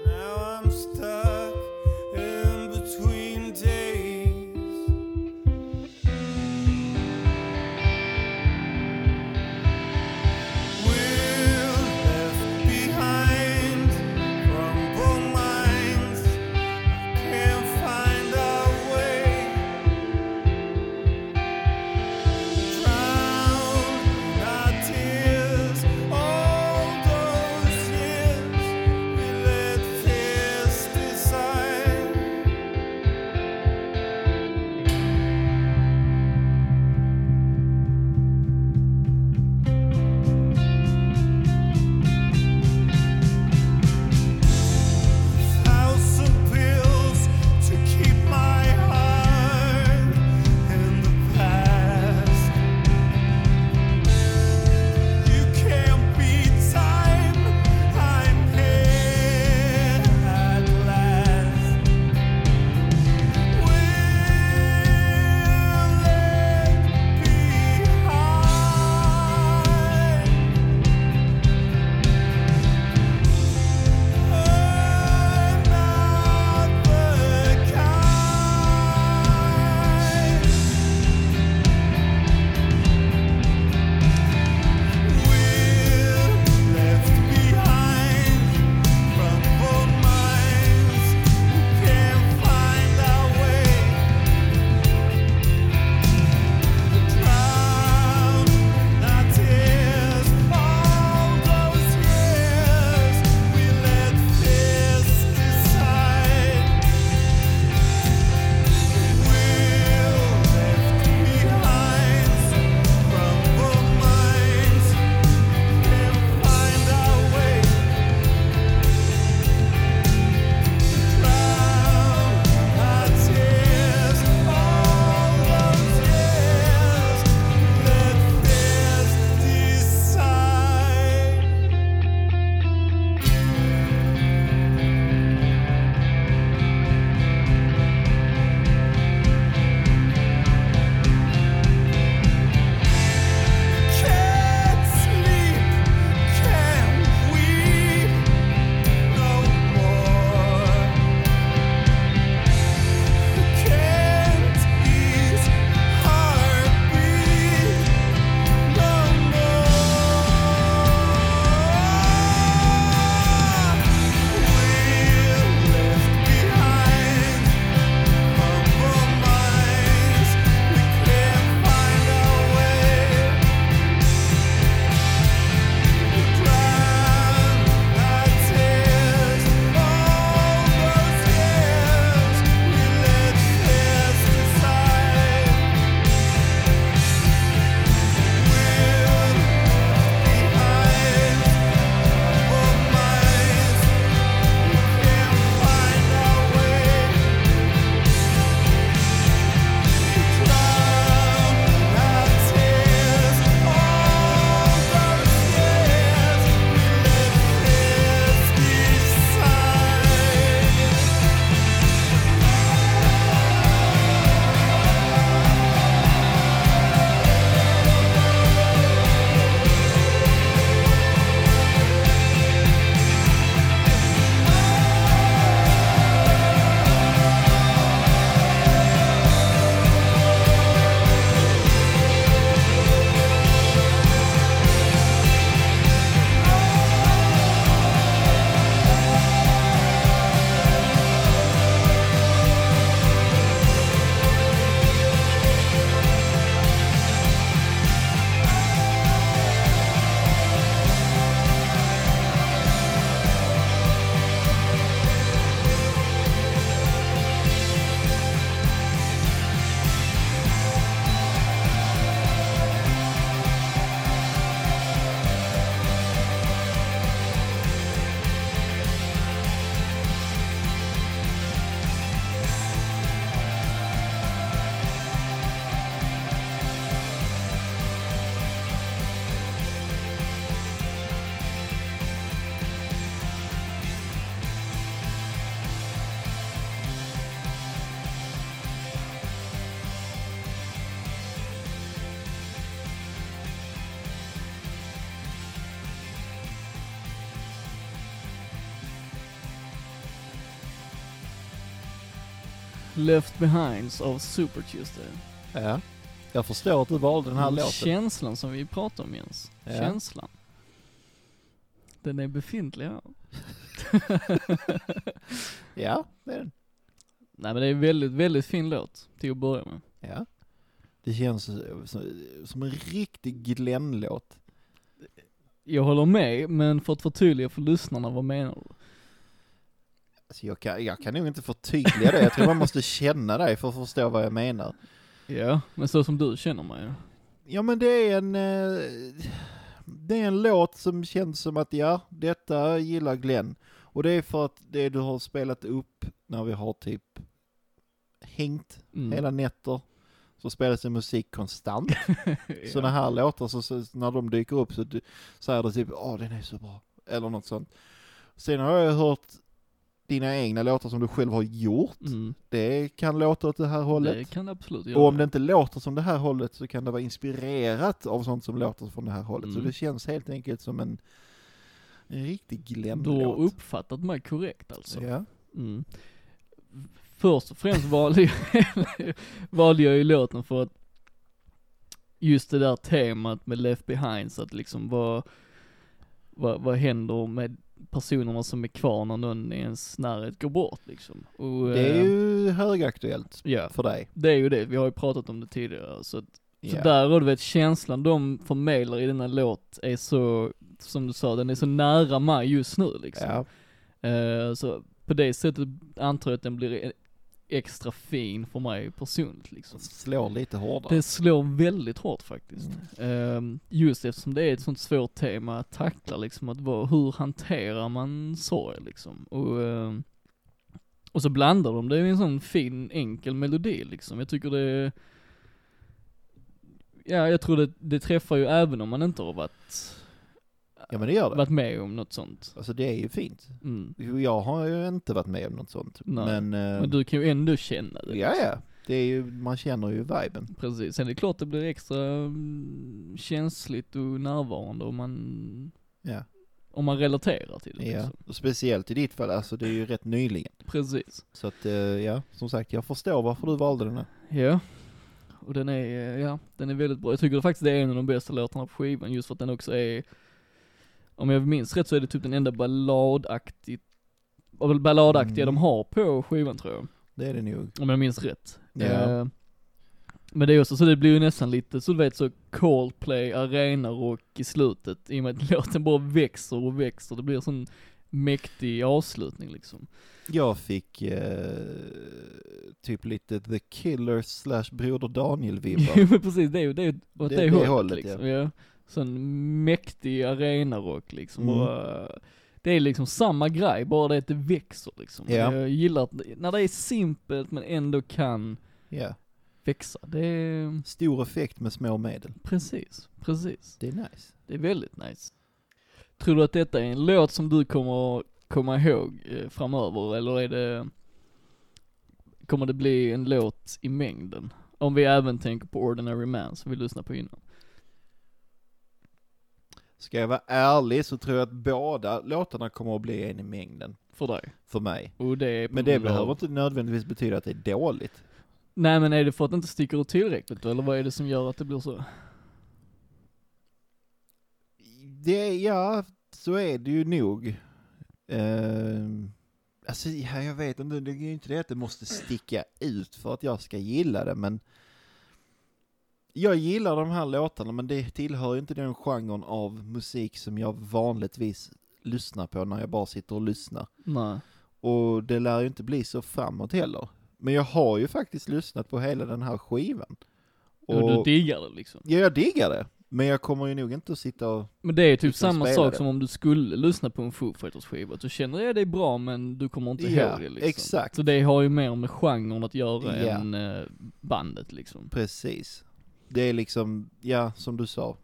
Speaker 4: Now I'm stuck
Speaker 2: Left Behinds av Super eh. Tuesday.
Speaker 1: Ja. Jag förstår att du valde den här låten.
Speaker 2: Känslan som vi pratar om Jens.
Speaker 1: Ja.
Speaker 2: Känslan. Den är befintlig här.
Speaker 1: Ja, det är den.
Speaker 2: Nej men det är en väldigt, väldigt fin låt till att börja med.
Speaker 1: Ja. Det känns som, som en riktig Glenn-låt.
Speaker 2: Jag håller med, men för att förtydliga för lyssnarna, vad menar du?
Speaker 1: Alltså jag, kan, jag kan nog inte förtydliga det. Jag tror man måste känna dig för att förstå vad jag menar.
Speaker 2: Ja, men så som du känner mig ja.
Speaker 1: Ja men det är en... eh, Det är en låt som känns som att ja, detta gillar Glenn. Och det är för att det du har spelat upp när vi har typ hängt
Speaker 2: Mm.
Speaker 1: hela nätter. Så spelas det musik konstant.
Speaker 2: ja.
Speaker 1: Sådana här låtar, så, så, när de dyker upp så du- säger du typ åh den är så bra, eller något sånt. Sen har jag hört dina egna låtar som du själv har gjort.
Speaker 2: Mm.
Speaker 1: Det kan låta åt det här hållet.
Speaker 2: Det kan det absolut göra.
Speaker 1: Och om det inte låter som det här hållet så kan det vara inspirerat av sånt som låter från det här hållet. Så
Speaker 2: Mm.
Speaker 1: det känns helt enkelt som en, en riktig
Speaker 2: Du har
Speaker 1: Glenn-låt.
Speaker 2: uppfattat mig korrekt alltså.
Speaker 1: Ja.
Speaker 2: Mm. Först och främst valde jag, valde jag ju låten för att just det där temat med left behind, så att liksom vad, vad, vad händer med personerna som är kvar när någon i ens närhet går bort liksom. Och,
Speaker 1: Det är
Speaker 2: eh,
Speaker 1: ju högaktuellt
Speaker 2: ja,
Speaker 1: för dig. så
Speaker 2: det är ju det, vi har ju pratat om det tidigare så att Så
Speaker 1: Ja.
Speaker 2: där och du vet känslan de förmedlar i denna låt är så, som du sa, den är så nära mig just nu liksom.
Speaker 1: Ja.
Speaker 2: Eh, så på det sättet antar jag att den blir e- extra fin för mig personligt liksom.
Speaker 1: Slår lite hårdare.
Speaker 2: Det slår väldigt hårt faktiskt.
Speaker 1: Mm.
Speaker 2: Eh, just eftersom det är ett sånt svårt tema att tackla liksom, att vad, hur hanterar man sorg liksom? Och, eh, och så blandar de det i en sån fin, enkel melodi liksom. Jag tycker det Ja, jag tror det, det träffar ju även om man inte har varit,
Speaker 1: Ja men det gör det.
Speaker 2: varit med om något sånt.
Speaker 1: Alltså det är ju fint.
Speaker 2: Mm.
Speaker 1: Jo, Jag har ju inte varit med om något sånt.
Speaker 2: Nej.
Speaker 1: Men, eh,
Speaker 2: Men du kan ju ändå känna det. liksom.
Speaker 1: ja, ja. Det är ju, man känner ju viben.
Speaker 2: Precis, sen är det klart det blir extra mm, känsligt och närvarande om man,
Speaker 1: Ja.
Speaker 2: om man relaterar till det.
Speaker 1: ja.
Speaker 2: liksom.
Speaker 1: Och speciellt i ditt fall, alltså det är ju rätt nyligen.
Speaker 2: Precis.
Speaker 1: Så att, eh, ja, som sagt, jag förstår varför du valde den här.
Speaker 2: Ja. Och den är, eh, ja, den är väldigt bra. Jag tycker faktiskt det är en av de bästa låtarna på skivan, just för att den också är, om jag minns rätt så är det typ den enda balladaktigt, balladaktiga
Speaker 1: Mm.
Speaker 2: de har på skivan tror jag.
Speaker 1: Det är det nog.
Speaker 2: Om jag minns rätt.
Speaker 1: Ja.
Speaker 2: Eh, men det är också så det blir ju nästan lite så du vet så Coldplay arenarock i slutet i och med att låten bara växer och växer. Det blir en sån mäktig avslutning liksom.
Speaker 1: Jag fick eh, typ lite The Killer slash Broder
Speaker 2: Jo
Speaker 1: Daniel-vibbar.
Speaker 2: men precis, det är ju det, är ju åt
Speaker 1: Det-
Speaker 2: det,
Speaker 1: det
Speaker 2: hållet,
Speaker 1: hållet,
Speaker 2: liksom. Ja. Sån mäktig arenarock liksom.
Speaker 1: Mm.
Speaker 2: Och, eh, det är liksom samma grej, bara det att det växer liksom.
Speaker 1: Ja.
Speaker 2: Jag gillar att, när det är simpelt men ändå kan
Speaker 1: ja.
Speaker 2: växa. Det är,
Speaker 1: Stor effekt med små medel.
Speaker 2: precis, precis.
Speaker 1: Det är nice.
Speaker 2: Det är väldigt nice. Tror du att detta är en låt som du kommer komma ihåg eh, framöver, eller är det, kommer det bli en låt i mängden? Om vi även tänker på Ordinary Man som vi lyssnade på innan.
Speaker 1: Ska jag vara ärlig så tror jag att båda låtarna kommer att bli en i mängden.
Speaker 2: För dig.
Speaker 1: För mig.
Speaker 2: Och det är på
Speaker 1: Men det
Speaker 2: grund av-
Speaker 1: behöver inte nödvändigtvis betyda att det är dåligt.
Speaker 2: Nej men är det för att det inte sticker ut tillräckligt då, eller vad är det som gör att det blir så?
Speaker 1: Det, ja, så är det ju nog. Ehm, alltså, ja, jag vet inte, det är ju inte det att det måste sticka ut för att jag ska gilla det, men jag gillar de här låtarna, men det tillhör ju inte den genren av musik som jag vanligtvis lyssnar på när jag bara sitter och lyssnar.
Speaker 2: Nej.
Speaker 1: Och det lär ju inte bli så framåt heller. Men jag har ju faktiskt lyssnat på hela den här skivan.
Speaker 2: Och, du diggar det liksom.
Speaker 1: Ja, jag diggar det. Men jag kommer ju nog inte att sitta och...
Speaker 2: Men det är typ
Speaker 1: Utan
Speaker 2: samma
Speaker 1: spelare.
Speaker 2: sak som om du skulle lyssna på en Foo Fighters skiva, att du känner ja det är bra men du kommer inte
Speaker 1: Ja,
Speaker 2: ihåg det liksom.
Speaker 1: exakt.
Speaker 2: Så det har ju mer med genren att göra
Speaker 1: Ja.
Speaker 2: än eh, bandet liksom.
Speaker 1: Precis. Det är liksom, ja, som du sa.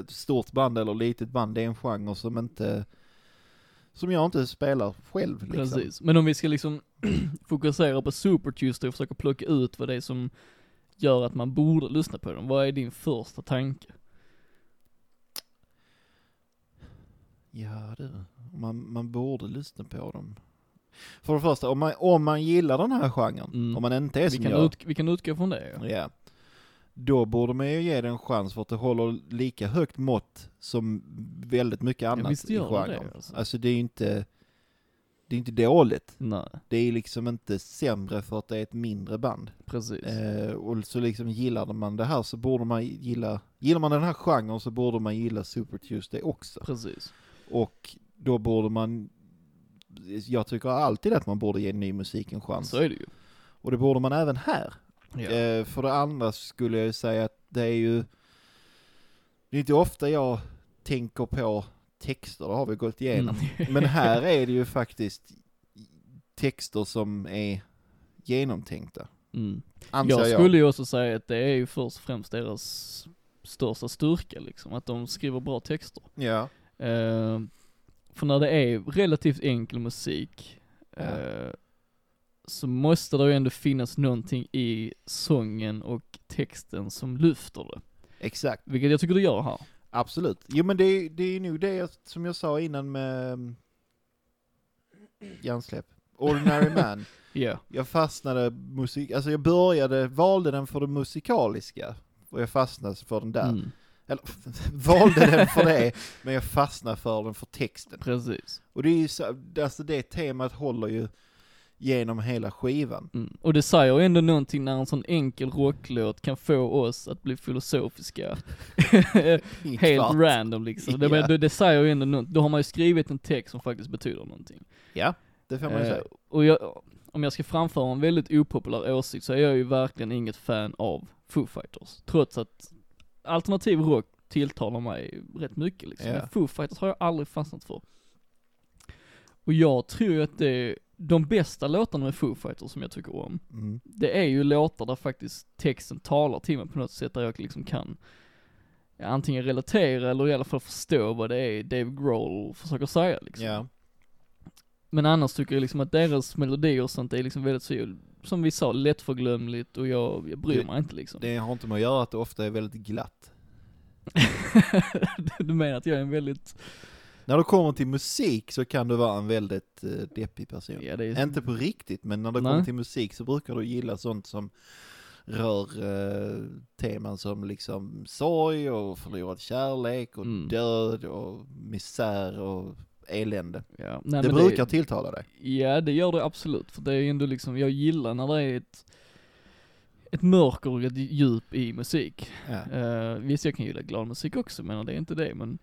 Speaker 1: Ett stort band eller litet band, det är en genre som inte... Som jag inte spelar själv liksom.
Speaker 2: Precis. Men om vi ska liksom fokusera på Super Tuesday och försöka plocka ut vad det är som gör att man borde lyssna på dem, vad är din första tanke?
Speaker 1: Ja du, man, man borde lyssna på dem. För det första, om man, om man gillar den här genren,
Speaker 2: Mm.
Speaker 1: om man inte är
Speaker 2: Vi
Speaker 1: som
Speaker 2: kan,
Speaker 1: jag,
Speaker 2: ut, vi kan utgå från det ja.
Speaker 1: ja, då borde man ju ge den en chans för att det håller lika högt mått som väldigt mycket annat
Speaker 2: visst
Speaker 1: i
Speaker 2: gör det
Speaker 1: genren.
Speaker 2: det, alltså.
Speaker 1: alltså. det är ju inte, det är inte dåligt.
Speaker 2: Nej,
Speaker 1: Det är liksom inte sämre för att det är ett mindre band.
Speaker 2: precis.
Speaker 1: Eh, och så liksom gillade man det här så borde man gilla, gillar man den här genren så borde man gilla Super Tuesday också.
Speaker 2: Precis.
Speaker 1: Och då borde man, jag tycker alltid att man borde ge ny musik en chans.
Speaker 2: Så är det ju.
Speaker 1: Och det borde man även här.
Speaker 2: Ja.
Speaker 1: Eh, för det andra skulle jag ju säga att det är ju, det är inte ofta jag tänker på texter, det har vi gått igenom.
Speaker 2: Mm.
Speaker 1: Men här är det ju faktiskt texter som är genomtänkta,
Speaker 2: Mm.
Speaker 1: anser
Speaker 2: Jag
Speaker 1: jag.
Speaker 2: skulle ju också säga att det är ju först och främst deras största styrka liksom, att de skriver bra texter.
Speaker 1: Ja.
Speaker 2: Eh, för när det är relativt enkel musik, eh, så måste det ju ändå finnas någonting i sången och texten som lyfter det.
Speaker 1: Exakt.
Speaker 2: Vilket jag tycker det gör här.
Speaker 1: Absolut. Jo men det, är- det är nog det jag- som jag sa innan med mm, hjärnsläpp. Ordinary Man.
Speaker 2: Ja.
Speaker 1: Jag fastnade musik, alltså jag började, valde den för det musikaliska. Och jag fastnade för den där.
Speaker 2: Mm,
Speaker 1: Eller valde den för det, men jag fastnade för den för texten.
Speaker 2: precis.
Speaker 1: Och det är ju så, alltså det temat håller ju genom hela skivan.
Speaker 2: Mm. Och det säger ju ändå någonting när en sån enkel rocklåt kan få oss att bli filosofiska.
Speaker 1: I
Speaker 2: Helt
Speaker 1: kvart.
Speaker 2: random liksom. Det,
Speaker 1: Ja.
Speaker 2: men, det, det säger ju ändå något. Då har man ju skrivit en text som faktiskt betyder någonting.
Speaker 1: Ja, det får man ju
Speaker 2: Eh,
Speaker 1: säga.
Speaker 2: och jag, om jag ska framföra en väldigt opopulär åsikt så är jag ju verkligen inget fan av Foo Fighters. Trots att alternativ rock tilltalar mig rätt mycket liksom.
Speaker 1: Ja.
Speaker 2: Men Foo Fighters har jag aldrig fastnat för. Och jag tror ju att det, de bästa låtarna med Foo Fighters som jag tycker om,
Speaker 1: Mm.
Speaker 2: det är ju låtar där faktiskt texten talar till mig på något sätt där jag liksom kan ja, antingen relatera eller i alla fall förstå vad det är Dave Grohl försöker säga liksom.
Speaker 1: Ja,
Speaker 2: Men annars tycker jag liksom att deras melodier och sånt är liksom väldigt så, som vi sa, lättförglömligt och jag, jag bryr
Speaker 1: Det-
Speaker 2: mig inte liksom.
Speaker 1: det har inte med att göra att det ofta är väldigt glatt.
Speaker 2: du menar att jag är en väldigt,
Speaker 1: När det kommer till musik så kan du vara en väldigt eh, deppig person.
Speaker 2: ja det är,
Speaker 1: Inte på riktigt, men när det
Speaker 2: Nej.
Speaker 1: kommer till musik så brukar du gilla sånt som rör eh, teman som liksom sorg och förlorad kärlek och
Speaker 2: Mm.
Speaker 1: död och misär och elände.
Speaker 2: ja, nej,
Speaker 1: det
Speaker 2: men
Speaker 1: brukar tilltala dig.
Speaker 2: Ja det gör det absolut, för det är ju ändå liksom, jag gillar när det är ett, ett mörker och ett djup i musik.
Speaker 1: Ja.
Speaker 2: Eh, visst jag kan gilla glad musik också men det är inte det men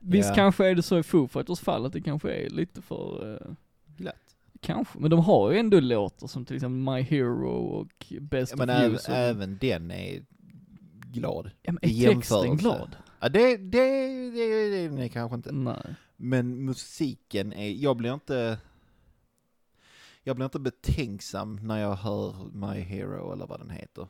Speaker 2: Visst
Speaker 1: Ja.
Speaker 2: kanske är det så i Foo Fighters fall att det kanske är lite för eh,
Speaker 1: Glatt.
Speaker 2: Kanske, men de har ju ändå låtar som till exempel My Hero och Best
Speaker 1: Ja, men
Speaker 2: of You
Speaker 1: även,
Speaker 2: som-
Speaker 1: även den är glad.
Speaker 2: Ja, men
Speaker 1: i
Speaker 2: är texten
Speaker 1: jämförelse.
Speaker 2: glad? Mm.
Speaker 1: Ja, det, det, det, det, det är kanske inte.
Speaker 2: Nej.
Speaker 1: Men musiken är, jag blir inte jag blir inte betänksam när jag hör My Hero eller vad den heter.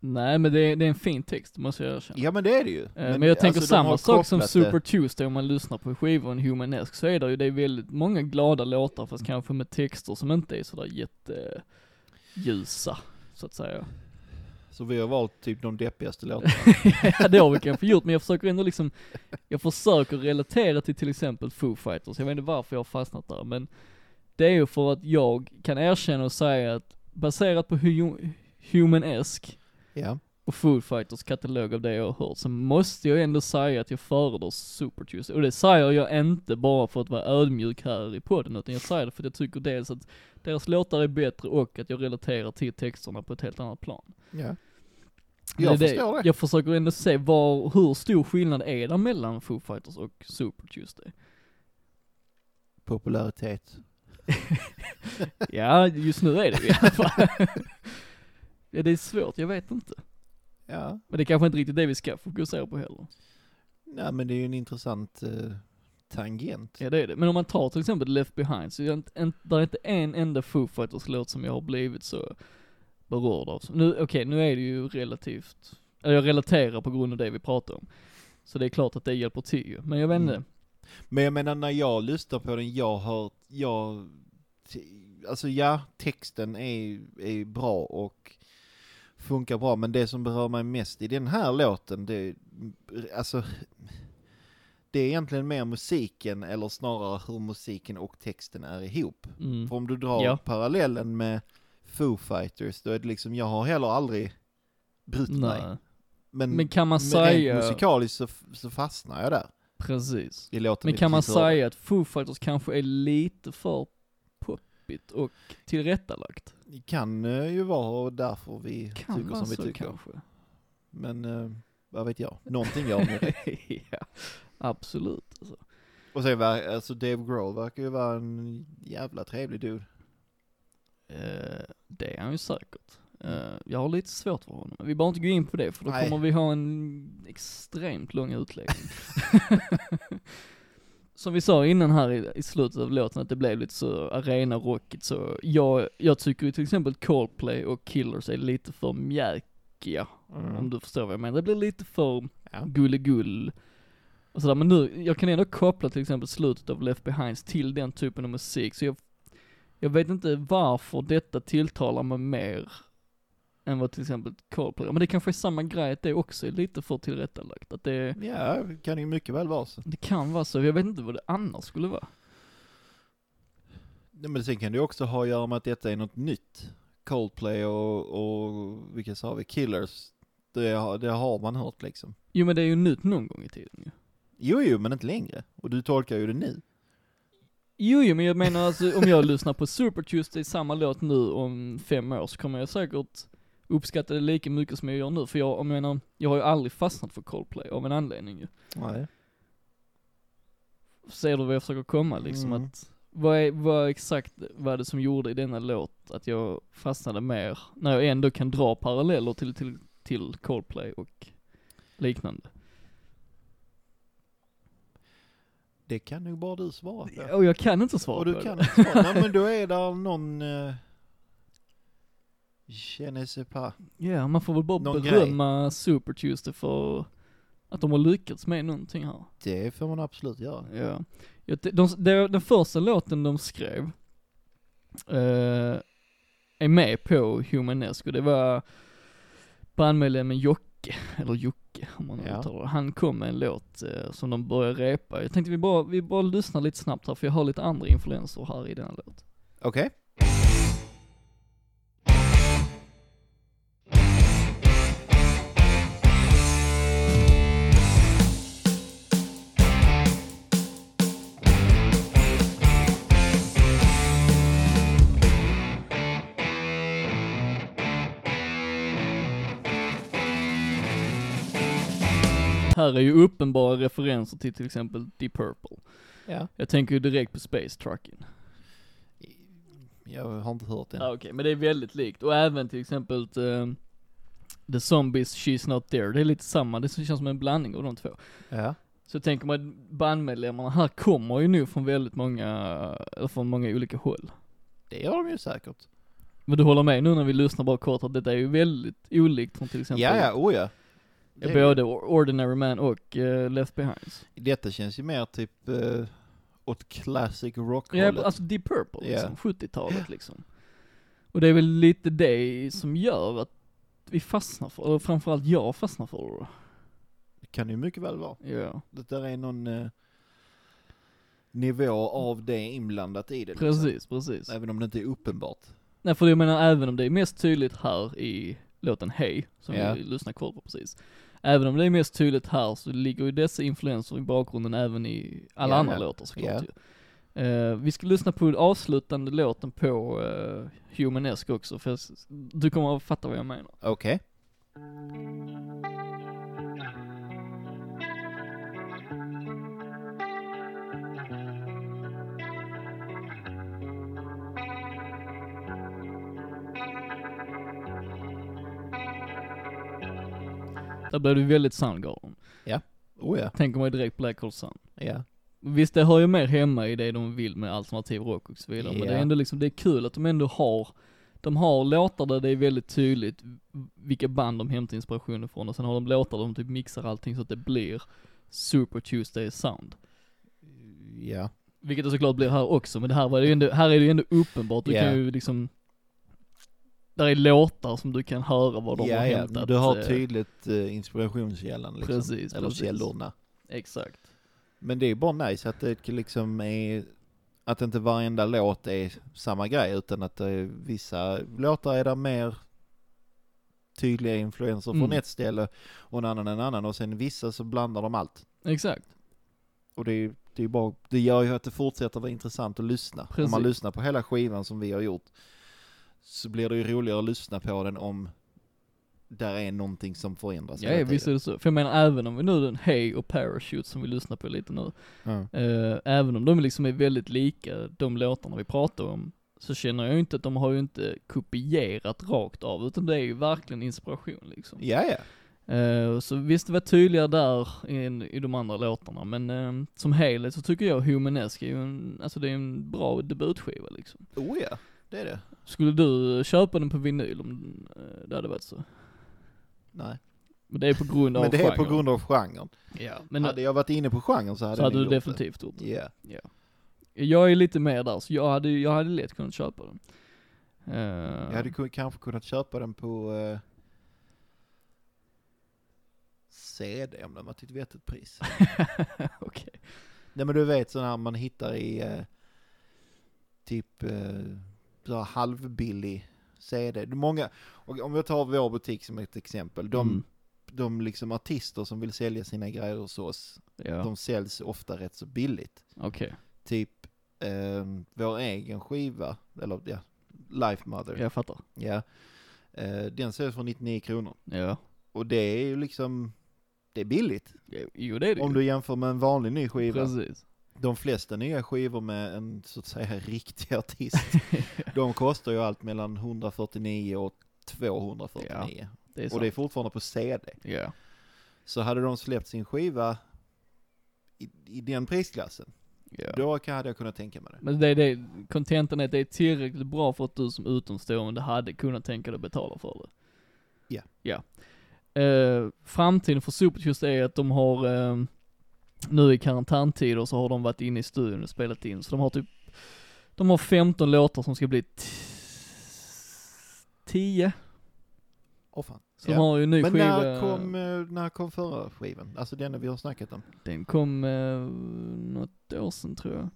Speaker 2: Nej men det är, det är en fin text, måste jag erkänna.
Speaker 1: Ja men det är det ju.
Speaker 2: Eh, men, jag tänker
Speaker 1: alltså, de
Speaker 2: samma
Speaker 1: har
Speaker 2: sak som
Speaker 1: kopplat
Speaker 2: Super Tuesday om man lyssnar på skivan Humanesk så är det ju, det är väldigt många glada låtar fast kanske med texter som inte är sådär jätteljusa, så att säga.
Speaker 1: Det. Så vi har valt typ de deppigaste låtarna.
Speaker 2: ja det har vi kanske gjort men jag försöker ändå liksom, jag försöker relatera till till exempel Foo Fighters, jag vet inte varför jag har fastnat där men det är ju för att jag kan erkänna och säga att baserat på hu- Humanesk
Speaker 1: ja.
Speaker 2: och Foo Fighters katalog av det jag har hört så måste jag ändå säga att jag föredrar Super Tuesday. Och det säger jag inte bara för att vara ödmjuk här i podden utan jag säger det för att jag tycker dels att deras låtar är bättre och att jag relaterar till texterna på ett helt annat plan.
Speaker 1: ja.
Speaker 2: Men
Speaker 1: Jag
Speaker 2: det är
Speaker 1: förstår det.
Speaker 2: Jag försöker ändå se var, hur stor skillnad är det mellan Foo Fighters och Super Tuesday?
Speaker 1: Popularitet.
Speaker 2: ja, just nu är det ju i alla fall. ja, det är svårt, jag vet inte.
Speaker 1: Ja.
Speaker 2: Men det är kanske inte riktigt det vi ska fokusera på heller.
Speaker 1: Nej men det är ju en intressant eh, tangent.
Speaker 2: Ja, det är det. Men om man tar till exempel Left Behind, så är det inte, en, där är inte en enda Foo Fighters-låt som jag har blivit så berörd av. Så Nu, okej, nu är det ju relativt, eller jag relaterar på grund av det vi pratar om. Så det är klart att det hjälper till ju. Men jag vet inte.
Speaker 1: Mm. Men jag menar när jag lyssnar på den, jag hör, jag, te- alltså ja, texten är, är bra och funkar bra, men det som berör mig mest i den här låten, det, är- alltså, det är egentligen mer musiken, eller snarare hur musiken och texten är ihop.
Speaker 2: Mm.
Speaker 1: För om du drar
Speaker 2: Ja.
Speaker 1: parallellen med Foo Fighters, då är det liksom, jag har heller aldrig brutit mig.
Speaker 2: Nej.
Speaker 1: Men,
Speaker 2: Men kan man
Speaker 1: men rent
Speaker 2: säga,
Speaker 1: musikaliskt så, f- så fastnar jag där.
Speaker 2: precis.
Speaker 1: I låten
Speaker 2: Men
Speaker 1: vi
Speaker 2: kan man
Speaker 1: precis hörde.
Speaker 2: säga att Foo Fighters kanske är lite för poppigt och tillrättalagt?
Speaker 1: Det kan eh, ju vara och därför vi
Speaker 2: Kan
Speaker 1: tycker
Speaker 2: vara
Speaker 1: som vi
Speaker 2: så
Speaker 1: tycker.
Speaker 2: kanske.
Speaker 1: Men eh, vad vet jag, någonting gör mig rätt.
Speaker 2: ja, absolut. Alltså.
Speaker 1: Och sen ver- alltså Dave Grohl verkar ju vara en jävla trevlig dude.
Speaker 2: Eh, det är han ju säkert. Eh, jag har lite svårt för honom. Vi behöver inte gå in på det för då
Speaker 1: Nej.
Speaker 2: kommer vi ha en extremt lång utläggning. Som vi sa innan här i, i slutet av låten att det blev lite så arena-rockigt så jag, jag tycker ju till exempel Coldplay och Killers är lite för mjäkiga. Om du förstår vad jag menar. Det blir lite för
Speaker 1: Mm. Ja.
Speaker 2: gulligull. Och sådär. Men nu, jag kan ändå koppla till exempel slutet av Left Behinds till den typen av musik. Så jag, jag vet inte varför detta tilltalar mig mer än vad till exempel Coldplay Men det kanske är samma grej, att det också är lite för tillrättalagt. Att det,
Speaker 1: Ja, det kan ju mycket väl vara så.
Speaker 2: det kan vara så. Jag vet inte vad det annars skulle vara.
Speaker 1: Nej, Men sen kan det ju också ha att göra med att detta är något nytt. Coldplay och, och vilka sa vi, Killers. Det, har- det har man hört liksom.
Speaker 2: Jo men det är ju nytt någon gång i tiden ju.
Speaker 1: Jo, jo, men inte längre. Och du tolkar ju det nu.
Speaker 2: Jo, jo men jag menar alltså om jag lyssnar på Super Tuesday, samma låt nu om fem år så kommer jag säkert uppskatta det lika mycket som jag gör nu. För jag, jag menar, jag har ju aldrig fastnat för Coldplay av en anledning ju.
Speaker 1: Nej.
Speaker 2: Ser du vad jag försöker komma liksom
Speaker 1: Mm.
Speaker 2: att, vad är, vad exakt var det som gjorde i denna låt att jag fastnade mer, när jag ändå kan dra paralleller till, till, till Coldplay och liknande.
Speaker 1: Det kan ju bara du svara på.
Speaker 2: Och jag kan inte svara
Speaker 1: och du
Speaker 2: på
Speaker 1: kan
Speaker 2: det.
Speaker 1: inte svara. Nej, men då är där någon... Uh, je ne sais pas.
Speaker 2: Ja, man får väl bara
Speaker 1: Någon grej.
Speaker 2: berömma Super Tuesday för att de har lyckats med någonting här.
Speaker 1: Det får man absolut göra.
Speaker 2: Ja. Ja, de, de, de, den första låten de skrev eh, är med på Humanesco. Det var bandmedlemmen Jocke, eller Jocke om man
Speaker 1: Ja.
Speaker 2: uttalar det. Han kom med en låt eh, som de började repa. Jag tänkte vi bara, vi bara lyssnar lite snabbt här för jag har lite andra influenser här i den här låten.
Speaker 1: Okej.
Speaker 2: Här är ju uppenbara referenser till till exempel Deep Purple.
Speaker 1: Ja.
Speaker 2: Jag tänker ju direkt på Space Trucking.
Speaker 1: Jag har inte hört den.
Speaker 2: Ja, Okej, men det är väldigt likt. Och även till exempel eh, The Zombies She's Not There. Det är lite samma, det känns som en blandning av de två.
Speaker 1: Ja.
Speaker 2: Så tänker man att bandmedlemmarna här kommer ju nu från väldigt många, eller från många olika håll.
Speaker 1: Det gör de ju säkert.
Speaker 2: Men du håller med nu när vi lyssnar bara kort att detta är ju väldigt olikt från till exempel eh,
Speaker 1: Ja, ja, oh ja. Det-
Speaker 2: både Or- Ordinary Man och eh, Left Behinds.
Speaker 1: Detta känns ju mer typ eh, åt classic rock
Speaker 2: Ja, alltså Deep Purple
Speaker 1: Ja.
Speaker 2: liksom, 70-talet liksom. Och det är väl lite det som gör att vi fastnar för, eller framförallt jag fastnar för det då.
Speaker 1: Det kan ju mycket väl vara.
Speaker 2: Ja,
Speaker 1: Det där är någon eh, nivå av det inblandat i det. liksom.
Speaker 2: precis, precis.
Speaker 1: Även om det inte är uppenbart.
Speaker 2: Nej för jag menar även om det är mest tydligt här i låten Hej, som
Speaker 1: Ja.
Speaker 2: vi lyssnar kort på precis. Även om det är mest tydligt här så ligger ju dessa influenser i bakgrunden även i alla
Speaker 1: Ja,
Speaker 2: andra
Speaker 1: ja.
Speaker 2: låtar
Speaker 1: Ja.
Speaker 2: såklart ju. Eh, vi ska lyssna på avslutande låten på uh, Humanesque också för jag s- du kommer att fatta vad jag menar.
Speaker 1: Okej.
Speaker 2: Där blev det väldigt Soundgarden.
Speaker 1: Oh ja.
Speaker 2: Tänker man ju direkt Black Hole Sun.
Speaker 1: Ja.
Speaker 2: Visst det hör ju mer hemma i det de vill med alternativ rock och så vidare, men det
Speaker 1: Ja.
Speaker 2: är ändå liksom, det är kul att de ändå har, de har låtar där det är väldigt tydligt vilka band de hämtar inspiration ifrån och sen har de låtar där de typ mixar allting så att det blir Super Tuesday sound.
Speaker 1: Ja.
Speaker 2: Vilket det såklart blir här också, men det här var det ju ändå, här är det ju ändå uppenbart, du
Speaker 1: Ja.
Speaker 2: kan ju liksom, där är låtar som du kan höra var de har
Speaker 1: ja, ja.
Speaker 2: hämtat.
Speaker 1: Du har
Speaker 2: eh,
Speaker 1: tydligt eh, inspirationskällan liksom.
Speaker 2: Precis,
Speaker 1: Eller
Speaker 2: precis.
Speaker 1: källorna.
Speaker 2: Exakt.
Speaker 1: Men det är bara nice att det liksom är, att inte varenda låt är samma grej utan att det är vissa låtar är där mer tydliga influenser från
Speaker 2: Mm.
Speaker 1: ett ställe och en annan en annan och sen vissa så blandar de allt.
Speaker 2: Exakt.
Speaker 1: Och det är det är bara, det gör ju att det fortsätter vara intressant att lyssna. Om
Speaker 2: Precis.
Speaker 1: man lyssnar på hela skivan som vi har gjort så blir det ju roligare att lyssna på den om där är någonting som förändras.
Speaker 2: Ja,
Speaker 1: hela
Speaker 2: ja, visst är
Speaker 1: tiden.
Speaker 2: det så. För jag menar även om vi nu den Hey och Parachute som vi lyssnar på lite nu,
Speaker 1: Ja.
Speaker 2: eh, även om de liksom är väldigt lika de låtarna vi pratar om, så känner jag ju inte att de har ju inte kopierat rakt av, utan det är ju verkligen inspiration liksom.
Speaker 1: Ja, ja.
Speaker 2: Eh, så visst, det var tydligare där än i de andra låtarna, men eh, som helhet så tycker jag Humanesk är ju en, alltså det är en bra debutskiva liksom.
Speaker 1: Oh ja, det är det.
Speaker 2: Skulle du köpa den på vinyl om eh, det hade varit så?
Speaker 1: Nej.
Speaker 2: Men det är på grund av
Speaker 1: Men det är på
Speaker 2: genren.
Speaker 1: grund av genren.
Speaker 2: Ja, men
Speaker 1: hade jag varit inne på genren så hade,
Speaker 2: så hade
Speaker 1: ni
Speaker 2: du
Speaker 1: gjort det.
Speaker 2: definitivt gjort det.
Speaker 1: Ja.
Speaker 2: Jag är lite mer där, så jag hade, jag hade lätt kunnat köpa den. Eh,
Speaker 1: Jag hade ku- kanske kunnat köpa den på eh, CD om den var till ett vettigt pris.
Speaker 2: Okej.
Speaker 1: Nej men du vet sådana här man hittar i eh, typ eh, så här halvbillig CD. Det är Många, och om jag tar vår butik som ett exempel, de,
Speaker 2: Mm.
Speaker 1: de liksom artister som vill sälja sina grejer hos oss,
Speaker 2: Ja,
Speaker 1: de säljs ofta rätt så billigt.
Speaker 2: okej.
Speaker 1: Typ eh, vår egen skiva, eller ja, Life Mother, ja.
Speaker 2: Jag fattar.
Speaker 1: Eh, den säljs för 99 kronor.
Speaker 2: Ja.
Speaker 1: Och det är ju liksom, det är billigt.
Speaker 2: Jo, det är det
Speaker 1: Om
Speaker 2: ju.
Speaker 1: du jämför med en vanlig ny skiva.
Speaker 2: Precis.
Speaker 1: De flesta nya skivor med en så att säga riktig artist, de kostar ju allt mellan 149 och 249.
Speaker 2: Det är
Speaker 1: och det är
Speaker 2: sant.
Speaker 1: fortfarande på CD.
Speaker 2: Ja.
Speaker 1: Så hade de släppt sin skiva i, i den prisklassen,
Speaker 2: ja.
Speaker 1: då kan- hade jag kunnat tänka mig det.
Speaker 2: Men det är det, kontenten är att det är tillräckligt bra för att du som utomstående hade kunnat tänka dig att betala för det.
Speaker 1: Ja.
Speaker 2: Ja. Eh, framtiden för Supertjust är att de har, eh, nu i karantäntider så har de varit inne i studion och spelat in, så de har typ, de har 15 låtar som ska bli t- 10.
Speaker 1: Åh fan.
Speaker 2: Så de
Speaker 1: Ja.
Speaker 2: har ju en ny
Speaker 1: Men
Speaker 2: skiva.
Speaker 1: när kom, eh, när kom förra skivan? Alltså den vi har snackat om?
Speaker 2: Den kom eh, något år sedan tror jag.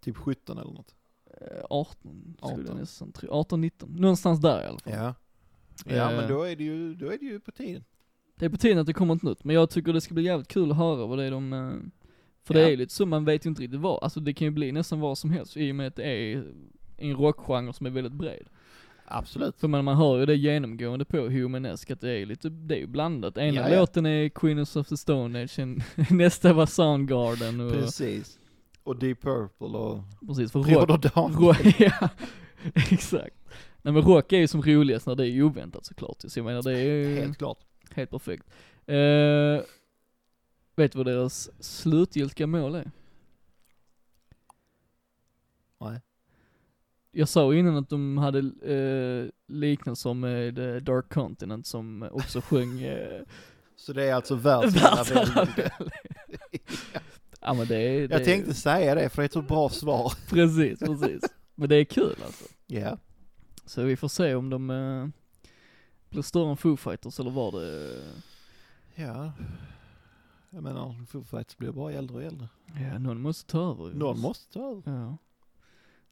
Speaker 1: Typ 17 eller något?
Speaker 2: Eh, 18, skulle jag
Speaker 1: 18.
Speaker 2: nästan tro. 18, 19. Någonstans där i alla fall.
Speaker 1: Ja. Ja
Speaker 2: Eh,
Speaker 1: men då är det ju, då är det ju på tiden.
Speaker 2: Det är på tiden att det kommer något nytt, men jag tycker det ska bli jävligt kul att höra vad det är de, eh, för det
Speaker 1: Ja.
Speaker 2: är ju lite så, man vet ju inte riktigt vad, alltså det kan ju bli nästan vad som helst i och med att det är en rockgenre som är väldigt bred.
Speaker 1: Absolut.
Speaker 2: För man, man hör ju det genomgående på Humanesk att det är lite, det är ju blandat. Ena
Speaker 1: Ja, ja.
Speaker 2: låten är Queens of the Stone Age, en- nästa var Soundgarden och, precis,
Speaker 1: Precis. Och Deep Purple och
Speaker 2: för rock,
Speaker 1: Broder Daniel.
Speaker 2: rock ja, exakt. Nej men rock är ju som roligast när det är oväntat såklart, så jag menar det är ju...
Speaker 1: Helt klart.
Speaker 2: Helt perfekt. Eh, vet du vad deras slutgiltiga mål är?
Speaker 1: Nej.
Speaker 2: Jag sa ju innan att de hade eh, liknelser med eh, Dark Continent som också sjöng eh,
Speaker 1: Så det är alltså värt
Speaker 2: Världsherravälde. ja men det är, det
Speaker 1: Jag
Speaker 2: är-
Speaker 1: tänkte säga det för det är ett så bra svar.
Speaker 2: Precis, precis. Men det är kul alltså.
Speaker 1: Ja.
Speaker 2: Så vi får se om de eh, blir större än Foo Fighters eller vad det...
Speaker 1: Ja. Jag menar, Foo Fighters blir bara äldre och äldre.
Speaker 2: Ja, någon måste ta över ju.
Speaker 1: Någon måste ta över.
Speaker 2: Ja.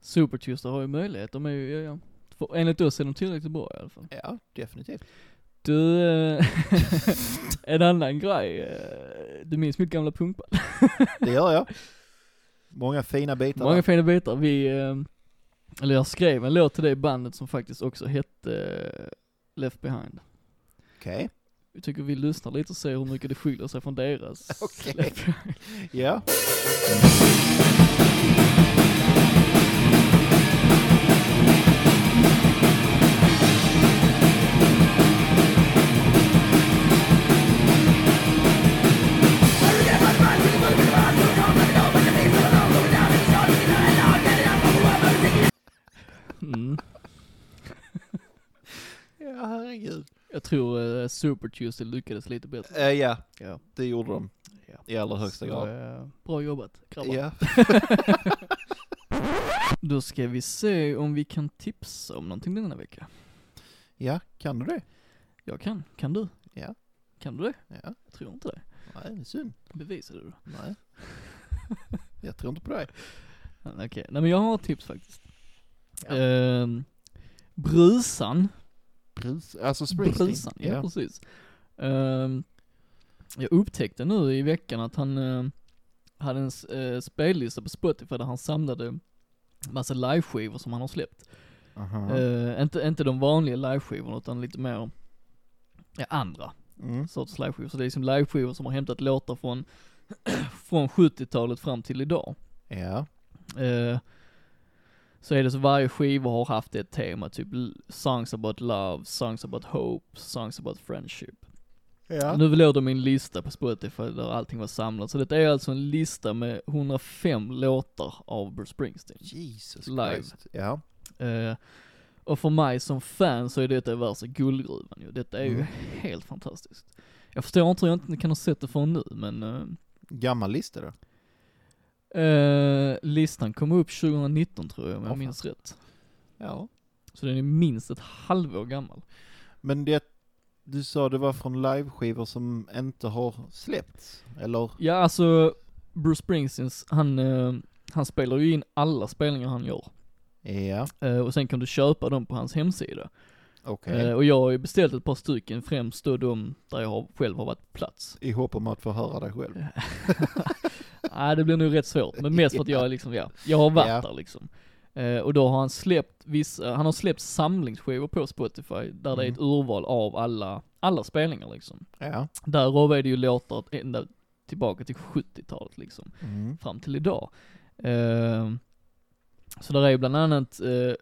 Speaker 2: Supertuesday har ju möjlighet, de är ju, ja, ja. För enligt oss är de tillräckligt bra i alla fall.
Speaker 1: Ja, definitivt.
Speaker 2: Du, eh, en annan grej, eh, du minns mitt gamla punkband?
Speaker 1: Det gör jag. Många fina bitar.
Speaker 2: Många fina bitar, vi, eh, eller jag skrev en låt till det bandet som faktiskt också hette eh, Left Behind.
Speaker 1: Okej.
Speaker 2: Jag tycker vi lyssnar lite och ser hur mycket det skiljer sig från deras.
Speaker 1: Okej.
Speaker 2: Left Behind.
Speaker 1: Ja.
Speaker 2: Mm.
Speaker 1: Ja, herregud.
Speaker 2: Jag tror eh, Super Tuesday lyckades lite bättre.
Speaker 1: Eh, ja,
Speaker 2: Ja.
Speaker 1: det gjorde de.
Speaker 2: Ja.
Speaker 1: I allra högsta
Speaker 2: Så,
Speaker 1: grad.
Speaker 2: eh, Bra jobbat, grabbar.
Speaker 1: Ja.
Speaker 2: Då ska vi se om vi kan tipsa om någonting denna vecka.
Speaker 1: ja, kan du det?
Speaker 2: Jag kan. Kan du?
Speaker 1: Ja.
Speaker 2: Kan du det?
Speaker 1: Ja.
Speaker 2: Jag tror inte det.
Speaker 1: Nej, synd.
Speaker 2: Bevisa det då.
Speaker 1: Nej. Jag tror inte på dig.
Speaker 2: Ja, Okej, nej men jag har ett tips faktiskt.
Speaker 1: Ja.
Speaker 2: Ehm, brusan.
Speaker 1: Brus, alltså Springsteen.
Speaker 2: Brusan, ja, precis. Ehm, jag upptäckte nu i veckan att han eh, hade en s- eh, spellista på Spotify där han samlade massa liveskivor som han har släppt.
Speaker 1: Aha.
Speaker 2: Eh, inte, inte de vanliga liveskivorna utan lite mer, ja, andra
Speaker 1: Mm.
Speaker 2: sorts liveskivor. Så det är liksom liveskivor som har hämtat låtar från, från 70-talet fram till idag.
Speaker 1: Ja.
Speaker 2: Eh, så är det så varje skiva har haft ett tema, typ l- songs about love, songs about hope, songs about friendship.
Speaker 1: Ja.
Speaker 2: Nu låg de i en lista på Spotify där allting var samlat, så detta är alltså en lista med 105 låtar av Bruce Springsteen.
Speaker 1: Jesus
Speaker 2: Live.
Speaker 1: Christ. Ja.
Speaker 2: Eh, och för mig som fan så är detta värsta guldgruvan ju. Detta är ju
Speaker 1: Mm.
Speaker 2: helt fantastiskt. Jag förstår inte hur jag inte kan ha sett det förrän nu, men eh,
Speaker 1: Gammal lista då?
Speaker 2: eh, listan kom upp 2019 tror jag, om
Speaker 1: Åh,
Speaker 2: jag
Speaker 1: fan.
Speaker 2: minns rätt.
Speaker 1: Ja.
Speaker 2: Så den är minst ett halvår gammal.
Speaker 1: Men det du sa det var från liveskivor som inte har släppts, eller?
Speaker 2: Ja, alltså Bruce Springsteens, han, eh, han spelar ju in alla spelningar han gör.
Speaker 1: Ja,
Speaker 2: Eh, och sen kan du köpa dem på hans hemsida.
Speaker 1: okej.
Speaker 2: Eh, och jag har ju beställt ett par stycken, främst då de där jag har, själv har varit på plats.
Speaker 1: I hopp om att få höra dig själv.
Speaker 2: Nej, det blir nog rätt svårt, men mest för att jag är liksom, ja, jag har varit
Speaker 1: Ja.
Speaker 2: där liksom. Eh, och då har han släppt vissa, han har släppt samlingsskivor på Spotify, där det är
Speaker 1: Mm.
Speaker 2: ett urval av alla, alla spelningar liksom.
Speaker 1: Ja.
Speaker 2: Därav är det ju låtar ända tillbaka till 70-talet liksom.
Speaker 1: Mm.
Speaker 2: fram till idag. Eh, så där är ju bland annat eh,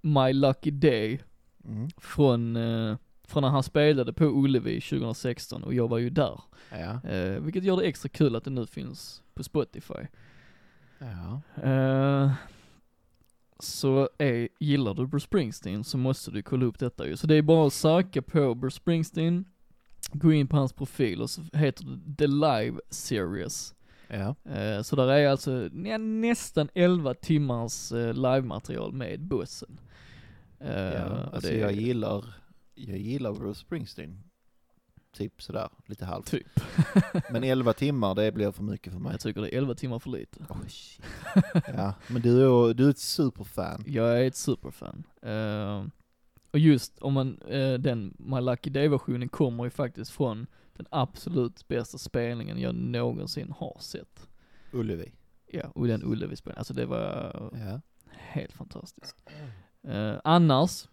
Speaker 2: My Lucky Day
Speaker 1: Mm.
Speaker 2: från, eh, från när han spelade på Ullevi 2016 och jag var ju där.
Speaker 1: Ja.
Speaker 2: Eh, vilket gör det extra kul att det nu finns på Spotify.
Speaker 1: Ja.
Speaker 2: Eh, så är, gillar du Bruce Springsteen så måste du kolla upp detta ju. Så det är bara att söka på Bruce Springsteen, gå in på hans profil och så heter det The Live Series.
Speaker 1: Ja.
Speaker 2: Eh, Så där är alltså nä- nästan 11 timmars eh, livematerial med bussen. Eh,
Speaker 1: ja.
Speaker 2: och
Speaker 1: Alltså
Speaker 2: det är
Speaker 1: jag gillar, jag gillar Bruce Springsteen. Typ sådär, lite halvt.
Speaker 2: Typ.
Speaker 1: Men 11 timmar, det blir för mycket för mig.
Speaker 2: Jag tycker det är 11 timmar för lite.
Speaker 1: Oh, shit. ja, men du, är- du är ett superfan.
Speaker 2: Jag är ett superfan. Eh, och just om man, eh, den My Lucky Day-versionen kommer ju faktiskt från den absolut bästa spelningen jag någonsin har sett.
Speaker 1: Ullevi.
Speaker 2: Ja, och den Ullevi-spelningen. Alltså det var
Speaker 1: Ja.
Speaker 2: helt fantastiskt. Eh, annars,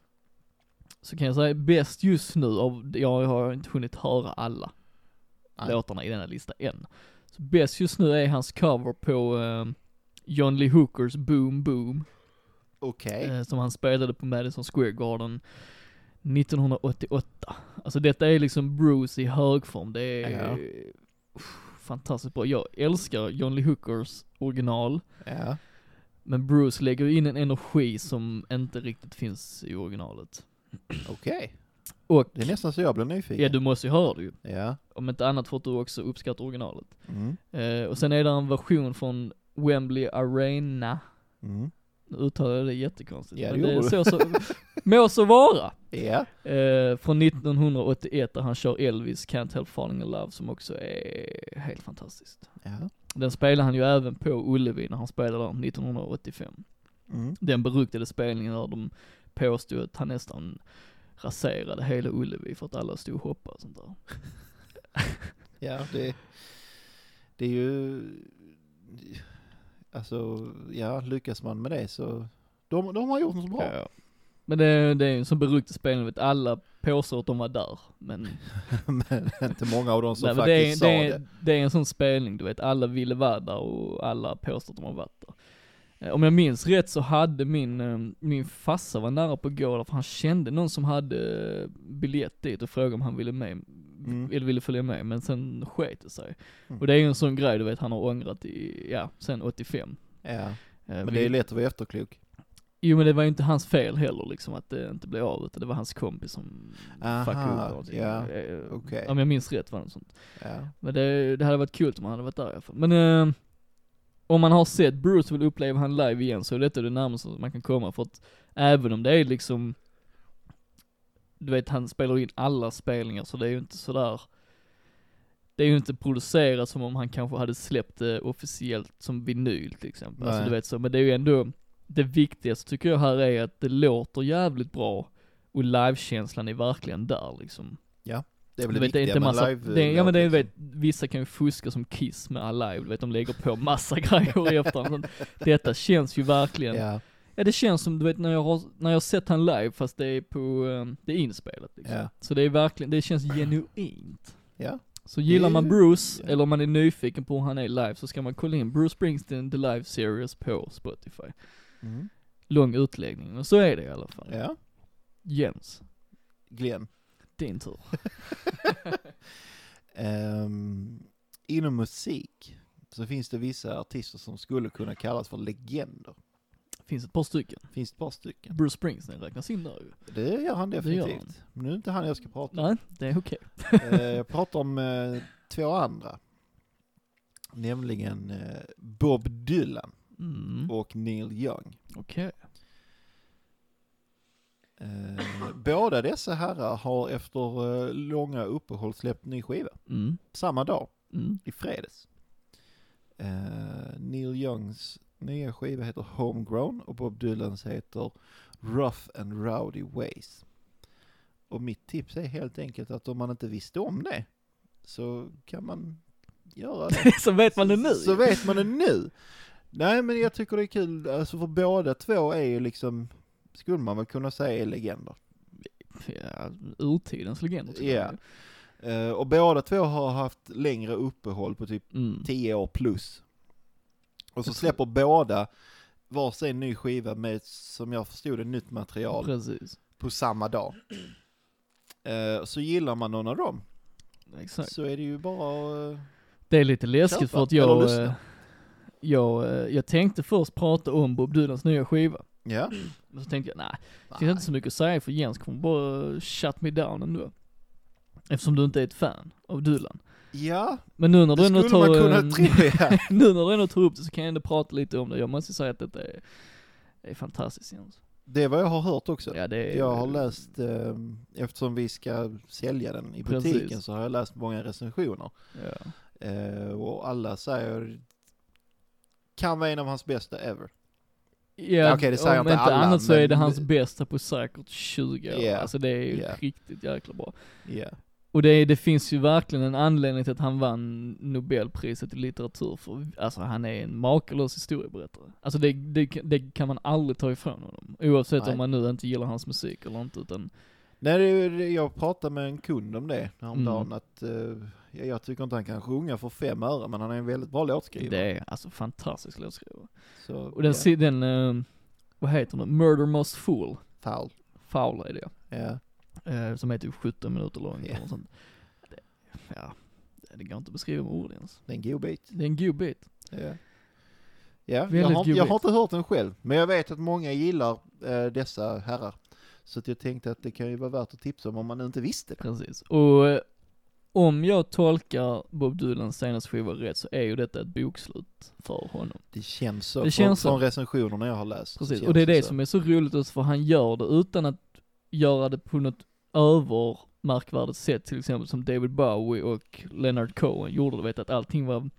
Speaker 2: så kan jag säga bäst just nu av, jag har inte hunnit höra alla
Speaker 1: Nej.
Speaker 2: låtarna i denna lista än. Så bäst just nu är hans cover på eh, John Lee Hookers Boom Boom,
Speaker 1: Okej.
Speaker 2: eh, som han spelade på Madison Square Garden 1988. Alltså detta är liksom Bruce i högform, det är eh,
Speaker 1: Ja.
Speaker 2: uff, fantastiskt bra. Jag älskar John Lee Hookers original,
Speaker 1: Ja.
Speaker 2: men Bruce lägger in en energi som inte riktigt finns i originalet.
Speaker 1: Okej.
Speaker 2: Och,
Speaker 1: Det är nästan så jag blir
Speaker 2: ja
Speaker 1: nyfiken.
Speaker 2: du måste ju höra det ju,
Speaker 1: Ja.
Speaker 2: om inte annat för att du också uppskattar originalet.
Speaker 1: Mm.
Speaker 2: Eh, och sen är det en version från Wembley Arena.
Speaker 1: Mm.
Speaker 2: Nu uttalade jag det jättekonstigt.
Speaker 1: Ja, det
Speaker 2: men det är
Speaker 1: gjorde
Speaker 2: så, så, må så vara!
Speaker 1: Ja.
Speaker 2: Eh, från 1981 där han kör Elvis Can't Help Falling In Love som också är helt fantastiskt.
Speaker 1: Ja.
Speaker 2: Den spelar han ju även på Ullevi när han spelade där 1985.
Speaker 1: Mm.
Speaker 2: Den beryktade spelningen där de påstod att han nästan raserade hela Ullevi för att alla stod och hoppade och sånt där.
Speaker 1: Ja, det, det är ju... Alltså, ja, lyckas man med det så... De, de har gjort något bra.
Speaker 2: Ja. Men det, det är ju en sån beryktad spelning, vet alla påstår att de var där, men
Speaker 1: Men inte många av dem som
Speaker 2: Nej, men det,
Speaker 1: faktiskt
Speaker 2: är,
Speaker 1: sa det.
Speaker 2: det, är, det är en sån spelning, du vet, alla ville vara där och alla påstår att de har varit där. Eh, Om jag minns rätt så hade min, eh, min farsa var nära på att gå där, för han kände någon som hade eh, biljett dit och frågade om han ville med,
Speaker 1: Mm.
Speaker 2: eller ville följa med, men sen sket det sig.
Speaker 1: Mm.
Speaker 2: Och det är ju en sån grej, du vet, han har ångrat i, ja, sen 85.
Speaker 1: Ja.
Speaker 2: Eh,
Speaker 1: Men
Speaker 2: vil-
Speaker 1: det är lätt att vara efterklok.
Speaker 2: Jo men det var ju inte hans fel heller liksom att det inte blev av, utan det var hans kompis som
Speaker 1: Aha,
Speaker 2: fuckade upp någonting.
Speaker 1: ja,
Speaker 2: Eh,
Speaker 1: okej.
Speaker 2: Om jag minns rätt var det något sånt.
Speaker 1: Ja.
Speaker 2: Men det, det hade varit kul om han hade varit där i alla fall. Men eh, om man har sett Bruce och vill uppleva han live igen så är detta det närmaste man kan komma för att även om det är liksom, du vet han spelar in alla spelningar så det är ju inte sådär det är ju inte producerat som om han kanske hade släppt det officiellt som vinyl till exempel. Alltså
Speaker 1: Nej.
Speaker 2: du vet så, men det är ju ändå, det viktigaste tycker jag här är att det låter jävligt bra och livekänslan är verkligen där liksom.
Speaker 1: Det är väl
Speaker 2: Du
Speaker 1: det
Speaker 2: vet, det är
Speaker 1: viktiga
Speaker 2: inte
Speaker 1: med
Speaker 2: massa,
Speaker 1: live liksom.
Speaker 2: det, är- ja men det är, vet, vissa kan ju fuska som Kiss med Alive, du vet de lägger på massa grejer i efterhand. Men Detta känns ju verkligen, ja.
Speaker 1: Ja,
Speaker 2: det känns som du vet när jag har, när jag har sett han live fast det är på, eh, det är inspelat liksom.
Speaker 1: Ja.
Speaker 2: Så det är verkligen, det känns genuint.
Speaker 1: ja.
Speaker 2: Så gillar
Speaker 1: Det-
Speaker 2: man Bruce,
Speaker 1: ja.
Speaker 2: eller om man är nyfiken på hur han är live, så ska man kolla in Bruce Springsteen The Live Series på Spotify.
Speaker 1: Mm.
Speaker 2: Lång utläggning, men så är det i alla fall.
Speaker 1: ja.
Speaker 2: Jens,
Speaker 1: Glenn.
Speaker 2: din tur.
Speaker 1: Ehm, inom musik så finns det vissa artister som skulle kunna kallas för legender.
Speaker 2: Finns ett par stycken.
Speaker 1: Finns ett par stycken.
Speaker 2: Bruce Springsteen räknas in där ju.
Speaker 1: Det gör han
Speaker 2: Det gör
Speaker 1: definitivt. Men nu är det inte han jag ska prata om.
Speaker 2: Nej, det är okej.
Speaker 1: Eh, jag pratar om eh, två andra. Nämligen eh, Bob Dylan
Speaker 2: Mm,
Speaker 1: och Neil Young.
Speaker 2: okej.
Speaker 1: Eh, båda dessa herrar har efter eh, långa uppehåll släppt ny skiva.
Speaker 2: Mm,
Speaker 1: Samma dag,
Speaker 2: mm,
Speaker 1: i fredags. Eh, Neil Youngs nya skiva heter Homegrown och Bob Dylans heter Rough and Rowdy Ways. Och mitt tips är helt enkelt att om man inte visste om det så kan man göra det.
Speaker 2: så vet man det nu
Speaker 1: Så
Speaker 2: ju.
Speaker 1: vet man det nu. Nej men jag tycker det är kul, alltså för båda två är ju liksom, skulle man väl kunna säga är legender.
Speaker 2: Ja, urtidens legender tror
Speaker 1: Ja.
Speaker 2: jag.
Speaker 1: Eh, och båda två har haft längre uppehåll på typ
Speaker 2: Mm,
Speaker 1: 10 år plus. Och så släpper båda varsin ny skiva med, som jag förstod det, nytt material
Speaker 2: precis.
Speaker 1: på samma dag. Eh, Så gillar man någon av dem
Speaker 2: Exakt.
Speaker 1: så är det ju bara att... eh,
Speaker 2: Det är lite läskigt
Speaker 1: Köpa
Speaker 2: för att
Speaker 1: eller
Speaker 2: jag,
Speaker 1: lyssna.
Speaker 2: eh, jag, eh, jag tänkte först prata om Bob Dylans nya skiva.
Speaker 1: Ja.
Speaker 2: Men så tänkte jag, nej, det finns inte så mycket att säga för Jens kommer bara shut me down ändå. Eftersom du inte är ett fan av Dylan.
Speaker 1: Ja,
Speaker 2: Men nu när du
Speaker 1: det
Speaker 2: ändå
Speaker 1: skulle
Speaker 2: tar,
Speaker 1: man kunna
Speaker 2: ehm,
Speaker 1: tro. Ja.
Speaker 2: nu när du ändå tar upp det så kan jag ändå prata lite om det. Jag måste säga att detta är, det är fantastiskt Jens.
Speaker 1: Det är vad jag har hört också.
Speaker 2: Ja, det är,
Speaker 1: Jag har läst, eh, eftersom vi ska sälja den i
Speaker 2: Precis.
Speaker 1: butiken så har jag läst många recensioner.
Speaker 2: Ja.
Speaker 1: Eh, och alla säger kan vara en av hans bästa ever.
Speaker 2: Ja,
Speaker 1: okej, det säger
Speaker 2: om
Speaker 1: inte
Speaker 2: inte
Speaker 1: alla,
Speaker 2: annat så är det
Speaker 1: men-
Speaker 2: hans bästa på säkert 20 år.
Speaker 1: Ja.
Speaker 2: Alltså det är ju
Speaker 1: Ja.
Speaker 2: riktigt jäkla bra.
Speaker 1: Ja.
Speaker 2: Och det, är- det finns ju verkligen en anledning till att han vann Nobelpriset i litteratur för, alltså han är en makalös historieberättare. Alltså det, det, det kan man aldrig ta ifrån honom. Oavsett
Speaker 1: Nej.
Speaker 2: om man nu inte gillar hans musik eller inte utan,
Speaker 1: Nej, det är ju- jag pratade med en kund om det häromdagen,
Speaker 2: Mm.
Speaker 1: att eh, ja, jag tycker inte han kan sjunga för fem öre, men han är en väldigt bra låtskrivare.
Speaker 2: det är alltså fantastisk låtskrivare.
Speaker 1: Så,
Speaker 2: Och den,
Speaker 1: ja,
Speaker 2: si- den eh, vad heter den? Murder Most Fool,
Speaker 1: foul.
Speaker 2: Foul är det
Speaker 1: Ja.
Speaker 2: eh, Som är typ 17 minuter lång
Speaker 1: Ja.
Speaker 2: eller något sånt. Det, ja, det går inte att beskriva med ord ens.
Speaker 1: Det är en god bit.
Speaker 2: Det är en god bit.
Speaker 1: Ja. Ja, jag,
Speaker 2: Väldigt
Speaker 1: har,
Speaker 2: god
Speaker 1: jag
Speaker 2: bit.
Speaker 1: har inte hört den själv, men jag vet att många gillar eh, dessa herrar. Så att jag tänkte att det kan ju vara värt att tipsa om om man inte visste det.
Speaker 2: Precis. Och eh, om jag tolkar Bob Dylans senaste skiva rätt så är ju detta ett bokslut för honom.
Speaker 1: Det känns så,
Speaker 2: Det känns
Speaker 1: från,
Speaker 2: så.
Speaker 1: från recensionerna jag har läst. så
Speaker 2: Precis.
Speaker 1: känns
Speaker 2: Och det är det
Speaker 1: så.
Speaker 2: som är så roligt också för han gör det utan att göra det på något övermärkvärdigt sätt till exempel som David Bowie och Leonard Cohen gjorde. Du vet att allting var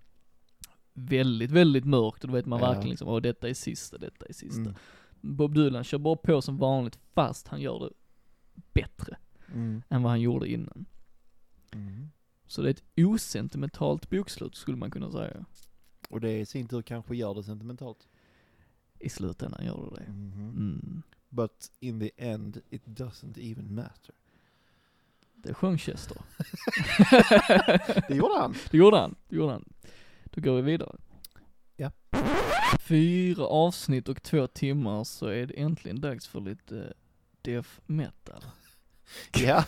Speaker 2: väldigt, väldigt mörkt och du vet man
Speaker 1: Ja.
Speaker 2: verkligen liksom, åh detta är sista, detta är sista.
Speaker 1: Mm.
Speaker 2: Bob Dylan kör bara på som vanligt fast han gör det bättre
Speaker 1: Mm.
Speaker 2: än vad han gjorde innan.
Speaker 1: Mm.
Speaker 2: Så det är ett osentimentalt bokslut skulle man kunna säga.
Speaker 1: Och det i sin tur kanske gör det sentimentalt.
Speaker 2: I slutändan gör det det.
Speaker 1: Mhm.
Speaker 2: Mm.
Speaker 1: But in the end it doesn't even matter.
Speaker 2: Det sjöng Chester.
Speaker 1: Det gjorde han.
Speaker 2: det gjorde han, det gjorde han. Då går vi vidare.
Speaker 1: Ja.
Speaker 2: Fyra avsnitt och två timmar så är det äntligen dags för lite eh, death metal.
Speaker 1: Ja,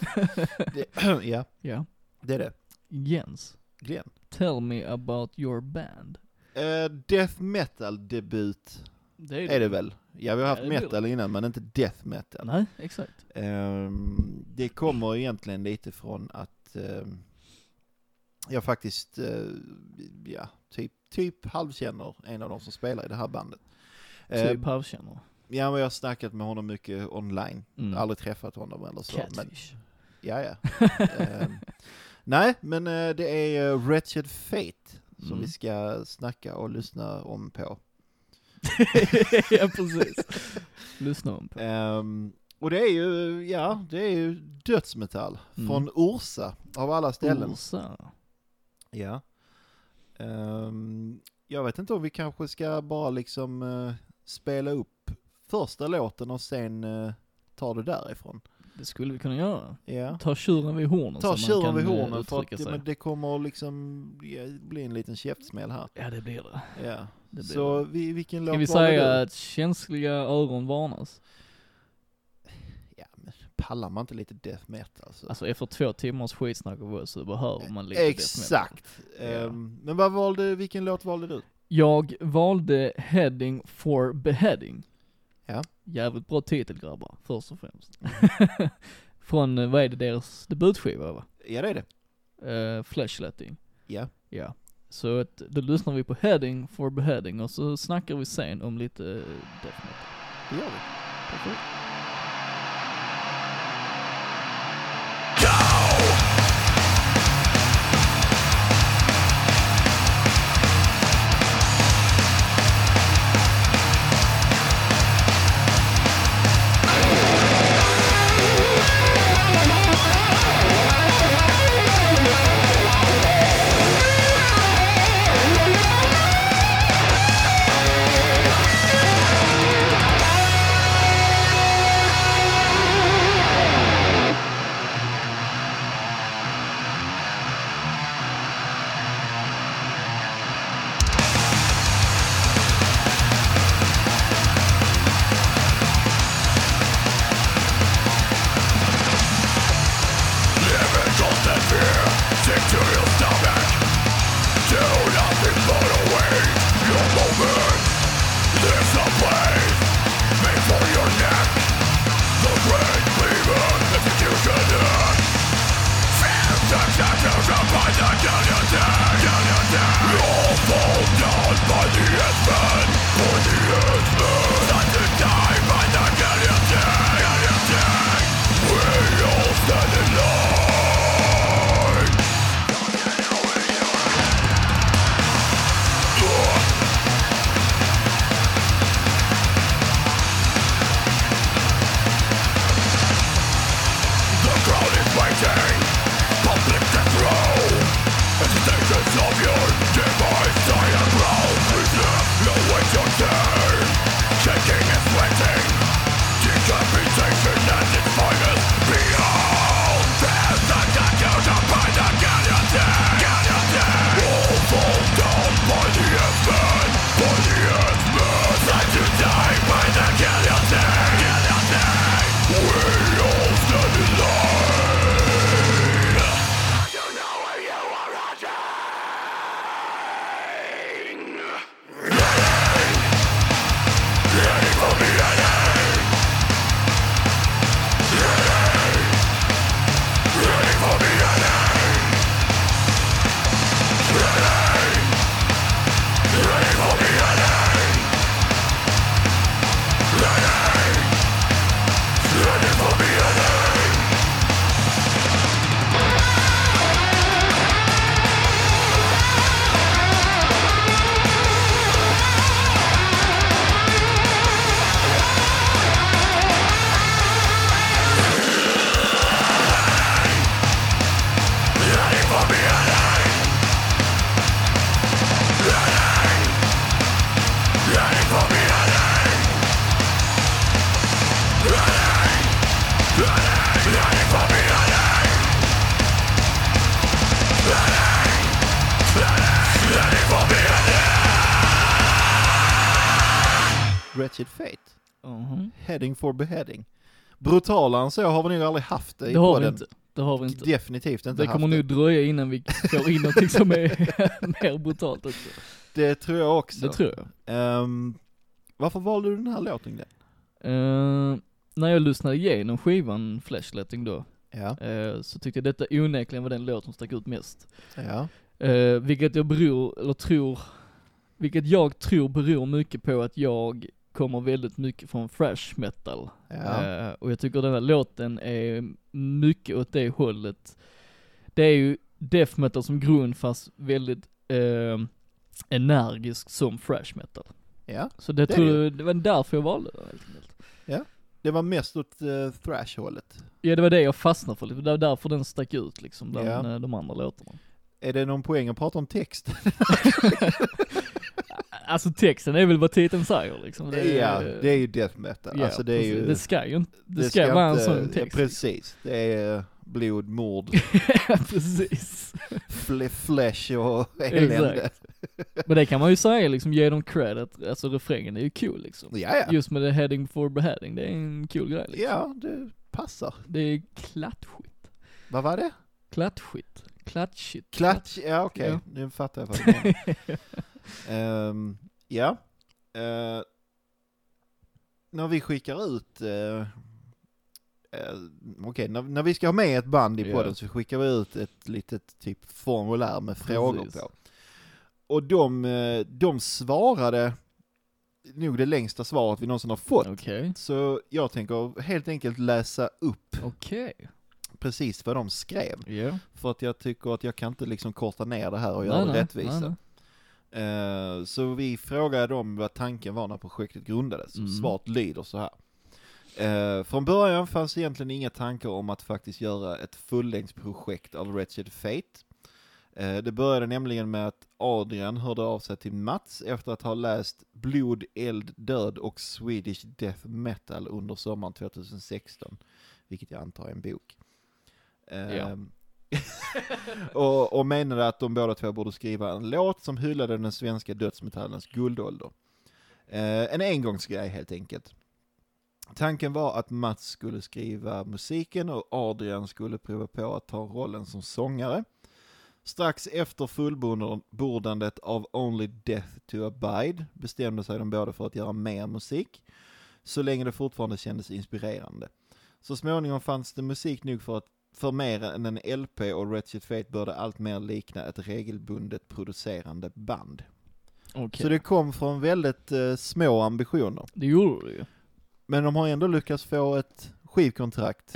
Speaker 1: det, ja,
Speaker 2: Ja.
Speaker 1: det är det.
Speaker 2: Jens,
Speaker 1: Glenn.
Speaker 2: tell me about your band.
Speaker 1: Eh, death metal-debut
Speaker 2: Det
Speaker 1: är det väl? Ja, vi har haft
Speaker 2: Ja, det blir
Speaker 1: metal innan, men inte death metal.
Speaker 2: Nej, exakt.
Speaker 1: Ehm, det kommer egentligen lite från att ehm, jag faktiskt, eh, ja, typ, typ halvkänner en av de som spelar i det här bandet. Eh,
Speaker 2: Typ halvkänner.
Speaker 1: ja, men jag har snackat med honom mycket online,
Speaker 2: Mm.
Speaker 1: aldrig träffat honom eller så. Men,
Speaker 2: Catfish.
Speaker 1: ja, ja. Ehm, Nej, men eh, det är eh, Wretched Fate som
Speaker 2: Mm.
Speaker 1: vi ska snacka och lyssna om på.
Speaker 2: ja, precis. Lyssna om på.
Speaker 1: Ehm, och det är ju, ja, det är ju dödsmetall
Speaker 2: Mm.
Speaker 1: från Orsa av alla ställen.
Speaker 2: Orsa.
Speaker 1: Ja. Ehm, jag vet inte om vi kanske ska bara liksom eh, spela upp första låten och sen eh, ta det därifrån.
Speaker 2: Det skulle vi kunna göra.
Speaker 1: Ja.
Speaker 2: Ta tjuren vid hornen
Speaker 1: Ta
Speaker 2: som
Speaker 1: tjuren
Speaker 2: man kan
Speaker 1: vid
Speaker 2: eh,
Speaker 1: hornen för
Speaker 2: uttrycka
Speaker 1: att
Speaker 2: sig.
Speaker 1: men det kommer liksom ja, bli en liten käftsmäll här.
Speaker 2: Ja, det blir det.
Speaker 1: Ja.
Speaker 2: blir
Speaker 1: Så vi, vilken låt
Speaker 2: Ska vi
Speaker 1: valde
Speaker 2: säga
Speaker 1: du?
Speaker 2: att känsliga öron varnas?
Speaker 1: Ja, men pallar man inte lite death metal så.
Speaker 2: Alltså efter två timmars skitsnack av oss så behöver man lite death metal.
Speaker 1: Exakt. Ehm, men vad valde, vilken låt valde du?
Speaker 2: Jag valde Heading for Beheading.
Speaker 1: Ja.
Speaker 2: Jävligt bra titel grabbar, först och främst. Från, eh, vad är det, deras debutskiva va?
Speaker 1: Ja det är det.
Speaker 2: Uh, Flashletting.
Speaker 1: Ja.
Speaker 2: Ja. Så att, då lyssnar vi på Heading for Beheading och så snackar vi sen om lite eh, death metal.
Speaker 1: Det gör vi. Wretched Fate.
Speaker 2: Mhm.
Speaker 1: Heading for beheading. Brutalare än så har vi nog aldrig haft det i
Speaker 2: Det har vi
Speaker 1: podden.
Speaker 2: inte. Det har vi inte.
Speaker 1: Definitivt inte
Speaker 2: Det
Speaker 1: haft
Speaker 2: kommer nog dröja innan vi får in någonting som är mer brutalt också.
Speaker 1: det. tror jag också.
Speaker 2: Det tror jag.
Speaker 1: Ehm, varför valde du den här låten? Glenn?
Speaker 2: Eh, när jag lyssnade igenom skivan Flashletting då,
Speaker 1: Ja,
Speaker 2: eh, så tyckte jag detta onekligen var den låt som stack ut mest.
Speaker 1: ja,
Speaker 2: Eh, vilket jag beror, eller tror, vilket jag tror beror mycket på att jag kommer väldigt mycket från thrash metal.
Speaker 1: ja.
Speaker 2: Eh, och jag tycker den här låten är mycket åt det hållet. Det är ju death metal som grund fast väldigt eh, energisk som thrash metal.
Speaker 1: Ja,
Speaker 2: Så det,
Speaker 1: Det är
Speaker 2: tror
Speaker 1: det
Speaker 2: jag, det var därför jag valde det helt enkelt.
Speaker 1: det var mest åt uh, thrash-hållet.
Speaker 2: Ja det var det jag fastnade för lite, det var därför den stack ut liksom bland
Speaker 1: Ja.
Speaker 2: eh, de andra låtarna.
Speaker 1: Är det någon poäng att prata om text?
Speaker 2: Alltså texten är väl vad titeln säger liksom. är-
Speaker 1: ja, det är ju death metal.
Speaker 2: ja,
Speaker 1: alltså det är
Speaker 2: precis.
Speaker 1: ju...
Speaker 2: Det ska ju inte, det, ska, vara en sån text.
Speaker 1: Precis, det är eh, blod, mord,
Speaker 2: precis.
Speaker 1: fle- flesh och elände.
Speaker 2: Exakt. Men det kan man ju säga liksom, ge dem credit, alltså refrängen är ju cool liksom.
Speaker 1: Ja, ja.
Speaker 2: Just med det heading for beheading, det är en cool grej liksom.
Speaker 1: ja, det passar.
Speaker 2: Det är klatschigt.
Speaker 1: Vad var det?
Speaker 2: Klatschigt. Klatschigt.
Speaker 1: Klatsch, ja okej,
Speaker 2: Ja.
Speaker 1: nu fattar jag vad du menar. Ehm, Ja. Eh, när vi skickar ut, eh, eh, okej, när, när vi ska ha med ett band i
Speaker 2: Ja.
Speaker 1: podden så skickar vi ut ett litet typ formulär med frågor
Speaker 2: Precis.
Speaker 1: på. Och de, eh, de svarade nog det längsta svaret vi någonsin har fått.
Speaker 2: Okej.
Speaker 1: Så jag tänker helt enkelt läsa upp
Speaker 2: Okej.
Speaker 1: precis vad de skrev.
Speaker 2: Ja.
Speaker 1: För att jag tycker att jag kan inte liksom korta ner det här och göra det rättvisa. Eh, så vi frågade dem vad tanken var när projektet grundades.
Speaker 2: Mm.
Speaker 1: Svaret lyder så här. Eh, från början fanns egentligen inga tankar om att faktiskt göra ett fullängdsprojekt av Wretched Fate. Eh, det började nämligen med att Adrian hörde av sig till Mats efter att ha läst Blod, Eld, Död och Swedish Death Metal under sommaren 2016. Vilket jag antar är en bok. Eh,
Speaker 2: Ja.
Speaker 1: och, och menade att de båda två borde skriva en låt som hyllade den svenska dödsmetallens guldålder. Eh, en engångsgrej helt enkelt. Tanken var att Mats skulle skriva musiken och Adrian skulle prova på att ta rollen som sångare. Strax efter fullbordandet av Only Death to Abide bestämde sig de båda för att göra mer musik, så länge det fortfarande kändes inspirerande. Så småningom fanns det musik nog för, att, för mer än en LP och Ratchet Fate började allt mer likna ett regelbundet producerande band.
Speaker 2: Okej.
Speaker 1: Så det kom från väldigt eh, små ambitioner.
Speaker 2: Det gjorde du ju.
Speaker 1: Men de har ändå lyckats få ett skivkontrakt.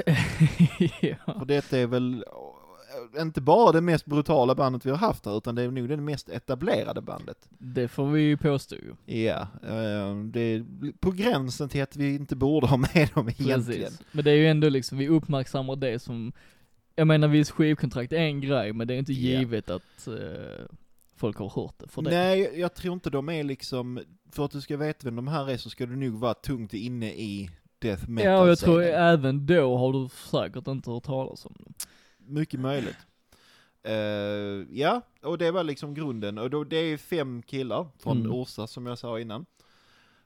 Speaker 2: ja.
Speaker 1: Och detta är väl eh, inte bara det mest brutala bandet vi har haft här, utan det är nog det mest etablerade bandet.
Speaker 2: Det får vi ju påstå ju.
Speaker 1: Ja, eh, det är på gränsen till att vi inte borde ha med dem egentligen.
Speaker 2: Precis. Men det är ju ändå liksom, vi uppmärksammar det som, jag menar visst skivkontrakt är en grej, men det är inte
Speaker 1: Ja.
Speaker 2: givet att eh, folk har hört det för det.
Speaker 1: Nej, jag- jag tror inte de är liksom, för att du ska veta vem de här är så ska du nog vara tungt inne i death metal
Speaker 2: ja, och jag tror även då har du säkert inte hört talas om dem.
Speaker 1: Mycket möjligt. Eh, ja, och det var liksom grunden. Och då, det är fem killar från
Speaker 2: Mm.
Speaker 1: Orsa som jag sa innan.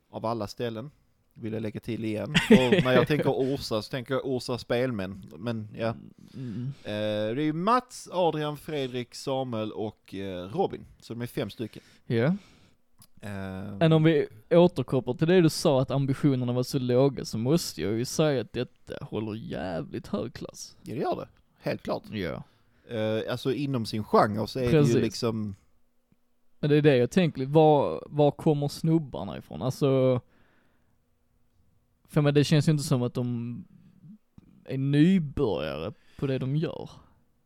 Speaker 1: Av alla ställen. Vill jag lägga till igen. Och när jag tänker Orsa så tänker jag Orsa spelmän. Men ja.
Speaker 2: Mm.
Speaker 1: Eh, det är Mats, Adrian, Fredrik, Samuel och eh, Robin. Så de är fem stycken.
Speaker 2: Ja.
Speaker 1: Eh,
Speaker 2: Men om vi återkopplar till det du sa att ambitionerna var så låga så måste jag ju säga att detta håller jävligt hög klass.
Speaker 1: Ja, det gör det. Helt klart.
Speaker 2: Ja.
Speaker 1: Eh, alltså inom sin genre så är det
Speaker 2: Precis.
Speaker 1: ju liksom,
Speaker 2: Men det är det jag tänker, var, var kommer snubbarna ifrån? Alltså, för men det känns ju inte som att de är nybörjare på det de gör.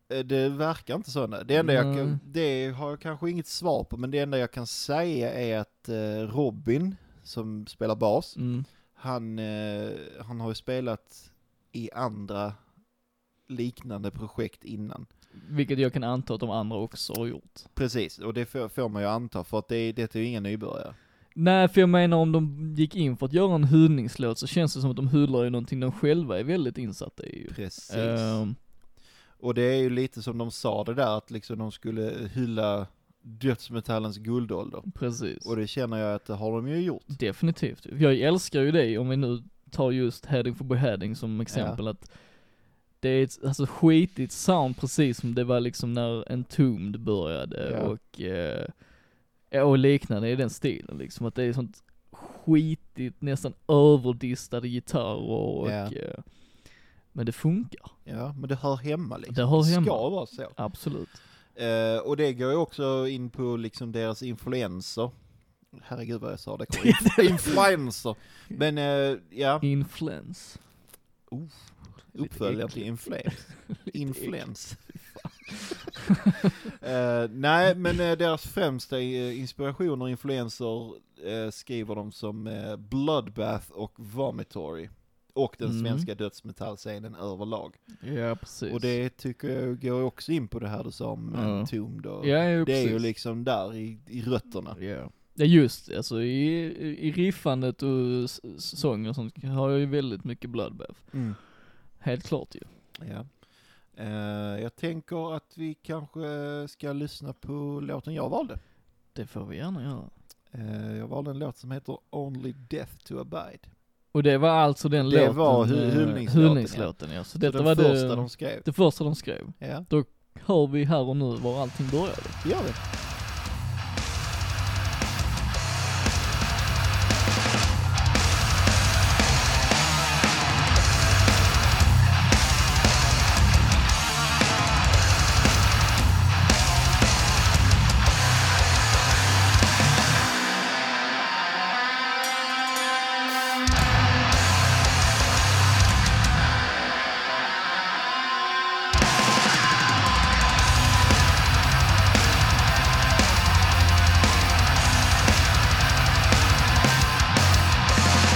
Speaker 1: eh, det verkar inte så. nej. Det enda jag
Speaker 2: Nej.
Speaker 1: kan, det har jag kanske inget svar på, men det enda jag kan säga är att eh, Robin, som spelar bas,
Speaker 2: Mm.
Speaker 1: han, eh, han har ju spelat i andra liknande projekt innan.
Speaker 2: Vilket jag kan anta att de andra också har gjort.
Speaker 1: Precis, och det får, får man ju anta, för att det, är- detta är ju inga nybörjare.
Speaker 2: Nej, för jag menar om de gick in för att göra en hyllningslåt så känns det som att de hyllar ju någonting de själva är väldigt insatta i ju.
Speaker 1: Precis.
Speaker 2: Ehm,
Speaker 1: Och det är ju lite som de sa det där, att liksom de skulle hylla dödsmetallens guldålder.
Speaker 2: precis.
Speaker 1: Och det känner jag att det har de ju gjort.
Speaker 2: Definitivt. Jag älskar ju det, om vi nu tar just Heading for Beheading som exempel, att det är ett alltså, skitigt sound precis som det var liksom när Entombed började
Speaker 1: Ja.
Speaker 2: och, eh, ja, och liknande i den stilen liksom. Att det är sånt skitigt, nästan överdistade gitarrer och,
Speaker 1: Ja.
Speaker 2: eh, men det funkar.
Speaker 1: Ja, men det hör hemma liksom.
Speaker 2: Det hör hemma.
Speaker 1: ska vara så.
Speaker 2: Absolut.
Speaker 1: Eh, och det går ju också in på liksom deras influenser. Herregud vad jag sa, det kom in- influenser. Men eh, ja,
Speaker 2: Influence.
Speaker 1: uppföljaren
Speaker 2: äckligt.
Speaker 1: till influens. Influens. Eh, nej, men eh, deras främsta eh, inspirationer och influenser eh, skriver de som eh, Bloodbath och Vomitory. Och den
Speaker 2: Mm.
Speaker 1: svenska dödsmetallscenen överlag.
Speaker 2: Ja, precis.
Speaker 1: Och det tycker jag går också in på det här du sa om
Speaker 2: Ja.
Speaker 1: ja. Tomd och
Speaker 2: Ja, jo,
Speaker 1: det är ju
Speaker 2: precis.
Speaker 1: liksom där i, i rötterna.
Speaker 2: Ja. Ja just det, alltså i, i riffandet och s- s- sång och sånt har jag ju väldigt mycket Bloodbath. Helt klart ju.
Speaker 1: Ja. Eh, jag tänker att vi kanske ska lyssna på låten jag valde.
Speaker 2: Det får vi gärna göra.
Speaker 1: Eh, jag valde en låt som heter Only Death to Abide.
Speaker 2: Och det var alltså den
Speaker 1: Det
Speaker 2: låten,
Speaker 1: var hu-
Speaker 2: eh,
Speaker 1: hyllningslåten,
Speaker 2: hyllningslåten, ja. Så detta
Speaker 1: Så
Speaker 2: var
Speaker 1: den första
Speaker 2: det,
Speaker 1: de skrev.
Speaker 2: det första de skrev.
Speaker 1: Ja,
Speaker 2: Hör vi här och nu var allting började.
Speaker 1: det gör vi.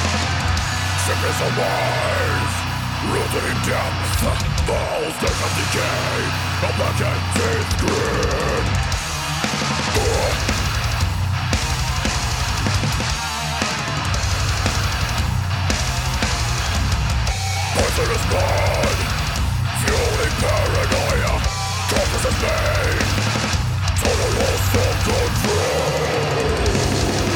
Speaker 5: Sickness arise, rooted in depth, foul state of decay, a blackened teeth grin. Poisonous blood, fueling paranoia, confuses pain, total loss of control.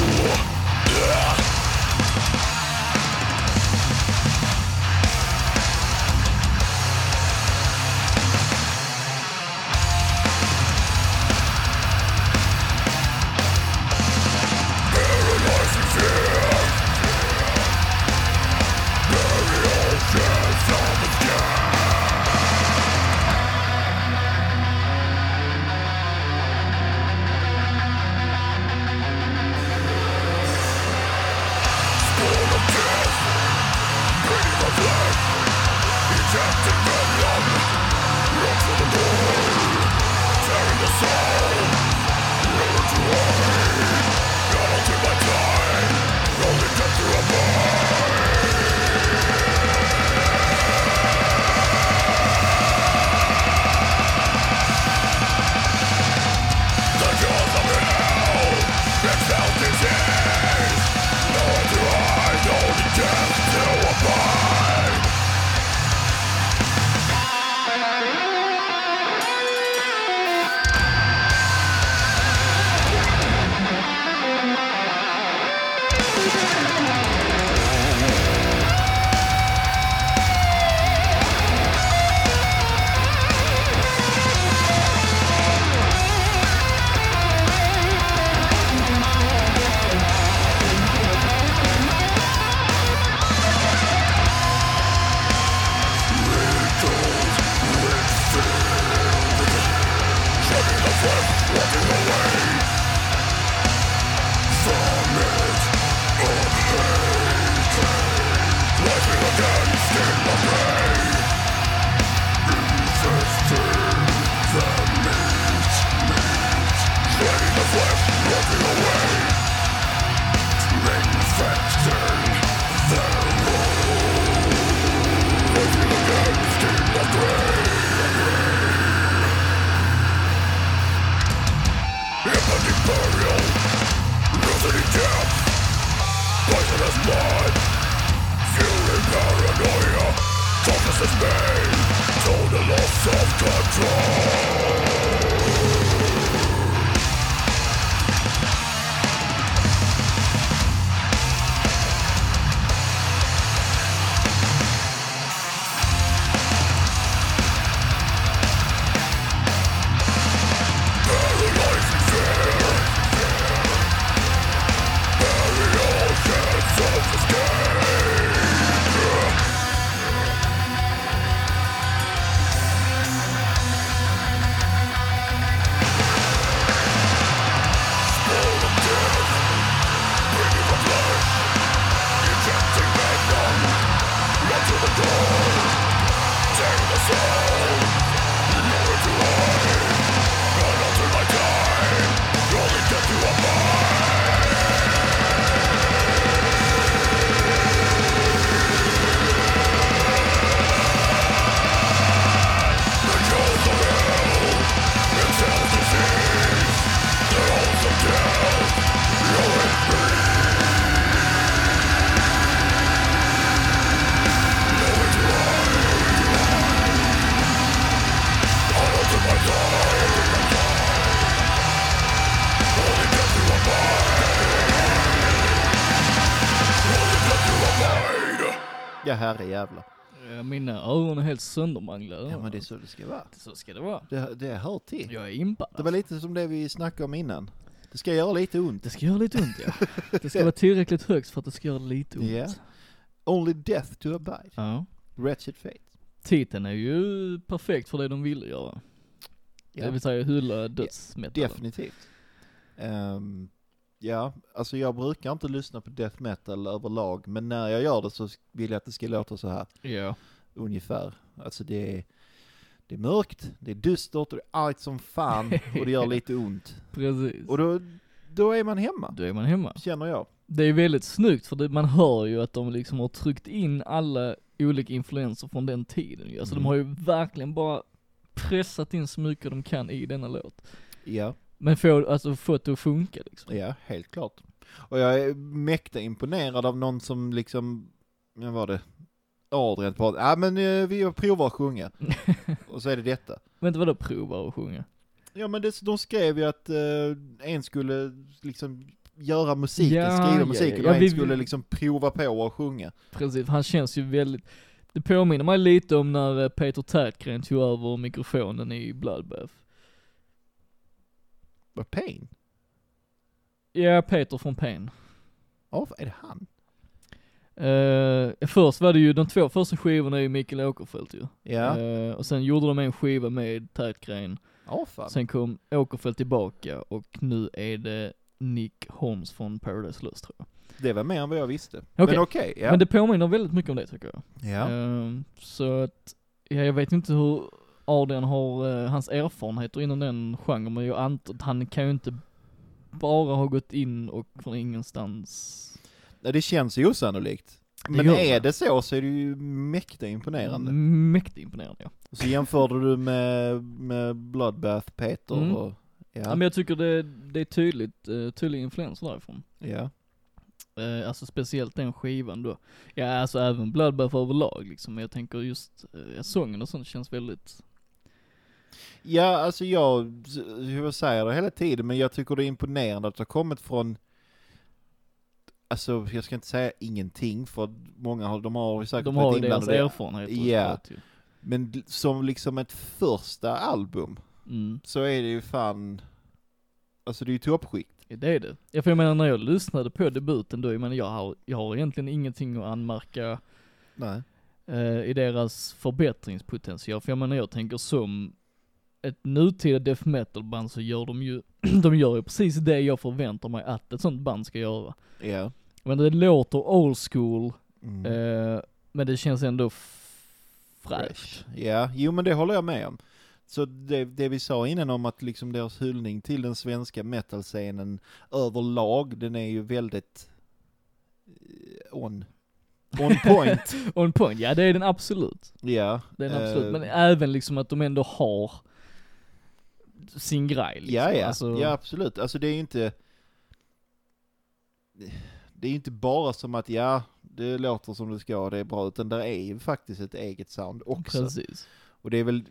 Speaker 1: Ja, herrejävlar.
Speaker 2: Ja, Eh, Mina öron är helt söndermanglade.
Speaker 1: Ja, men det är så det ska vara.
Speaker 2: Så ska det vara.
Speaker 1: Det, det hör till.
Speaker 2: Jag är impad.
Speaker 1: Det var lite som det vi snackade om innan. Det ska göra lite ont.
Speaker 2: Det ska göra lite ont ja. Det ska vara tillräckligt högt för att det ska göra lite ont.
Speaker 1: Ja. Only death to abide.
Speaker 2: Ja.
Speaker 1: Wretched fate.
Speaker 2: Titeln är ju perfekt för det de ville göra. Det vill säga hylla dödsmetallen.
Speaker 1: Definitivt. Ehm, ja, alltså jag brukar inte lyssna på death metal överlag, men när jag gör det så vill jag att det ska låta så här,
Speaker 2: ja.
Speaker 1: ungefär. Alltså det är, det är mörkt, det är dystert och det är argt som fan och det gör lite ont.
Speaker 2: Precis.
Speaker 1: Och då, då är man hemma,
Speaker 2: Då är man hemma.
Speaker 1: känner jag.
Speaker 2: Det är väldigt snyggt för det, man hör ju att de liksom har tryckt in alla olika influenser från den tiden ju. Alltså
Speaker 1: Mm.
Speaker 2: de har ju verkligen bara pressat in så mycket de kan i denna låt.
Speaker 1: Ja,
Speaker 2: Men få, alltså fått det att funka liksom.
Speaker 1: ja, helt klart. Och jag är mäkta imponerad av någon som liksom, vad var det? Adrian på, ja men eh, vi provar att sjunga. och så är det detta.
Speaker 2: Men inte vadå prova och sjunga?
Speaker 1: Ja men det, de skrev ju att eh, en skulle liksom göra musiken,
Speaker 2: Ja,
Speaker 1: skriva
Speaker 2: ja,
Speaker 1: musiken
Speaker 2: ja,
Speaker 1: och en
Speaker 2: vi-
Speaker 1: skulle liksom prova på att sjunga.
Speaker 2: Precis, för han känns ju väldigt, det påminner mig lite om när eh, Peter Tätgren tog över mikrofonen i Bloodbath.
Speaker 1: Vad Pain?
Speaker 2: Ja, Peter från Pain.
Speaker 1: Ja, vad är det han?
Speaker 2: Eh, först var det ju, de två första skivorna är ju Mikael Åkerfeldt ju.
Speaker 1: Ja,
Speaker 2: Eh, och sen gjorde de en skiva med Tätgren.
Speaker 1: ja fan.
Speaker 2: Sen kom Åkerfeldt tillbaka och nu är det Nick Holmes från Paradise Lost tror jag.
Speaker 1: Det var mer än vad jag visste.
Speaker 2: Okej.
Speaker 1: Men okej, ja.
Speaker 2: Men det påminner väldigt mycket om det tycker jag.
Speaker 1: ja.
Speaker 2: Ehm, så att, ja, jag vet inte hur Adrian har eh, hans erfarenheter inom den genren, men jag antar att han kan ju inte bara ha gått in och från ingenstans.
Speaker 1: Nej, Det känns ju osannolikt.
Speaker 2: Det
Speaker 1: Men
Speaker 2: gör
Speaker 1: är
Speaker 2: det. Mm.
Speaker 1: det så så är det ju mäkta imponerande.
Speaker 2: Mäktigt imponerande ja.
Speaker 1: Så jämförde du med, med Bloodbath, Peter
Speaker 2: Mm.
Speaker 1: och...
Speaker 2: ja.
Speaker 1: Ja,
Speaker 2: Men jag tycker det, det är tydligt, eh, tydlig influens därifrån.
Speaker 1: ja.
Speaker 2: Eh, alltså speciellt den skivan då. Ja, alltså även Bloodbath överlag liksom. Men jag tänker just eh, sången och sånt känns väldigt...
Speaker 1: Ja, alltså jag, jag säger det hela tiden, men jag tycker det är imponerande att det har kommit från, alltså jag ska inte säga ingenting, för många har, de har ju säkert
Speaker 2: De har ju
Speaker 1: varit
Speaker 2: deras
Speaker 1: inblandade, i det.
Speaker 2: erfarenheter
Speaker 1: Ja.
Speaker 2: såklart ju.
Speaker 1: men d- som liksom ett första album,
Speaker 2: Mm,
Speaker 1: så är det ju fan, alltså det är ju toppskikt.
Speaker 2: det är det. Ja, för jag menar när jag lyssnade på debuten då, jag menar jag har, jag har egentligen ingenting att anmärka
Speaker 1: Nej.
Speaker 2: eh, i deras förbättringspotential. För jag menar jag tänker som ett nutida death metal band så gör de ju, de gör ju precis det jag förväntar mig att ett sånt band ska göra.
Speaker 1: Ja.
Speaker 2: Men det låter old school,
Speaker 1: Mm.
Speaker 2: Eh, men det känns ändå f- fräscht.
Speaker 1: Fresh. Ja, jo men det håller jag med om. Så det, det vi sa innan om att liksom deras hyllning till den svenska metalscenen överlag, den är ju väldigt eh, on, on point.
Speaker 2: On point, ja det är den absolut.
Speaker 1: ja.
Speaker 2: Det är den absolut.
Speaker 1: eh,
Speaker 2: men även liksom att de ändå har sin grej liksom.
Speaker 1: ja, ja.
Speaker 2: Alltså,
Speaker 1: ja, absolut. Alltså det är ju inte, det är ju inte bara som att ja, det låter som det ska och det är bra, utan där är ju faktiskt ett eget sound också.
Speaker 2: precis.
Speaker 1: Och det är väl,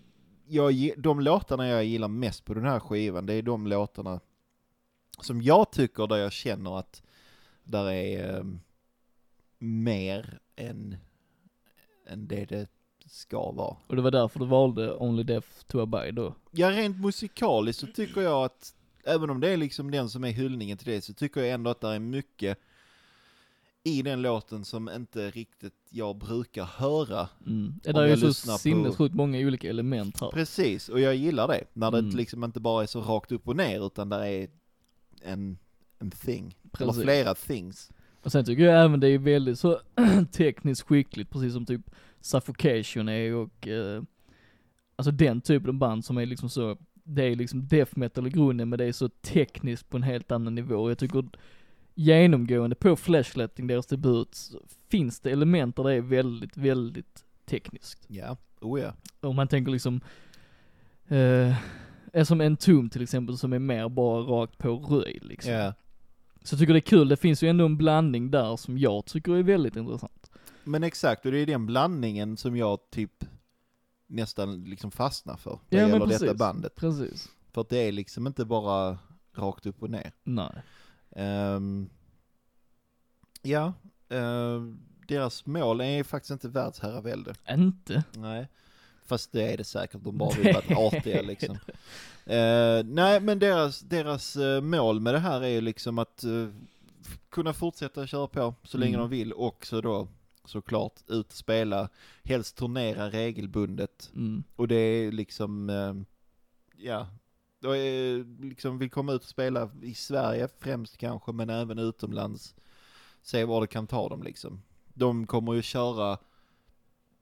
Speaker 1: jag, ge- de låtarna jag gillar mest på den här skivan, det är de låtarna som jag tycker där jag känner att där är eh, mer än, än det det ska vara.
Speaker 2: Och det var därför du valde Only Death to Abide då.
Speaker 1: Ja, rent musikaliskt så tycker jag att, även om det är liksom den som är hyllningen till det, så tycker jag ändå att det är mycket i den låten som inte riktigt jag brukar höra
Speaker 2: Mm. Det
Speaker 1: Om
Speaker 2: där är
Speaker 1: jag
Speaker 2: ju
Speaker 1: lyssnar
Speaker 2: så
Speaker 1: på-
Speaker 2: sinnessjukt många olika element här.
Speaker 1: Precis, och jag gillar det. När det
Speaker 2: Mm.
Speaker 1: liksom inte bara är så rakt upp och ner, utan där är en, en thing. Eller
Speaker 2: Precis.
Speaker 1: flera things.
Speaker 2: Och sen tycker jag även det är väldigt så tekniskt skickligt, precis som typ Suffocation är och eh, alltså den typen av band som är liksom så, det är liksom death metal i grunden men det är så tekniskt på en helt annan nivå. Jag tycker genomgående på Flashletting, deras debut, så finns det element där det är väldigt, väldigt tekniskt.
Speaker 1: Ja, oh ja.
Speaker 2: Om man tänker liksom, eh, är som en tom till exempel som är mer bara rakt på röj liksom.
Speaker 1: ja.
Speaker 2: Så jag tycker det är kul, det finns ju ändå en blandning där som jag tycker är väldigt intressant.
Speaker 1: Men exakt, och det är den blandningen som jag typ nästan liksom fastnar för. Vad
Speaker 2: Ja, men
Speaker 1: gäller detta
Speaker 2: precis.
Speaker 1: bandet.
Speaker 2: Precis.
Speaker 1: För att det är liksom inte bara rakt upp och ner.
Speaker 2: Nej.
Speaker 1: Ehm, ja, ehm, deras mål är faktiskt inte världsherravälde.
Speaker 2: Inte.
Speaker 1: Nej. Fast det är det säkert, de bara vill vara artiga liksom. Eh, nej, men deras, deras eh, mål med det här är ju liksom att eh, f- kunna fortsätta köra på så länge
Speaker 2: Mm.
Speaker 1: de vill och så då såklart ut och spela, helst turnera regelbundet.
Speaker 2: Mm.
Speaker 1: Och det är liksom, eh, ja, då är, liksom vill komma ut och spela i Sverige främst kanske, men även utomlands. Se var det kan ta dem liksom. De kommer ju köra,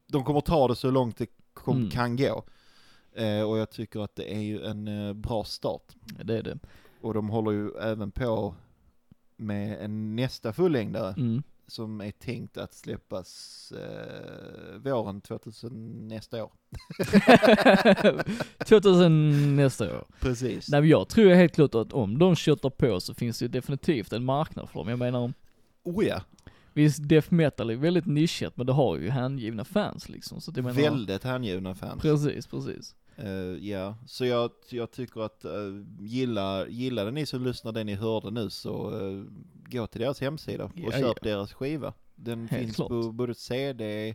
Speaker 1: de kommer ta det så långt det kom,
Speaker 2: Mm.
Speaker 1: kan gå. Eh, och jag tycker att det är ju en eh, bra start.
Speaker 2: Det är det.
Speaker 1: Och de håller ju även på med en nästa fullängdare
Speaker 2: Mm.
Speaker 1: som är tänkt att släppas eh, våren 2000, nästa år.
Speaker 2: 2000 nästa år.
Speaker 1: Precis.
Speaker 2: Nej men jag tror helt klart att om de köttar på så finns det ju definitivt en marknad för dem. Jag menar,
Speaker 1: Oh ja,
Speaker 2: visst death metal är väldigt nischat men det har ju hängivna fans liksom. Så att jag menar,
Speaker 1: väldigt hängivna fans.
Speaker 2: precis, precis.
Speaker 1: Eh, ja, så jag, jag tycker att uh, gillar, gillade ni som lyssnar det ni hörde nu så eh, gå till deras hemsida och
Speaker 2: Ja,
Speaker 1: köp deras skiva. Den
Speaker 2: Helt
Speaker 1: finns
Speaker 2: klart.
Speaker 1: på både CD,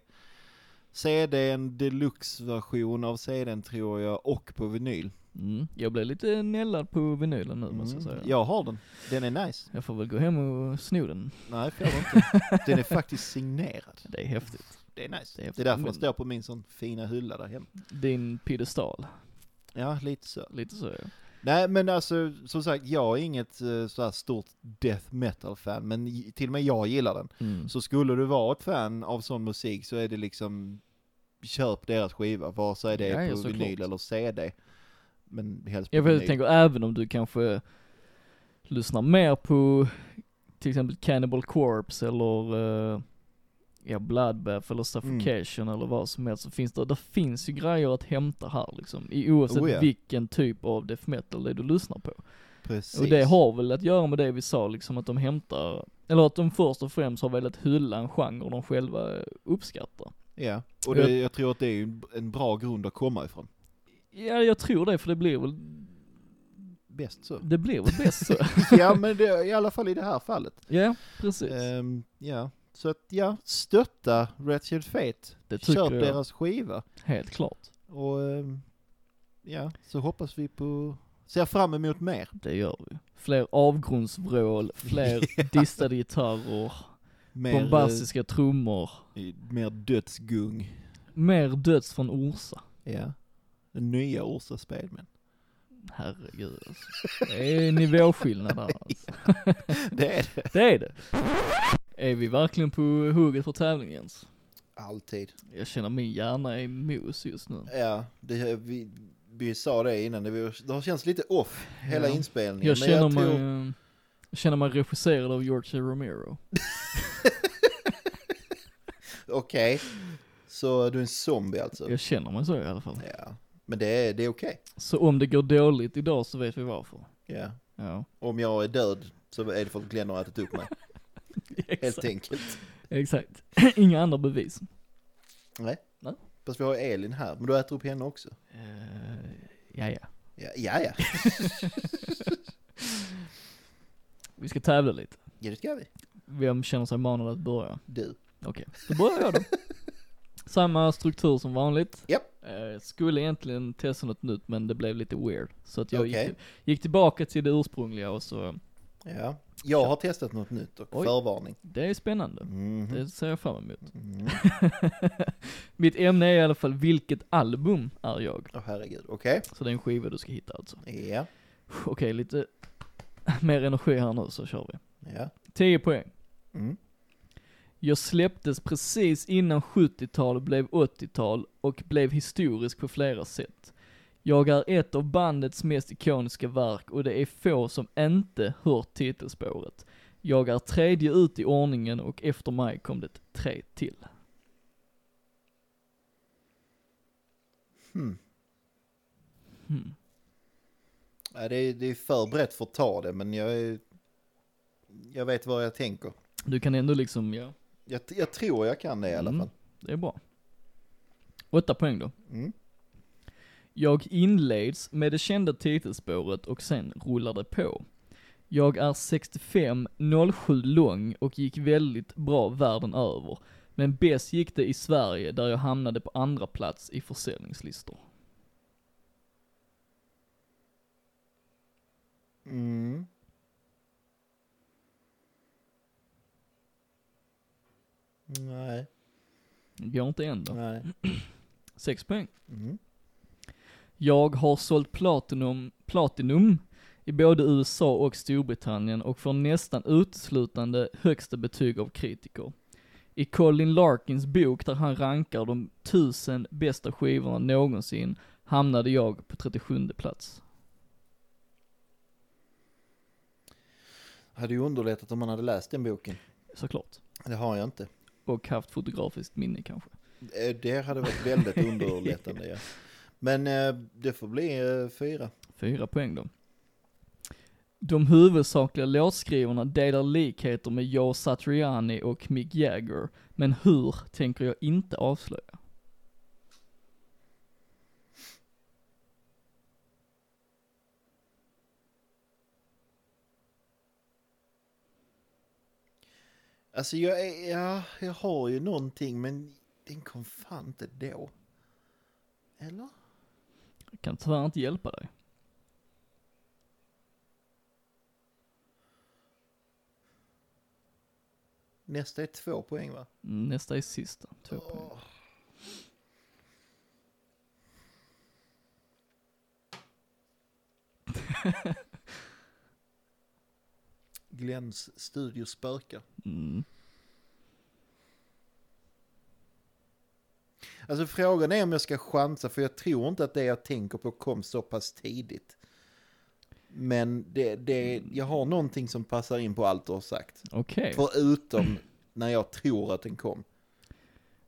Speaker 1: CD, en deluxe-version av CDn tror jag och på vinyl.
Speaker 2: Mm. Jag blev lite nällad på vinylen nu måste jag säga.
Speaker 1: Mm, jag har den, den är nice.
Speaker 2: Jag får väl gå hem och sno den.
Speaker 1: Nej, får jag inte. Den är faktiskt signerad.
Speaker 2: Det är häftigt.
Speaker 1: Det är nice.
Speaker 2: Det är
Speaker 1: Det är därför den
Speaker 2: men-
Speaker 1: står på min sån fina hylla där hemma.
Speaker 2: Din piedestal.
Speaker 1: Ja, lite så.
Speaker 2: Lite så ja.
Speaker 1: Nej men alltså som sagt jag är inget eh, så här stort death metal fan men j- till och med jag gillar den.
Speaker 2: Mm.
Speaker 1: Så skulle du vara ett fan av sån musik så är det liksom köp deras skiva vare sig det är
Speaker 2: Ja, ja,
Speaker 1: på
Speaker 2: såklart.
Speaker 1: vinyl eller CD. Men helst på
Speaker 2: Jag
Speaker 1: vinyl.
Speaker 2: tänker även om du kanske lyssnar mer på till exempel Cannibal Corpse eller eh, ja, Bloodbath eller
Speaker 1: Mm.
Speaker 2: Suffocation eller vad som helst så finns det, det finns ju grejer att hämta här liksom. I oavsett
Speaker 1: Oh, ja.
Speaker 2: vilken typ av death metal det är du lyssnar på.
Speaker 1: Precis.
Speaker 2: Och det har väl att göra med det vi sa liksom att de hämtar, eller att de först och främst har velat hylla en genre de själva eh, uppskattar.
Speaker 1: Ja, och det, jag tror att det är ju en- en bra grund att komma ifrån.
Speaker 2: Ja, jag tror det för det blir väl,
Speaker 1: Bäst så.
Speaker 2: det blir väl bäst så.
Speaker 1: ja men det, i alla fall i det här fallet.
Speaker 2: Ja, precis.
Speaker 1: Ehm, ja, så att ja, stötta Ratchet Fate.
Speaker 2: Det tycker
Speaker 1: Köp
Speaker 2: jag.
Speaker 1: deras skiva.
Speaker 2: Helt klart.
Speaker 1: Och ehm, ja, så hoppas vi på, ser fram emot mer.
Speaker 2: Det gör vi. Fler avgrundsvrål, fler distade gitarrer,
Speaker 1: Mer,
Speaker 2: bombastiska trummor,
Speaker 1: eh, mer dödsgung.
Speaker 2: mer döds från Orsa.
Speaker 1: Ja. Nya Orsa Spelmän.
Speaker 2: Herregud alltså. Det är nivåskillnad där alltså.
Speaker 1: Det är det.
Speaker 2: Det är det. Är vi verkligen på hugget för tävling Jens?
Speaker 1: Alltid.
Speaker 2: Jag känner min hjärna är mos just nu.
Speaker 1: Ja, det, vi, vi sa det innan, det, var- det har känts lite off hela
Speaker 2: Ja.
Speaker 1: inspelningen.
Speaker 2: Jag
Speaker 1: men
Speaker 2: känner
Speaker 1: jag tror-
Speaker 2: mig, jag känner mig regisserad av George Romero.
Speaker 1: Okej. Så du är en zombie alltså?
Speaker 2: Jag känner mig så i alla fall.
Speaker 1: Ja. Men det är, det är okej.
Speaker 2: Så om det går dåligt idag så vet vi varför.
Speaker 1: Ja.
Speaker 2: Ja,
Speaker 1: Om jag är död så är det för att Glenn har ätit upp mig. Helt
Speaker 2: exakt.
Speaker 1: enkelt.
Speaker 2: exakt. Inga andra bevis.
Speaker 1: Nej.
Speaker 2: Nej.
Speaker 1: Fast vi har Elin här, men du äter upp henne också.
Speaker 2: Uh, ja, ja.
Speaker 1: Eh, Ja, ja. ja.
Speaker 2: Vi ska tävla lite.
Speaker 1: Ja, det ska vi.
Speaker 2: Vem känner sig manad att börja?
Speaker 1: Du.
Speaker 2: Okej, då börjar jag då. Samma struktur som vanligt.
Speaker 1: Japp.
Speaker 2: Eh, skulle egentligen testa något nytt men det blev lite weird. Så att jag
Speaker 1: Okej.
Speaker 2: gick, gick tillbaka till det ursprungliga och så,
Speaker 1: Ja. Jag har testat något nytt och
Speaker 2: Oj.
Speaker 1: förvarning.
Speaker 2: det är spännande.
Speaker 1: Mhm.
Speaker 2: Det ser jag fram emot.
Speaker 1: Mm.
Speaker 2: Mitt ämne är i alla fall, vilket album är jag?
Speaker 1: Åh herregud, okej.
Speaker 2: Så det är en skiva du ska hitta alltså.
Speaker 1: Ja,
Speaker 2: Okej, lite mer energi här nu så kör vi.
Speaker 1: ja.
Speaker 2: 10 poäng.
Speaker 1: Mm.
Speaker 2: Jag släpptes precis innan 70-tal blev 80-tal och blev historisk på flera sätt. Jag är ett av bandets mest ikoniska verk och det är få som inte hört titelspåret. Jag är tredje ut i ordningen och efter mig kom det tre till.
Speaker 1: ja det, är, det är för brett för att ta det, men jag är... Jag vet vad jag tänker.
Speaker 2: Du kan ändå liksom, ja,
Speaker 1: Jag, jag tror jag kan det i alla
Speaker 2: Mm.
Speaker 1: fall.
Speaker 2: det är bra. Åtta poäng då.
Speaker 1: Mm.
Speaker 2: Jag inleds med det kända titelspåret och sen rullar det på. Jag är 65, 07 lång och gick väldigt bra världen över. Men bäst gick det i Sverige där jag hamnade på andra plats i försäljningslistor.
Speaker 1: Mm. Nej,
Speaker 2: Det Går inte än då.
Speaker 1: nej.
Speaker 2: Sex poäng.
Speaker 1: Mm.
Speaker 2: Jag har sålt platinum, platinum i både USA och Storbritannien och får nästan uteslutande högsta betyg av kritiker. I Colin Larkins bok där han rankar de tusen bästa skivorna någonsin hamnade jag på 37 plats.
Speaker 1: Hade ju underlättat om man hade läst den boken.
Speaker 2: Såklart.
Speaker 1: Det har jag inte.
Speaker 2: Och haft fotografiskt minne kanske.
Speaker 1: Eh, Det hade varit väldigt underlättande ja. Men eh, det får bli eh, fyra.
Speaker 2: Fyra poäng då. De huvudsakliga låtskrivarna delar likheter med Joe Satriani och Mick Jagger, men hur tänker jag inte avslöja.
Speaker 1: Alltså jag, är, ja, jag har ju någonting men den kom fan inte då. Eller?
Speaker 2: Jag kan tyvärr inte hjälpa dig.
Speaker 1: Nästa är två poäng va?
Speaker 2: Mm, Nästa är sista, två poäng.
Speaker 1: Glens studio spökar.
Speaker 2: Mm.
Speaker 1: Alltså frågan är om jag ska chansa för jag tror inte att det jag tänker på kom så pass tidigt. Men det,
Speaker 2: Mm.
Speaker 1: det, jag har någonting som passar in på allt du har sagt.
Speaker 2: Okej,
Speaker 1: Förutom när jag tror att den kom.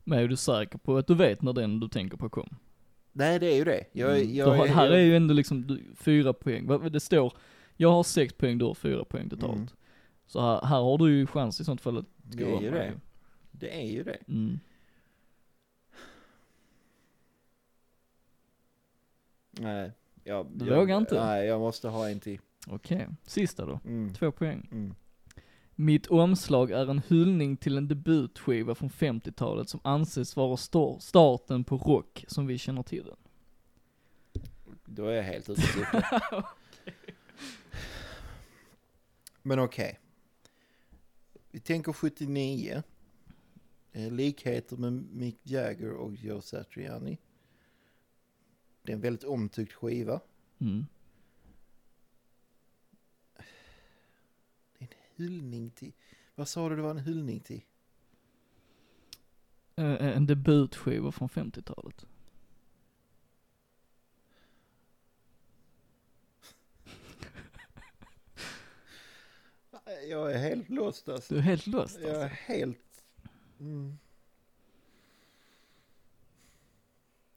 Speaker 2: men är du säker på att du vet när den du tänker på kom?
Speaker 1: Nej, det är ju det. Jag,
Speaker 2: Mm. du
Speaker 1: jag,
Speaker 2: har, här
Speaker 1: jag,
Speaker 2: är ju ändå liksom du, fyra poäng, Vad- det står, jag har sex poäng, du har fyra poäng totalt.
Speaker 1: Mm.
Speaker 2: Så här, här har du ju chans i sånt fall att
Speaker 1: Det är ju
Speaker 2: om
Speaker 1: det. Det är ju det.
Speaker 2: Mm.
Speaker 1: Nej, jag,
Speaker 2: Du
Speaker 1: jag,
Speaker 2: vågar inte?
Speaker 1: Nej, jag måste ha en till.
Speaker 2: Okej, sista då.
Speaker 1: Mm.
Speaker 2: Två poäng.
Speaker 1: Mm.
Speaker 2: Mitt omslag är en hyllning till en debutskiva från 50-talet som anses vara stor- starten på rock som vi känner till den.
Speaker 1: Då är jag helt ute och cyklar. Men okej. Vi tänker 79. Eh, Likheter med Mick Jagger och Joe Satriani. Det är en väldigt omtyckt skiva.
Speaker 2: Mm.
Speaker 1: Det är en hyllning till... Vad sa du det var en hyllning till?
Speaker 2: Eh, En debutskiva från 50-talet.
Speaker 1: Nej, Jag är helt lost alltså.
Speaker 2: Du är helt lost
Speaker 1: Jag är
Speaker 2: alltså.
Speaker 1: helt... Mm.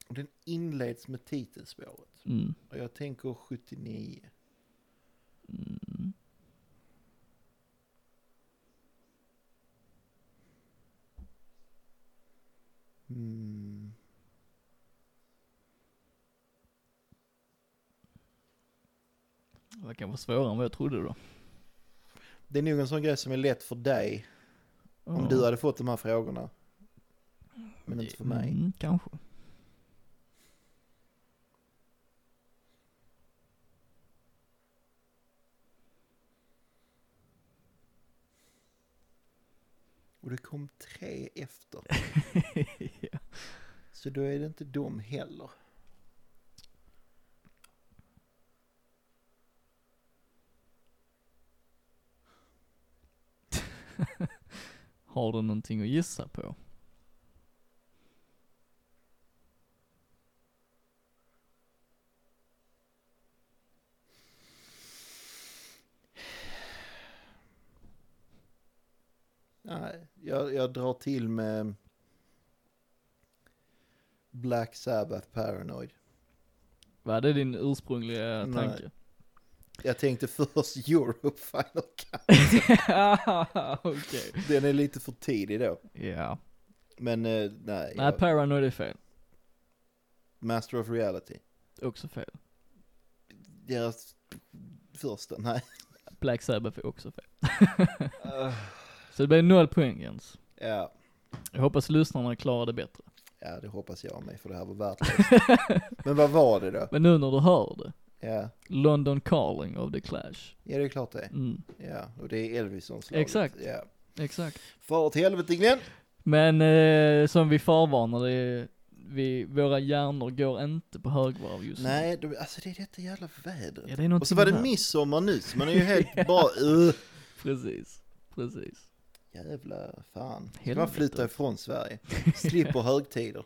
Speaker 1: Och Den inleds med titelspåret.
Speaker 2: Mm.
Speaker 1: Och jag tänker 79.
Speaker 2: Mm.
Speaker 1: Mm.
Speaker 2: Det kan vara svårare än vad jag trodde då.
Speaker 1: Det är nog en sån grej som är lätt för dig om
Speaker 2: Ja.
Speaker 1: du hade fått de här frågorna. Men inte för mig.
Speaker 2: Mm, kanske.
Speaker 1: Och det kom tre efter. Så då är det inte dem heller.
Speaker 2: Har du någonting att gissa på?
Speaker 1: Nej, jag, jag drar till med Black Sabbath Paranoid.
Speaker 2: Var det din ursprungliga
Speaker 1: Nej.
Speaker 2: tanke?
Speaker 1: Jag tänkte först Europe Final Cut.
Speaker 2: Okej.
Speaker 1: Den är lite för tidig då.
Speaker 2: Ja.
Speaker 1: Men eh, nej,
Speaker 2: Nej,
Speaker 1: jag,
Speaker 2: Paranoid är fel.
Speaker 1: Master of Reality.
Speaker 2: Också fel.
Speaker 1: Deras första, nej.
Speaker 6: Eh.
Speaker 2: Black Sabbath är också fel. Så det blir noll poäng Jens.
Speaker 1: Ja.
Speaker 2: Jag hoppas lyssnarna klarar det bättre.
Speaker 1: Ja, det hoppas jag med, för det här var värdelöst. Men vad var det då?
Speaker 2: Men nu när du hör det,
Speaker 1: Ja,
Speaker 2: London Calling av The Clash.
Speaker 1: ja det är klart det.
Speaker 2: Mm,
Speaker 1: Ja, och det är Elvis-omslaget.
Speaker 2: Exakt.
Speaker 1: Ja.
Speaker 2: exakt.
Speaker 1: Far åt helvete Glenn!
Speaker 2: Men eh, som vi förvarnade, vi, våra hjärnor går inte på högvarv just nu.
Speaker 1: Nej, de, alltså det är detta jävla vädret.
Speaker 2: Ja, det är någonting
Speaker 6: Och så var det
Speaker 2: med-
Speaker 6: midsommar nu, så man är ju helt bara... Uh,
Speaker 2: Precis, precis.
Speaker 1: Jävla fan. Ska man
Speaker 2: Helvete.
Speaker 1: flytta ifrån Sverige? Slipper högtider.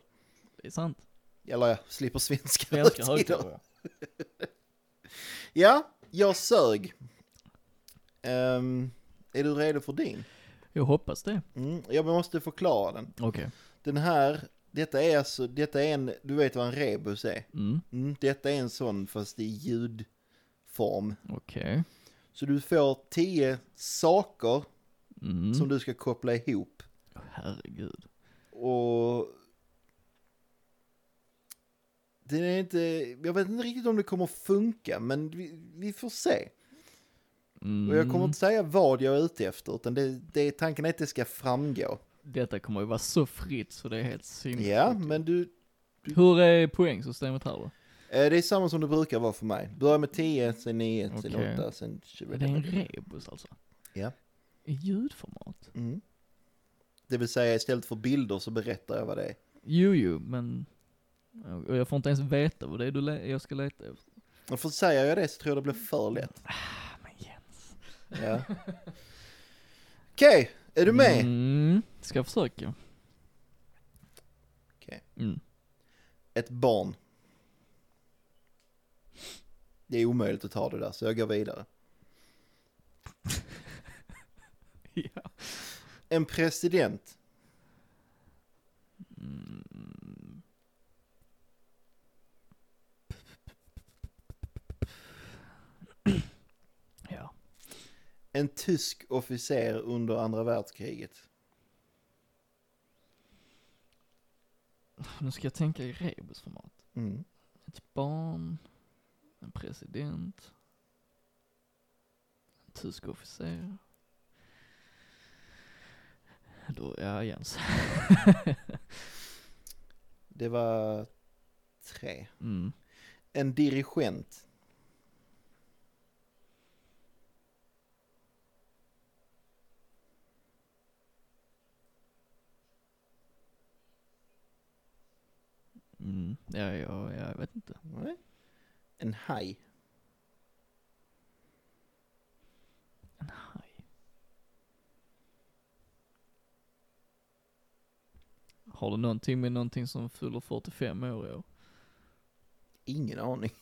Speaker 2: Det är sant.
Speaker 1: Eller ja, slipper svenska,
Speaker 2: Svenska
Speaker 1: högtider.
Speaker 2: högtalare.
Speaker 1: Ja, jag sög. Ehm, är du redo för din?
Speaker 2: Jag hoppas det.
Speaker 1: Mm, jag måste förklara den.
Speaker 2: Okej.
Speaker 1: Den här, detta är alltså, detta är en, du vet vad en rebus är?
Speaker 2: Mm.
Speaker 1: Mm, detta är en sån fast i ljudform.
Speaker 2: Okej.
Speaker 1: Så du får tio saker
Speaker 2: Mm.
Speaker 1: som du ska koppla ihop.
Speaker 2: Herregud.
Speaker 1: Och... Det är inte, jag vet inte riktigt om det kommer funka, men vi, vi får se.
Speaker 2: Mm.
Speaker 1: Och jag kommer inte säga vad jag är ute efter, utan det, det, tanken är att det ska framgå.
Speaker 2: Detta kommer ju vara så fritt så det är helt sinnessjukt.
Speaker 1: Ja, men du,
Speaker 2: Hur är poängsystemet här då?
Speaker 1: eh, det är samma som det brukar vara för mig. Börja med 10, sen 9, sen
Speaker 2: Okej.
Speaker 1: 8, sen
Speaker 2: Är det en
Speaker 1: 20.
Speaker 2: rebus alltså?
Speaker 1: Ja.
Speaker 2: I ljudformat?
Speaker 1: Mm. Det vill säga istället för bilder så berättar jag vad det är.
Speaker 2: Jo, jo, men... Och jag får inte ens veta vad det är du le- jag ska leta efter.
Speaker 1: Och för säger jag det så tror jag det blir för lätt.
Speaker 2: Ah, men Jens.
Speaker 1: Ja. Okej, är du med?
Speaker 2: Mm, ska jag försöka.
Speaker 1: Okej.
Speaker 2: Mm.
Speaker 1: Ett barn. Det är omöjligt att ta det där, så jag går vidare.
Speaker 2: Ja.
Speaker 1: En president.
Speaker 2: ja.
Speaker 1: En tysk officer under andra världskriget.
Speaker 2: Nu ska jag tänka i rebusformat.
Speaker 1: Mm.
Speaker 2: Ett barn, en president, en tysk officer. Då, ja Jens.
Speaker 1: Det var tre.
Speaker 2: Mm.
Speaker 1: En dirigent.
Speaker 2: Mm. Ja, ja, ja, jag vet inte.
Speaker 1: Nej. En haj.
Speaker 2: En haj. Har du någonting med någonting som fyller 45 år i år?
Speaker 1: Ingen aning.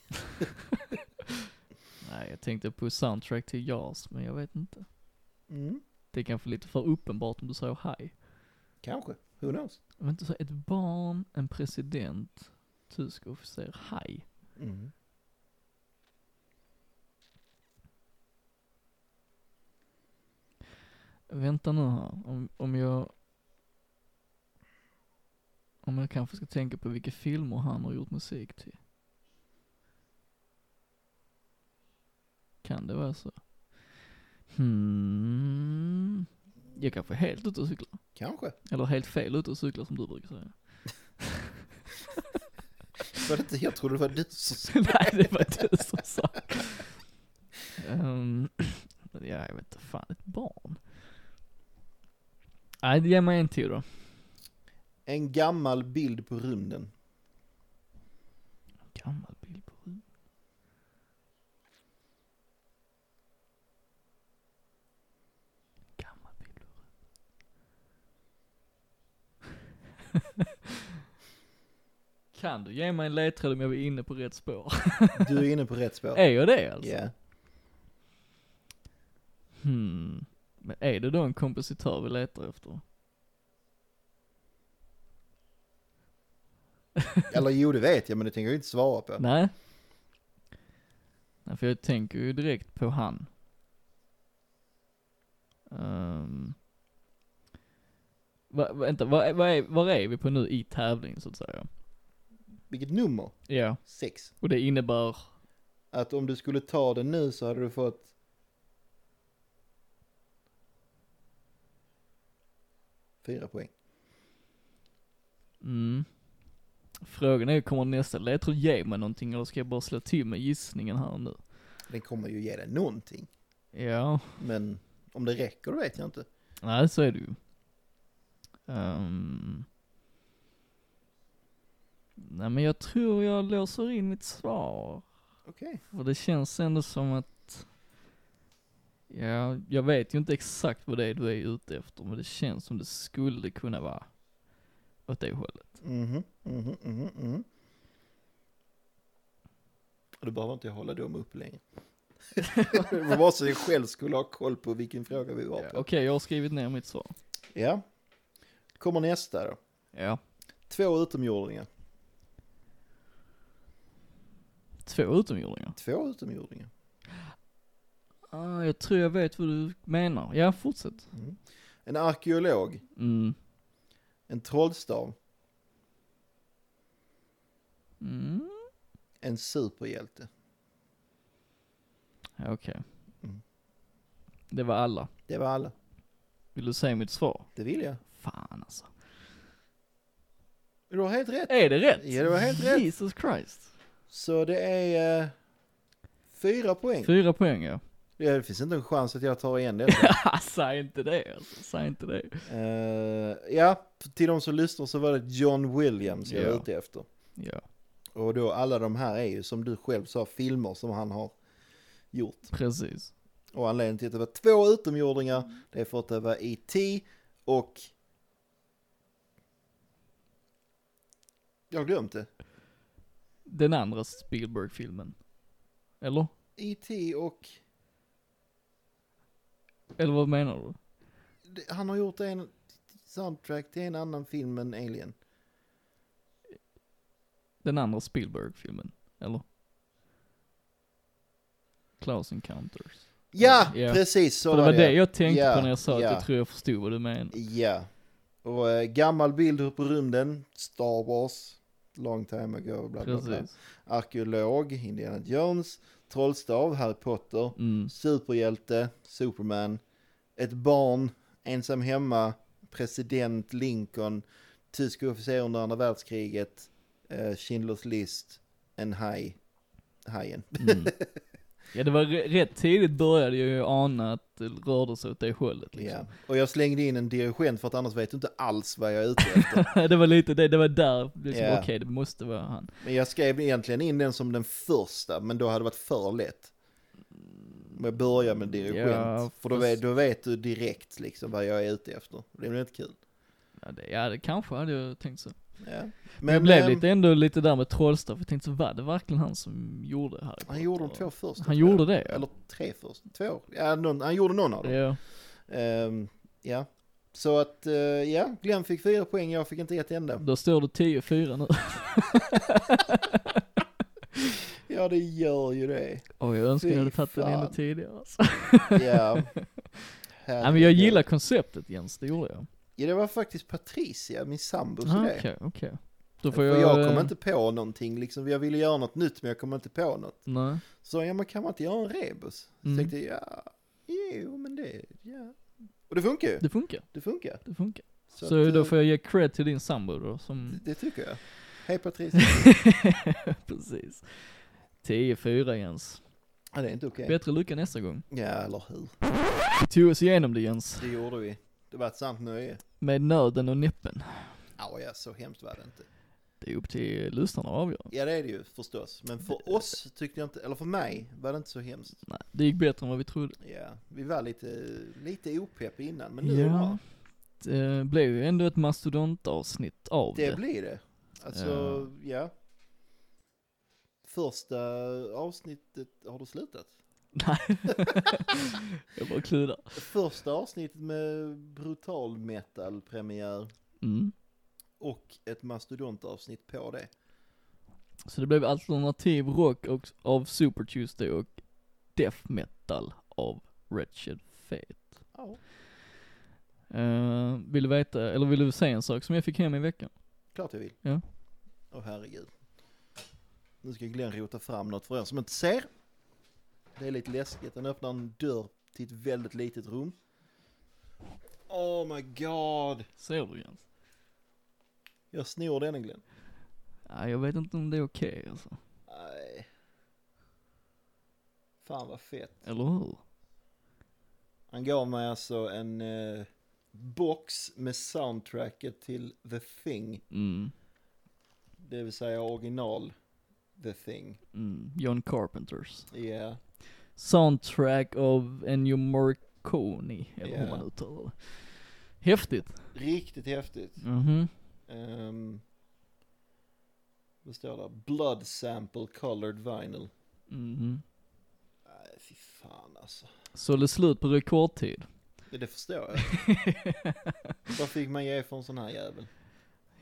Speaker 2: Nej, jag tänkte på soundtrack till Jazz, men jag vet inte.
Speaker 1: Mm.
Speaker 2: Det är kanske lite för uppenbart om du säger haj.
Speaker 1: Kanske. Who knows?
Speaker 2: Men inte så, ett barn, en president, tysk officer, haj.
Speaker 1: Mm.
Speaker 2: Vänta nu här, om, om jag... Om jag kanske ska tänka på vilka filmer han har gjort musik till. Kan det vara så? Hmm. Jag kanske är helt ute och cyklar.
Speaker 1: Kanske.
Speaker 2: Eller helt fel ute och cyklar som du brukar säga.
Speaker 1: Var det inte, jag trodde det var du som sa
Speaker 2: Nej, det var du som sa. Ehm, ja, jag vet inte, fan ett barn. Nej, ge mig en till då.
Speaker 1: En gammal bild på rymden.
Speaker 2: Gammal bild på rymden. Gammal bild på rymden. Kan du ge mig en ledtråd om jag är inne på rätt spår?
Speaker 1: Du är inne på rätt spår.
Speaker 2: Är jag det alltså?
Speaker 1: Ja.
Speaker 2: Hmm. Men är det då en kompositör vi letar efter?
Speaker 1: Eller jo, det vet jag, men det tänker jag inte svara på.
Speaker 2: Nej? Nej, för jag tänker ju direkt på han. Um, va, vänta, vad va är, var är vi på nu i tävlingen så att säga?
Speaker 1: Vilket nummer?
Speaker 2: Ja,
Speaker 1: Sex.
Speaker 2: och det innebär...
Speaker 1: Att om du skulle ta den nu så hade du fått... Fyra poäng.
Speaker 2: Mm. Frågan är, kommer nästa ledtråd ge mig någonting eller ska jag bara slå till med gissningen här nu?
Speaker 1: Den kommer ju ge dig någonting.
Speaker 2: Ja,
Speaker 1: Men om det räcker det vet jag inte.
Speaker 2: nej så är det ju. Ehm. Nej men jag tror jag låser in mitt svar.
Speaker 1: Okej.
Speaker 2: För det känns ändå som att, ja, jag vet ju inte exakt vad det är du är ute efter, men det känns som det skulle kunna vara åt det hållet.
Speaker 1: Mhm, mhm, mhm, mhm. Och Då behöver inte jag hålla dem upp längre. det var bara så jag själv skulle ha koll på vilken fråga vi var
Speaker 2: Ja, Okej,
Speaker 1: på.
Speaker 2: jag har skrivit ner mitt svar.
Speaker 1: Ja. Kommer nästa då.
Speaker 2: Ja.
Speaker 1: Två utomjordingar.
Speaker 2: Två utomjordingar.
Speaker 1: Två utomjordingar.
Speaker 2: Ah, jag tror jag vet vad du menar. Ja, fortsätt.
Speaker 1: En arkeolog.
Speaker 2: Mm.
Speaker 1: En trollstav.
Speaker 2: Mm.
Speaker 1: En superhjälte.
Speaker 2: Okej.
Speaker 1: Mm.
Speaker 2: Det var alla.
Speaker 1: Det var alla.
Speaker 2: Vill du säga mitt svar?
Speaker 1: Det vill jag.
Speaker 2: Fan alltså.
Speaker 1: Du har helt rätt.
Speaker 2: Är det rätt?
Speaker 1: Ja, det var helt rätt.
Speaker 2: Jesus Christ.
Speaker 1: Så det är eh, fyra poäng.
Speaker 2: Fyra poäng ja.
Speaker 1: Ja, det finns inte en chans att jag tar igen det.
Speaker 2: Säg inte det alltså. Säg inte det.
Speaker 1: Eh, ja, till de som lyssnar så var det John Williams jag
Speaker 2: Ja.
Speaker 1: var ute efter.
Speaker 2: Ja,
Speaker 1: Och då alla de här är ju som du själv sa filmer som han har gjort.
Speaker 2: precis.
Speaker 1: Och anledningen till att det var två utomjordingar det är för att det var E.T. och... Jag har glömt det.
Speaker 2: Den andra Spielberg-filmen. Eller?
Speaker 1: E.T. E och...
Speaker 2: Eller vad menar du?
Speaker 1: Han har gjort en soundtrack till en annan film än Alien.
Speaker 2: Den andra Spielberg-filmen. Eller? Close Encounters.
Speaker 1: Ja,
Speaker 2: Ja.
Speaker 1: precis så
Speaker 2: För det var det
Speaker 1: det.
Speaker 2: jag tänkte
Speaker 1: Ja,
Speaker 2: på när jag sa
Speaker 1: ja.
Speaker 2: att jag tror jag förstod vad du menade.
Speaker 1: Ja. Och eh, gammal bild upp i rymden, Star Wars, long time ago, bla bla bla.
Speaker 2: Precis.
Speaker 1: Arkeolog, Indiana Jones, trollstav, Harry Potter,
Speaker 2: Mm.
Speaker 1: superhjälte, Superman, ett barn, ensam hemma, president Lincoln, tysk officer under andra världskriget, eh, Schindler's list, en haj, hajen.
Speaker 2: Mm. Ja det var r- rätt tidigt började jag ju ana att det rörde sig åt det hållet liksom.
Speaker 1: Ja. Och jag slängde in en dirigent för att annars vet du inte alls vad jag är ute efter.
Speaker 2: det var lite det, det var där liksom,
Speaker 1: Ja.
Speaker 2: okej det måste vara han.
Speaker 1: Men jag skrev egentligen in den som den första, men då hade det varit för lätt. Om jag börjar med dirigent,
Speaker 2: Ja,
Speaker 1: för då
Speaker 2: fast-
Speaker 1: vet, då vet du direkt liksom vad jag är ute efter. Det blir inte kul.
Speaker 2: Ja det, ja, det kanske hade jag tänkt så.
Speaker 1: Ja.
Speaker 2: Men jag blev
Speaker 1: ehm,
Speaker 2: lite ändå lite där med Trollstav, för jag tänkte så var det verkligen han som gjorde Harry Potter?
Speaker 1: Han gjorde de två första.
Speaker 2: Han
Speaker 1: tror
Speaker 2: gjorde
Speaker 1: jag.
Speaker 2: det? ja.
Speaker 1: Eller tre första, två. Ja, någon, han gjorde någon av dem.
Speaker 2: Ja.
Speaker 1: Ehm, ja. Så att, eh, ja, Glenn fick fyra poäng, jag fick inte ett enda.
Speaker 2: Då står det 10-4 nu.
Speaker 1: Ja, det gör ju det.
Speaker 2: Och jag önskar jag hade
Speaker 1: Fy
Speaker 2: tagit den ännu
Speaker 1: fan.
Speaker 2: tidigare alltså.
Speaker 1: Ja.
Speaker 2: Nej men jag gillar konceptet Jens, det gjorde jag.
Speaker 1: Ja, det var faktiskt Patricia, min sambo, som
Speaker 2: Ah,
Speaker 1: det.
Speaker 2: Okej, okej. Då får
Speaker 1: För
Speaker 2: jag...
Speaker 1: jag
Speaker 2: eh,
Speaker 1: kom inte på någonting, liksom, jag ville göra något nytt men jag kom inte på något.
Speaker 2: eh, Nej.
Speaker 1: Så ja, man kan man inte göra en rebus? Så
Speaker 2: Mm.
Speaker 1: tänkte jag, ja, jo men det, ja. Och det funkar ju,
Speaker 2: Det funkar,
Speaker 1: det funkar.
Speaker 2: det funkar. Så,
Speaker 1: att,
Speaker 2: då
Speaker 1: eh,
Speaker 2: får jag ge cred till din sambo då som...
Speaker 1: Det tycker jag. Hej Patricia.
Speaker 2: Precis. 10-4 Jens.
Speaker 1: ja, det är inte okej.
Speaker 2: Bättre lycka nästa gång.
Speaker 1: Ja, eller hur.
Speaker 2: Vi tog oss igenom det Jens.
Speaker 1: Det gjorde vi. Det var ett sant nöje.
Speaker 2: Med nöden och näppen.
Speaker 1: Ja, ja, så hemskt var det inte.
Speaker 2: Det är upp till lyssnarna att avgöra.
Speaker 1: Ja, det är det ju förstås. Men för oss tyckte jag inte, eller för mig, var det inte så hemskt.
Speaker 2: Nej, det gick bättre än vad vi trodde.
Speaker 1: Ja, vi var lite, lite opepp innan, men nu är det
Speaker 2: Ja.
Speaker 1: bra.
Speaker 2: Det eh, blev ju ändå ett mastodontavsnitt av det.
Speaker 1: Det blir det. Alltså, ja. Första avsnittet, har du slutat?
Speaker 2: Jag bara kludar.
Speaker 1: Första avsnittet med brutal metal premiär
Speaker 2: Mm.
Speaker 1: och ett mastodontavsnitt på det.
Speaker 2: Så det blev alternativ rock och, av Super Tuesday och death metal av Wretched Fate.
Speaker 1: Ja.
Speaker 2: Eh, vill du veta, eller vill du säga en sak som jag fick hem i veckan?
Speaker 1: Klart jag vill.
Speaker 2: Ja.
Speaker 1: Åh herregud. Nu ska Glenn rota fram något för er som inte ser. Det är lite läskigt. Han öppnar en dörr till ett väldigt litet rum. Oh my god.
Speaker 2: Ser du Jens?
Speaker 1: Jag snor den Glenn.
Speaker 2: Ja, jag vet inte om det är okej alltså.
Speaker 1: Nej. Fan vad fett.
Speaker 2: Eller hur?
Speaker 1: Han gav mig alltså en eh, box med soundtracket till The Thing.
Speaker 2: Mm.
Speaker 1: Det vill säga original The Thing.
Speaker 2: Mm. John Carpenters.
Speaker 1: Yeah.
Speaker 2: Soundtrack av Ennio Morricone, eller hur
Speaker 1: Ja.
Speaker 2: man uttalar det. Häftigt.
Speaker 1: Riktigt häftigt.
Speaker 2: Mhm.
Speaker 1: Ehm, vad står det? Blood sample colored vinyl.
Speaker 2: Mhm.
Speaker 1: Nej, fy fan alltså.
Speaker 2: Så det är slut på rekordtid.
Speaker 1: Det, det förstår jag. vad fick man ge för en sån här jävel?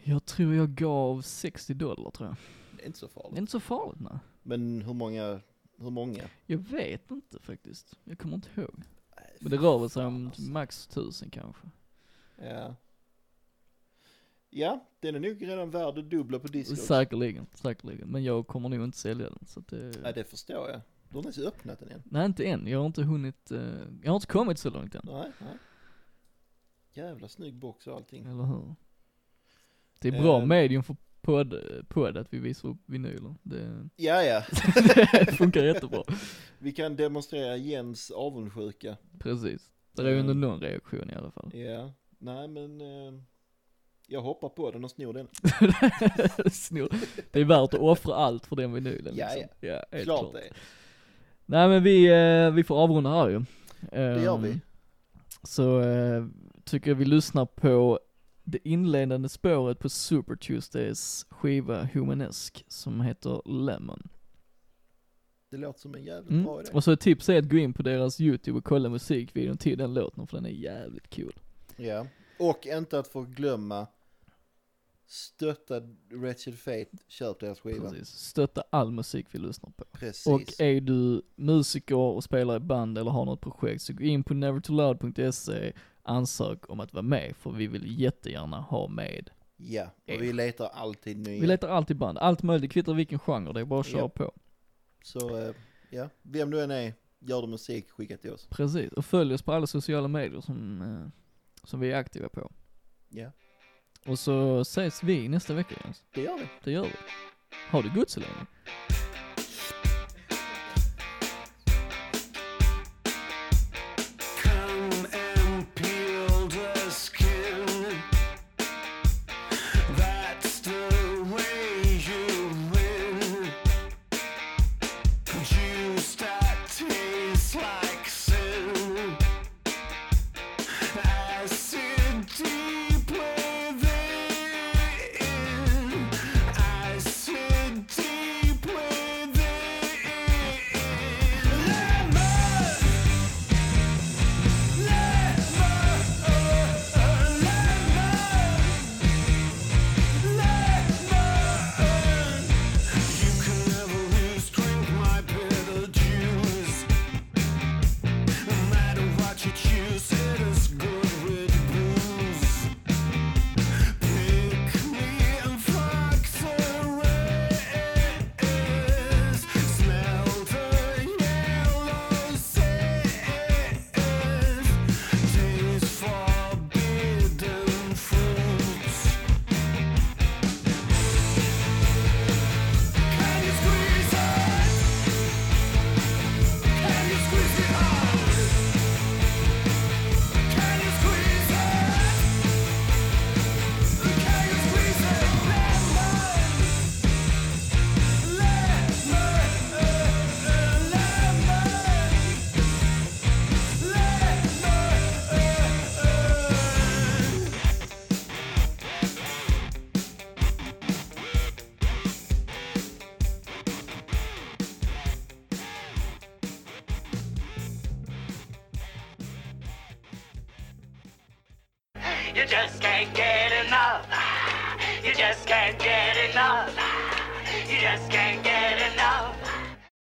Speaker 2: Jag tror jag gav 60 dollar tror jag.
Speaker 1: Det är inte så
Speaker 2: Det är
Speaker 1: farligt.
Speaker 2: inte så farligt nej.
Speaker 1: Men hur många, hur många?
Speaker 2: Jag vet inte faktiskt. Jag kommer inte ihåg. alltså. Men det rör väl sig om max 1000 kanske.
Speaker 1: Ja. Ja, den är nog redan värd det dubbla på Discord.
Speaker 2: Säkerligen, säkerligen. Men jag kommer nog inte sälja den så att det...
Speaker 1: Ja, det förstår jag. Du har inte ens öppnat den än.
Speaker 2: Nej inte än, jag har inte hunnit, eh, jag har inte kommit så långt än.
Speaker 1: Nej, nej. Jävla snygg box och allting.
Speaker 2: Eller hur? Det är bra
Speaker 1: Eh.
Speaker 2: medium för podd, podd att vi visar upp vinyler. Det
Speaker 1: Ja, ja.
Speaker 2: funkar jättebra.
Speaker 1: Vi kan demonstrera Jens avundsjuka.
Speaker 2: Precis. Det är ju ändå
Speaker 1: Mm.
Speaker 2: någon reaktion i alla fall.
Speaker 1: Ja. Nej, men... eh, jag hoppar på den och snor den.
Speaker 2: Snor. Det är värt att offra allt för den vinylen
Speaker 1: Ja,
Speaker 2: liksom. Ja, helt
Speaker 1: Klart,
Speaker 2: klart.
Speaker 1: det.
Speaker 2: Nej men vi, eh, vi får avrunda här ju. Ehm,
Speaker 1: Det gör vi.
Speaker 2: Så eh, tycker jag vi lyssnar på det inledande spåret på Super Tuesdays skiva Humanesk som heter Lemon.
Speaker 1: Det låter som en jävligt
Speaker 2: Mm.
Speaker 1: bra idé.
Speaker 2: Och så ett tips är att gå in på deras YouTube och kolla musikvideon till den låten för den är jävligt cool.
Speaker 1: Ja. Och inte att förglömma. Stötta Wretched Fate. Köp deras skiva.
Speaker 2: Precis. Stötta all musik vi lyssnar på.
Speaker 1: Precis.
Speaker 2: Och är du musiker och spelar i band eller har något projekt så gå in på nevertoloud.se, E, ansök om att vara med för vi vill jättegärna ha med.
Speaker 1: Ja, och vi letar alltid nya.
Speaker 2: Vi letar alltid band, allt möjligt, kvittar vilken genre, det är bara att köra
Speaker 1: Ja.
Speaker 2: på.
Speaker 1: Så eh, ja, vem du än är, gör du musik, skicka till oss.
Speaker 2: Precis, och följ oss på alla sociala medier som, eh, som vi är aktiva på.
Speaker 1: Ja,
Speaker 2: Och så ses vi nästa vecka Jens,
Speaker 1: det gör vi.
Speaker 2: det gör vi. Ha det gott så länge.
Speaker 4: Come and peel the skin. That's the way you win. Juice that tastes like sin. Acid deep within. Acid deep within. Lemon. You can never lose, drink my bitter juice. No matter what you choose, it is good with booze. Pick me and fuck the rest. Smell the yellow zest. Taste forbidden fruits. Can you squeeze it? Can you squeeze it out? Can you squeeze it? Can you squeeze it? Lemon, lemon, lemon.
Speaker 3: You just can't get enough.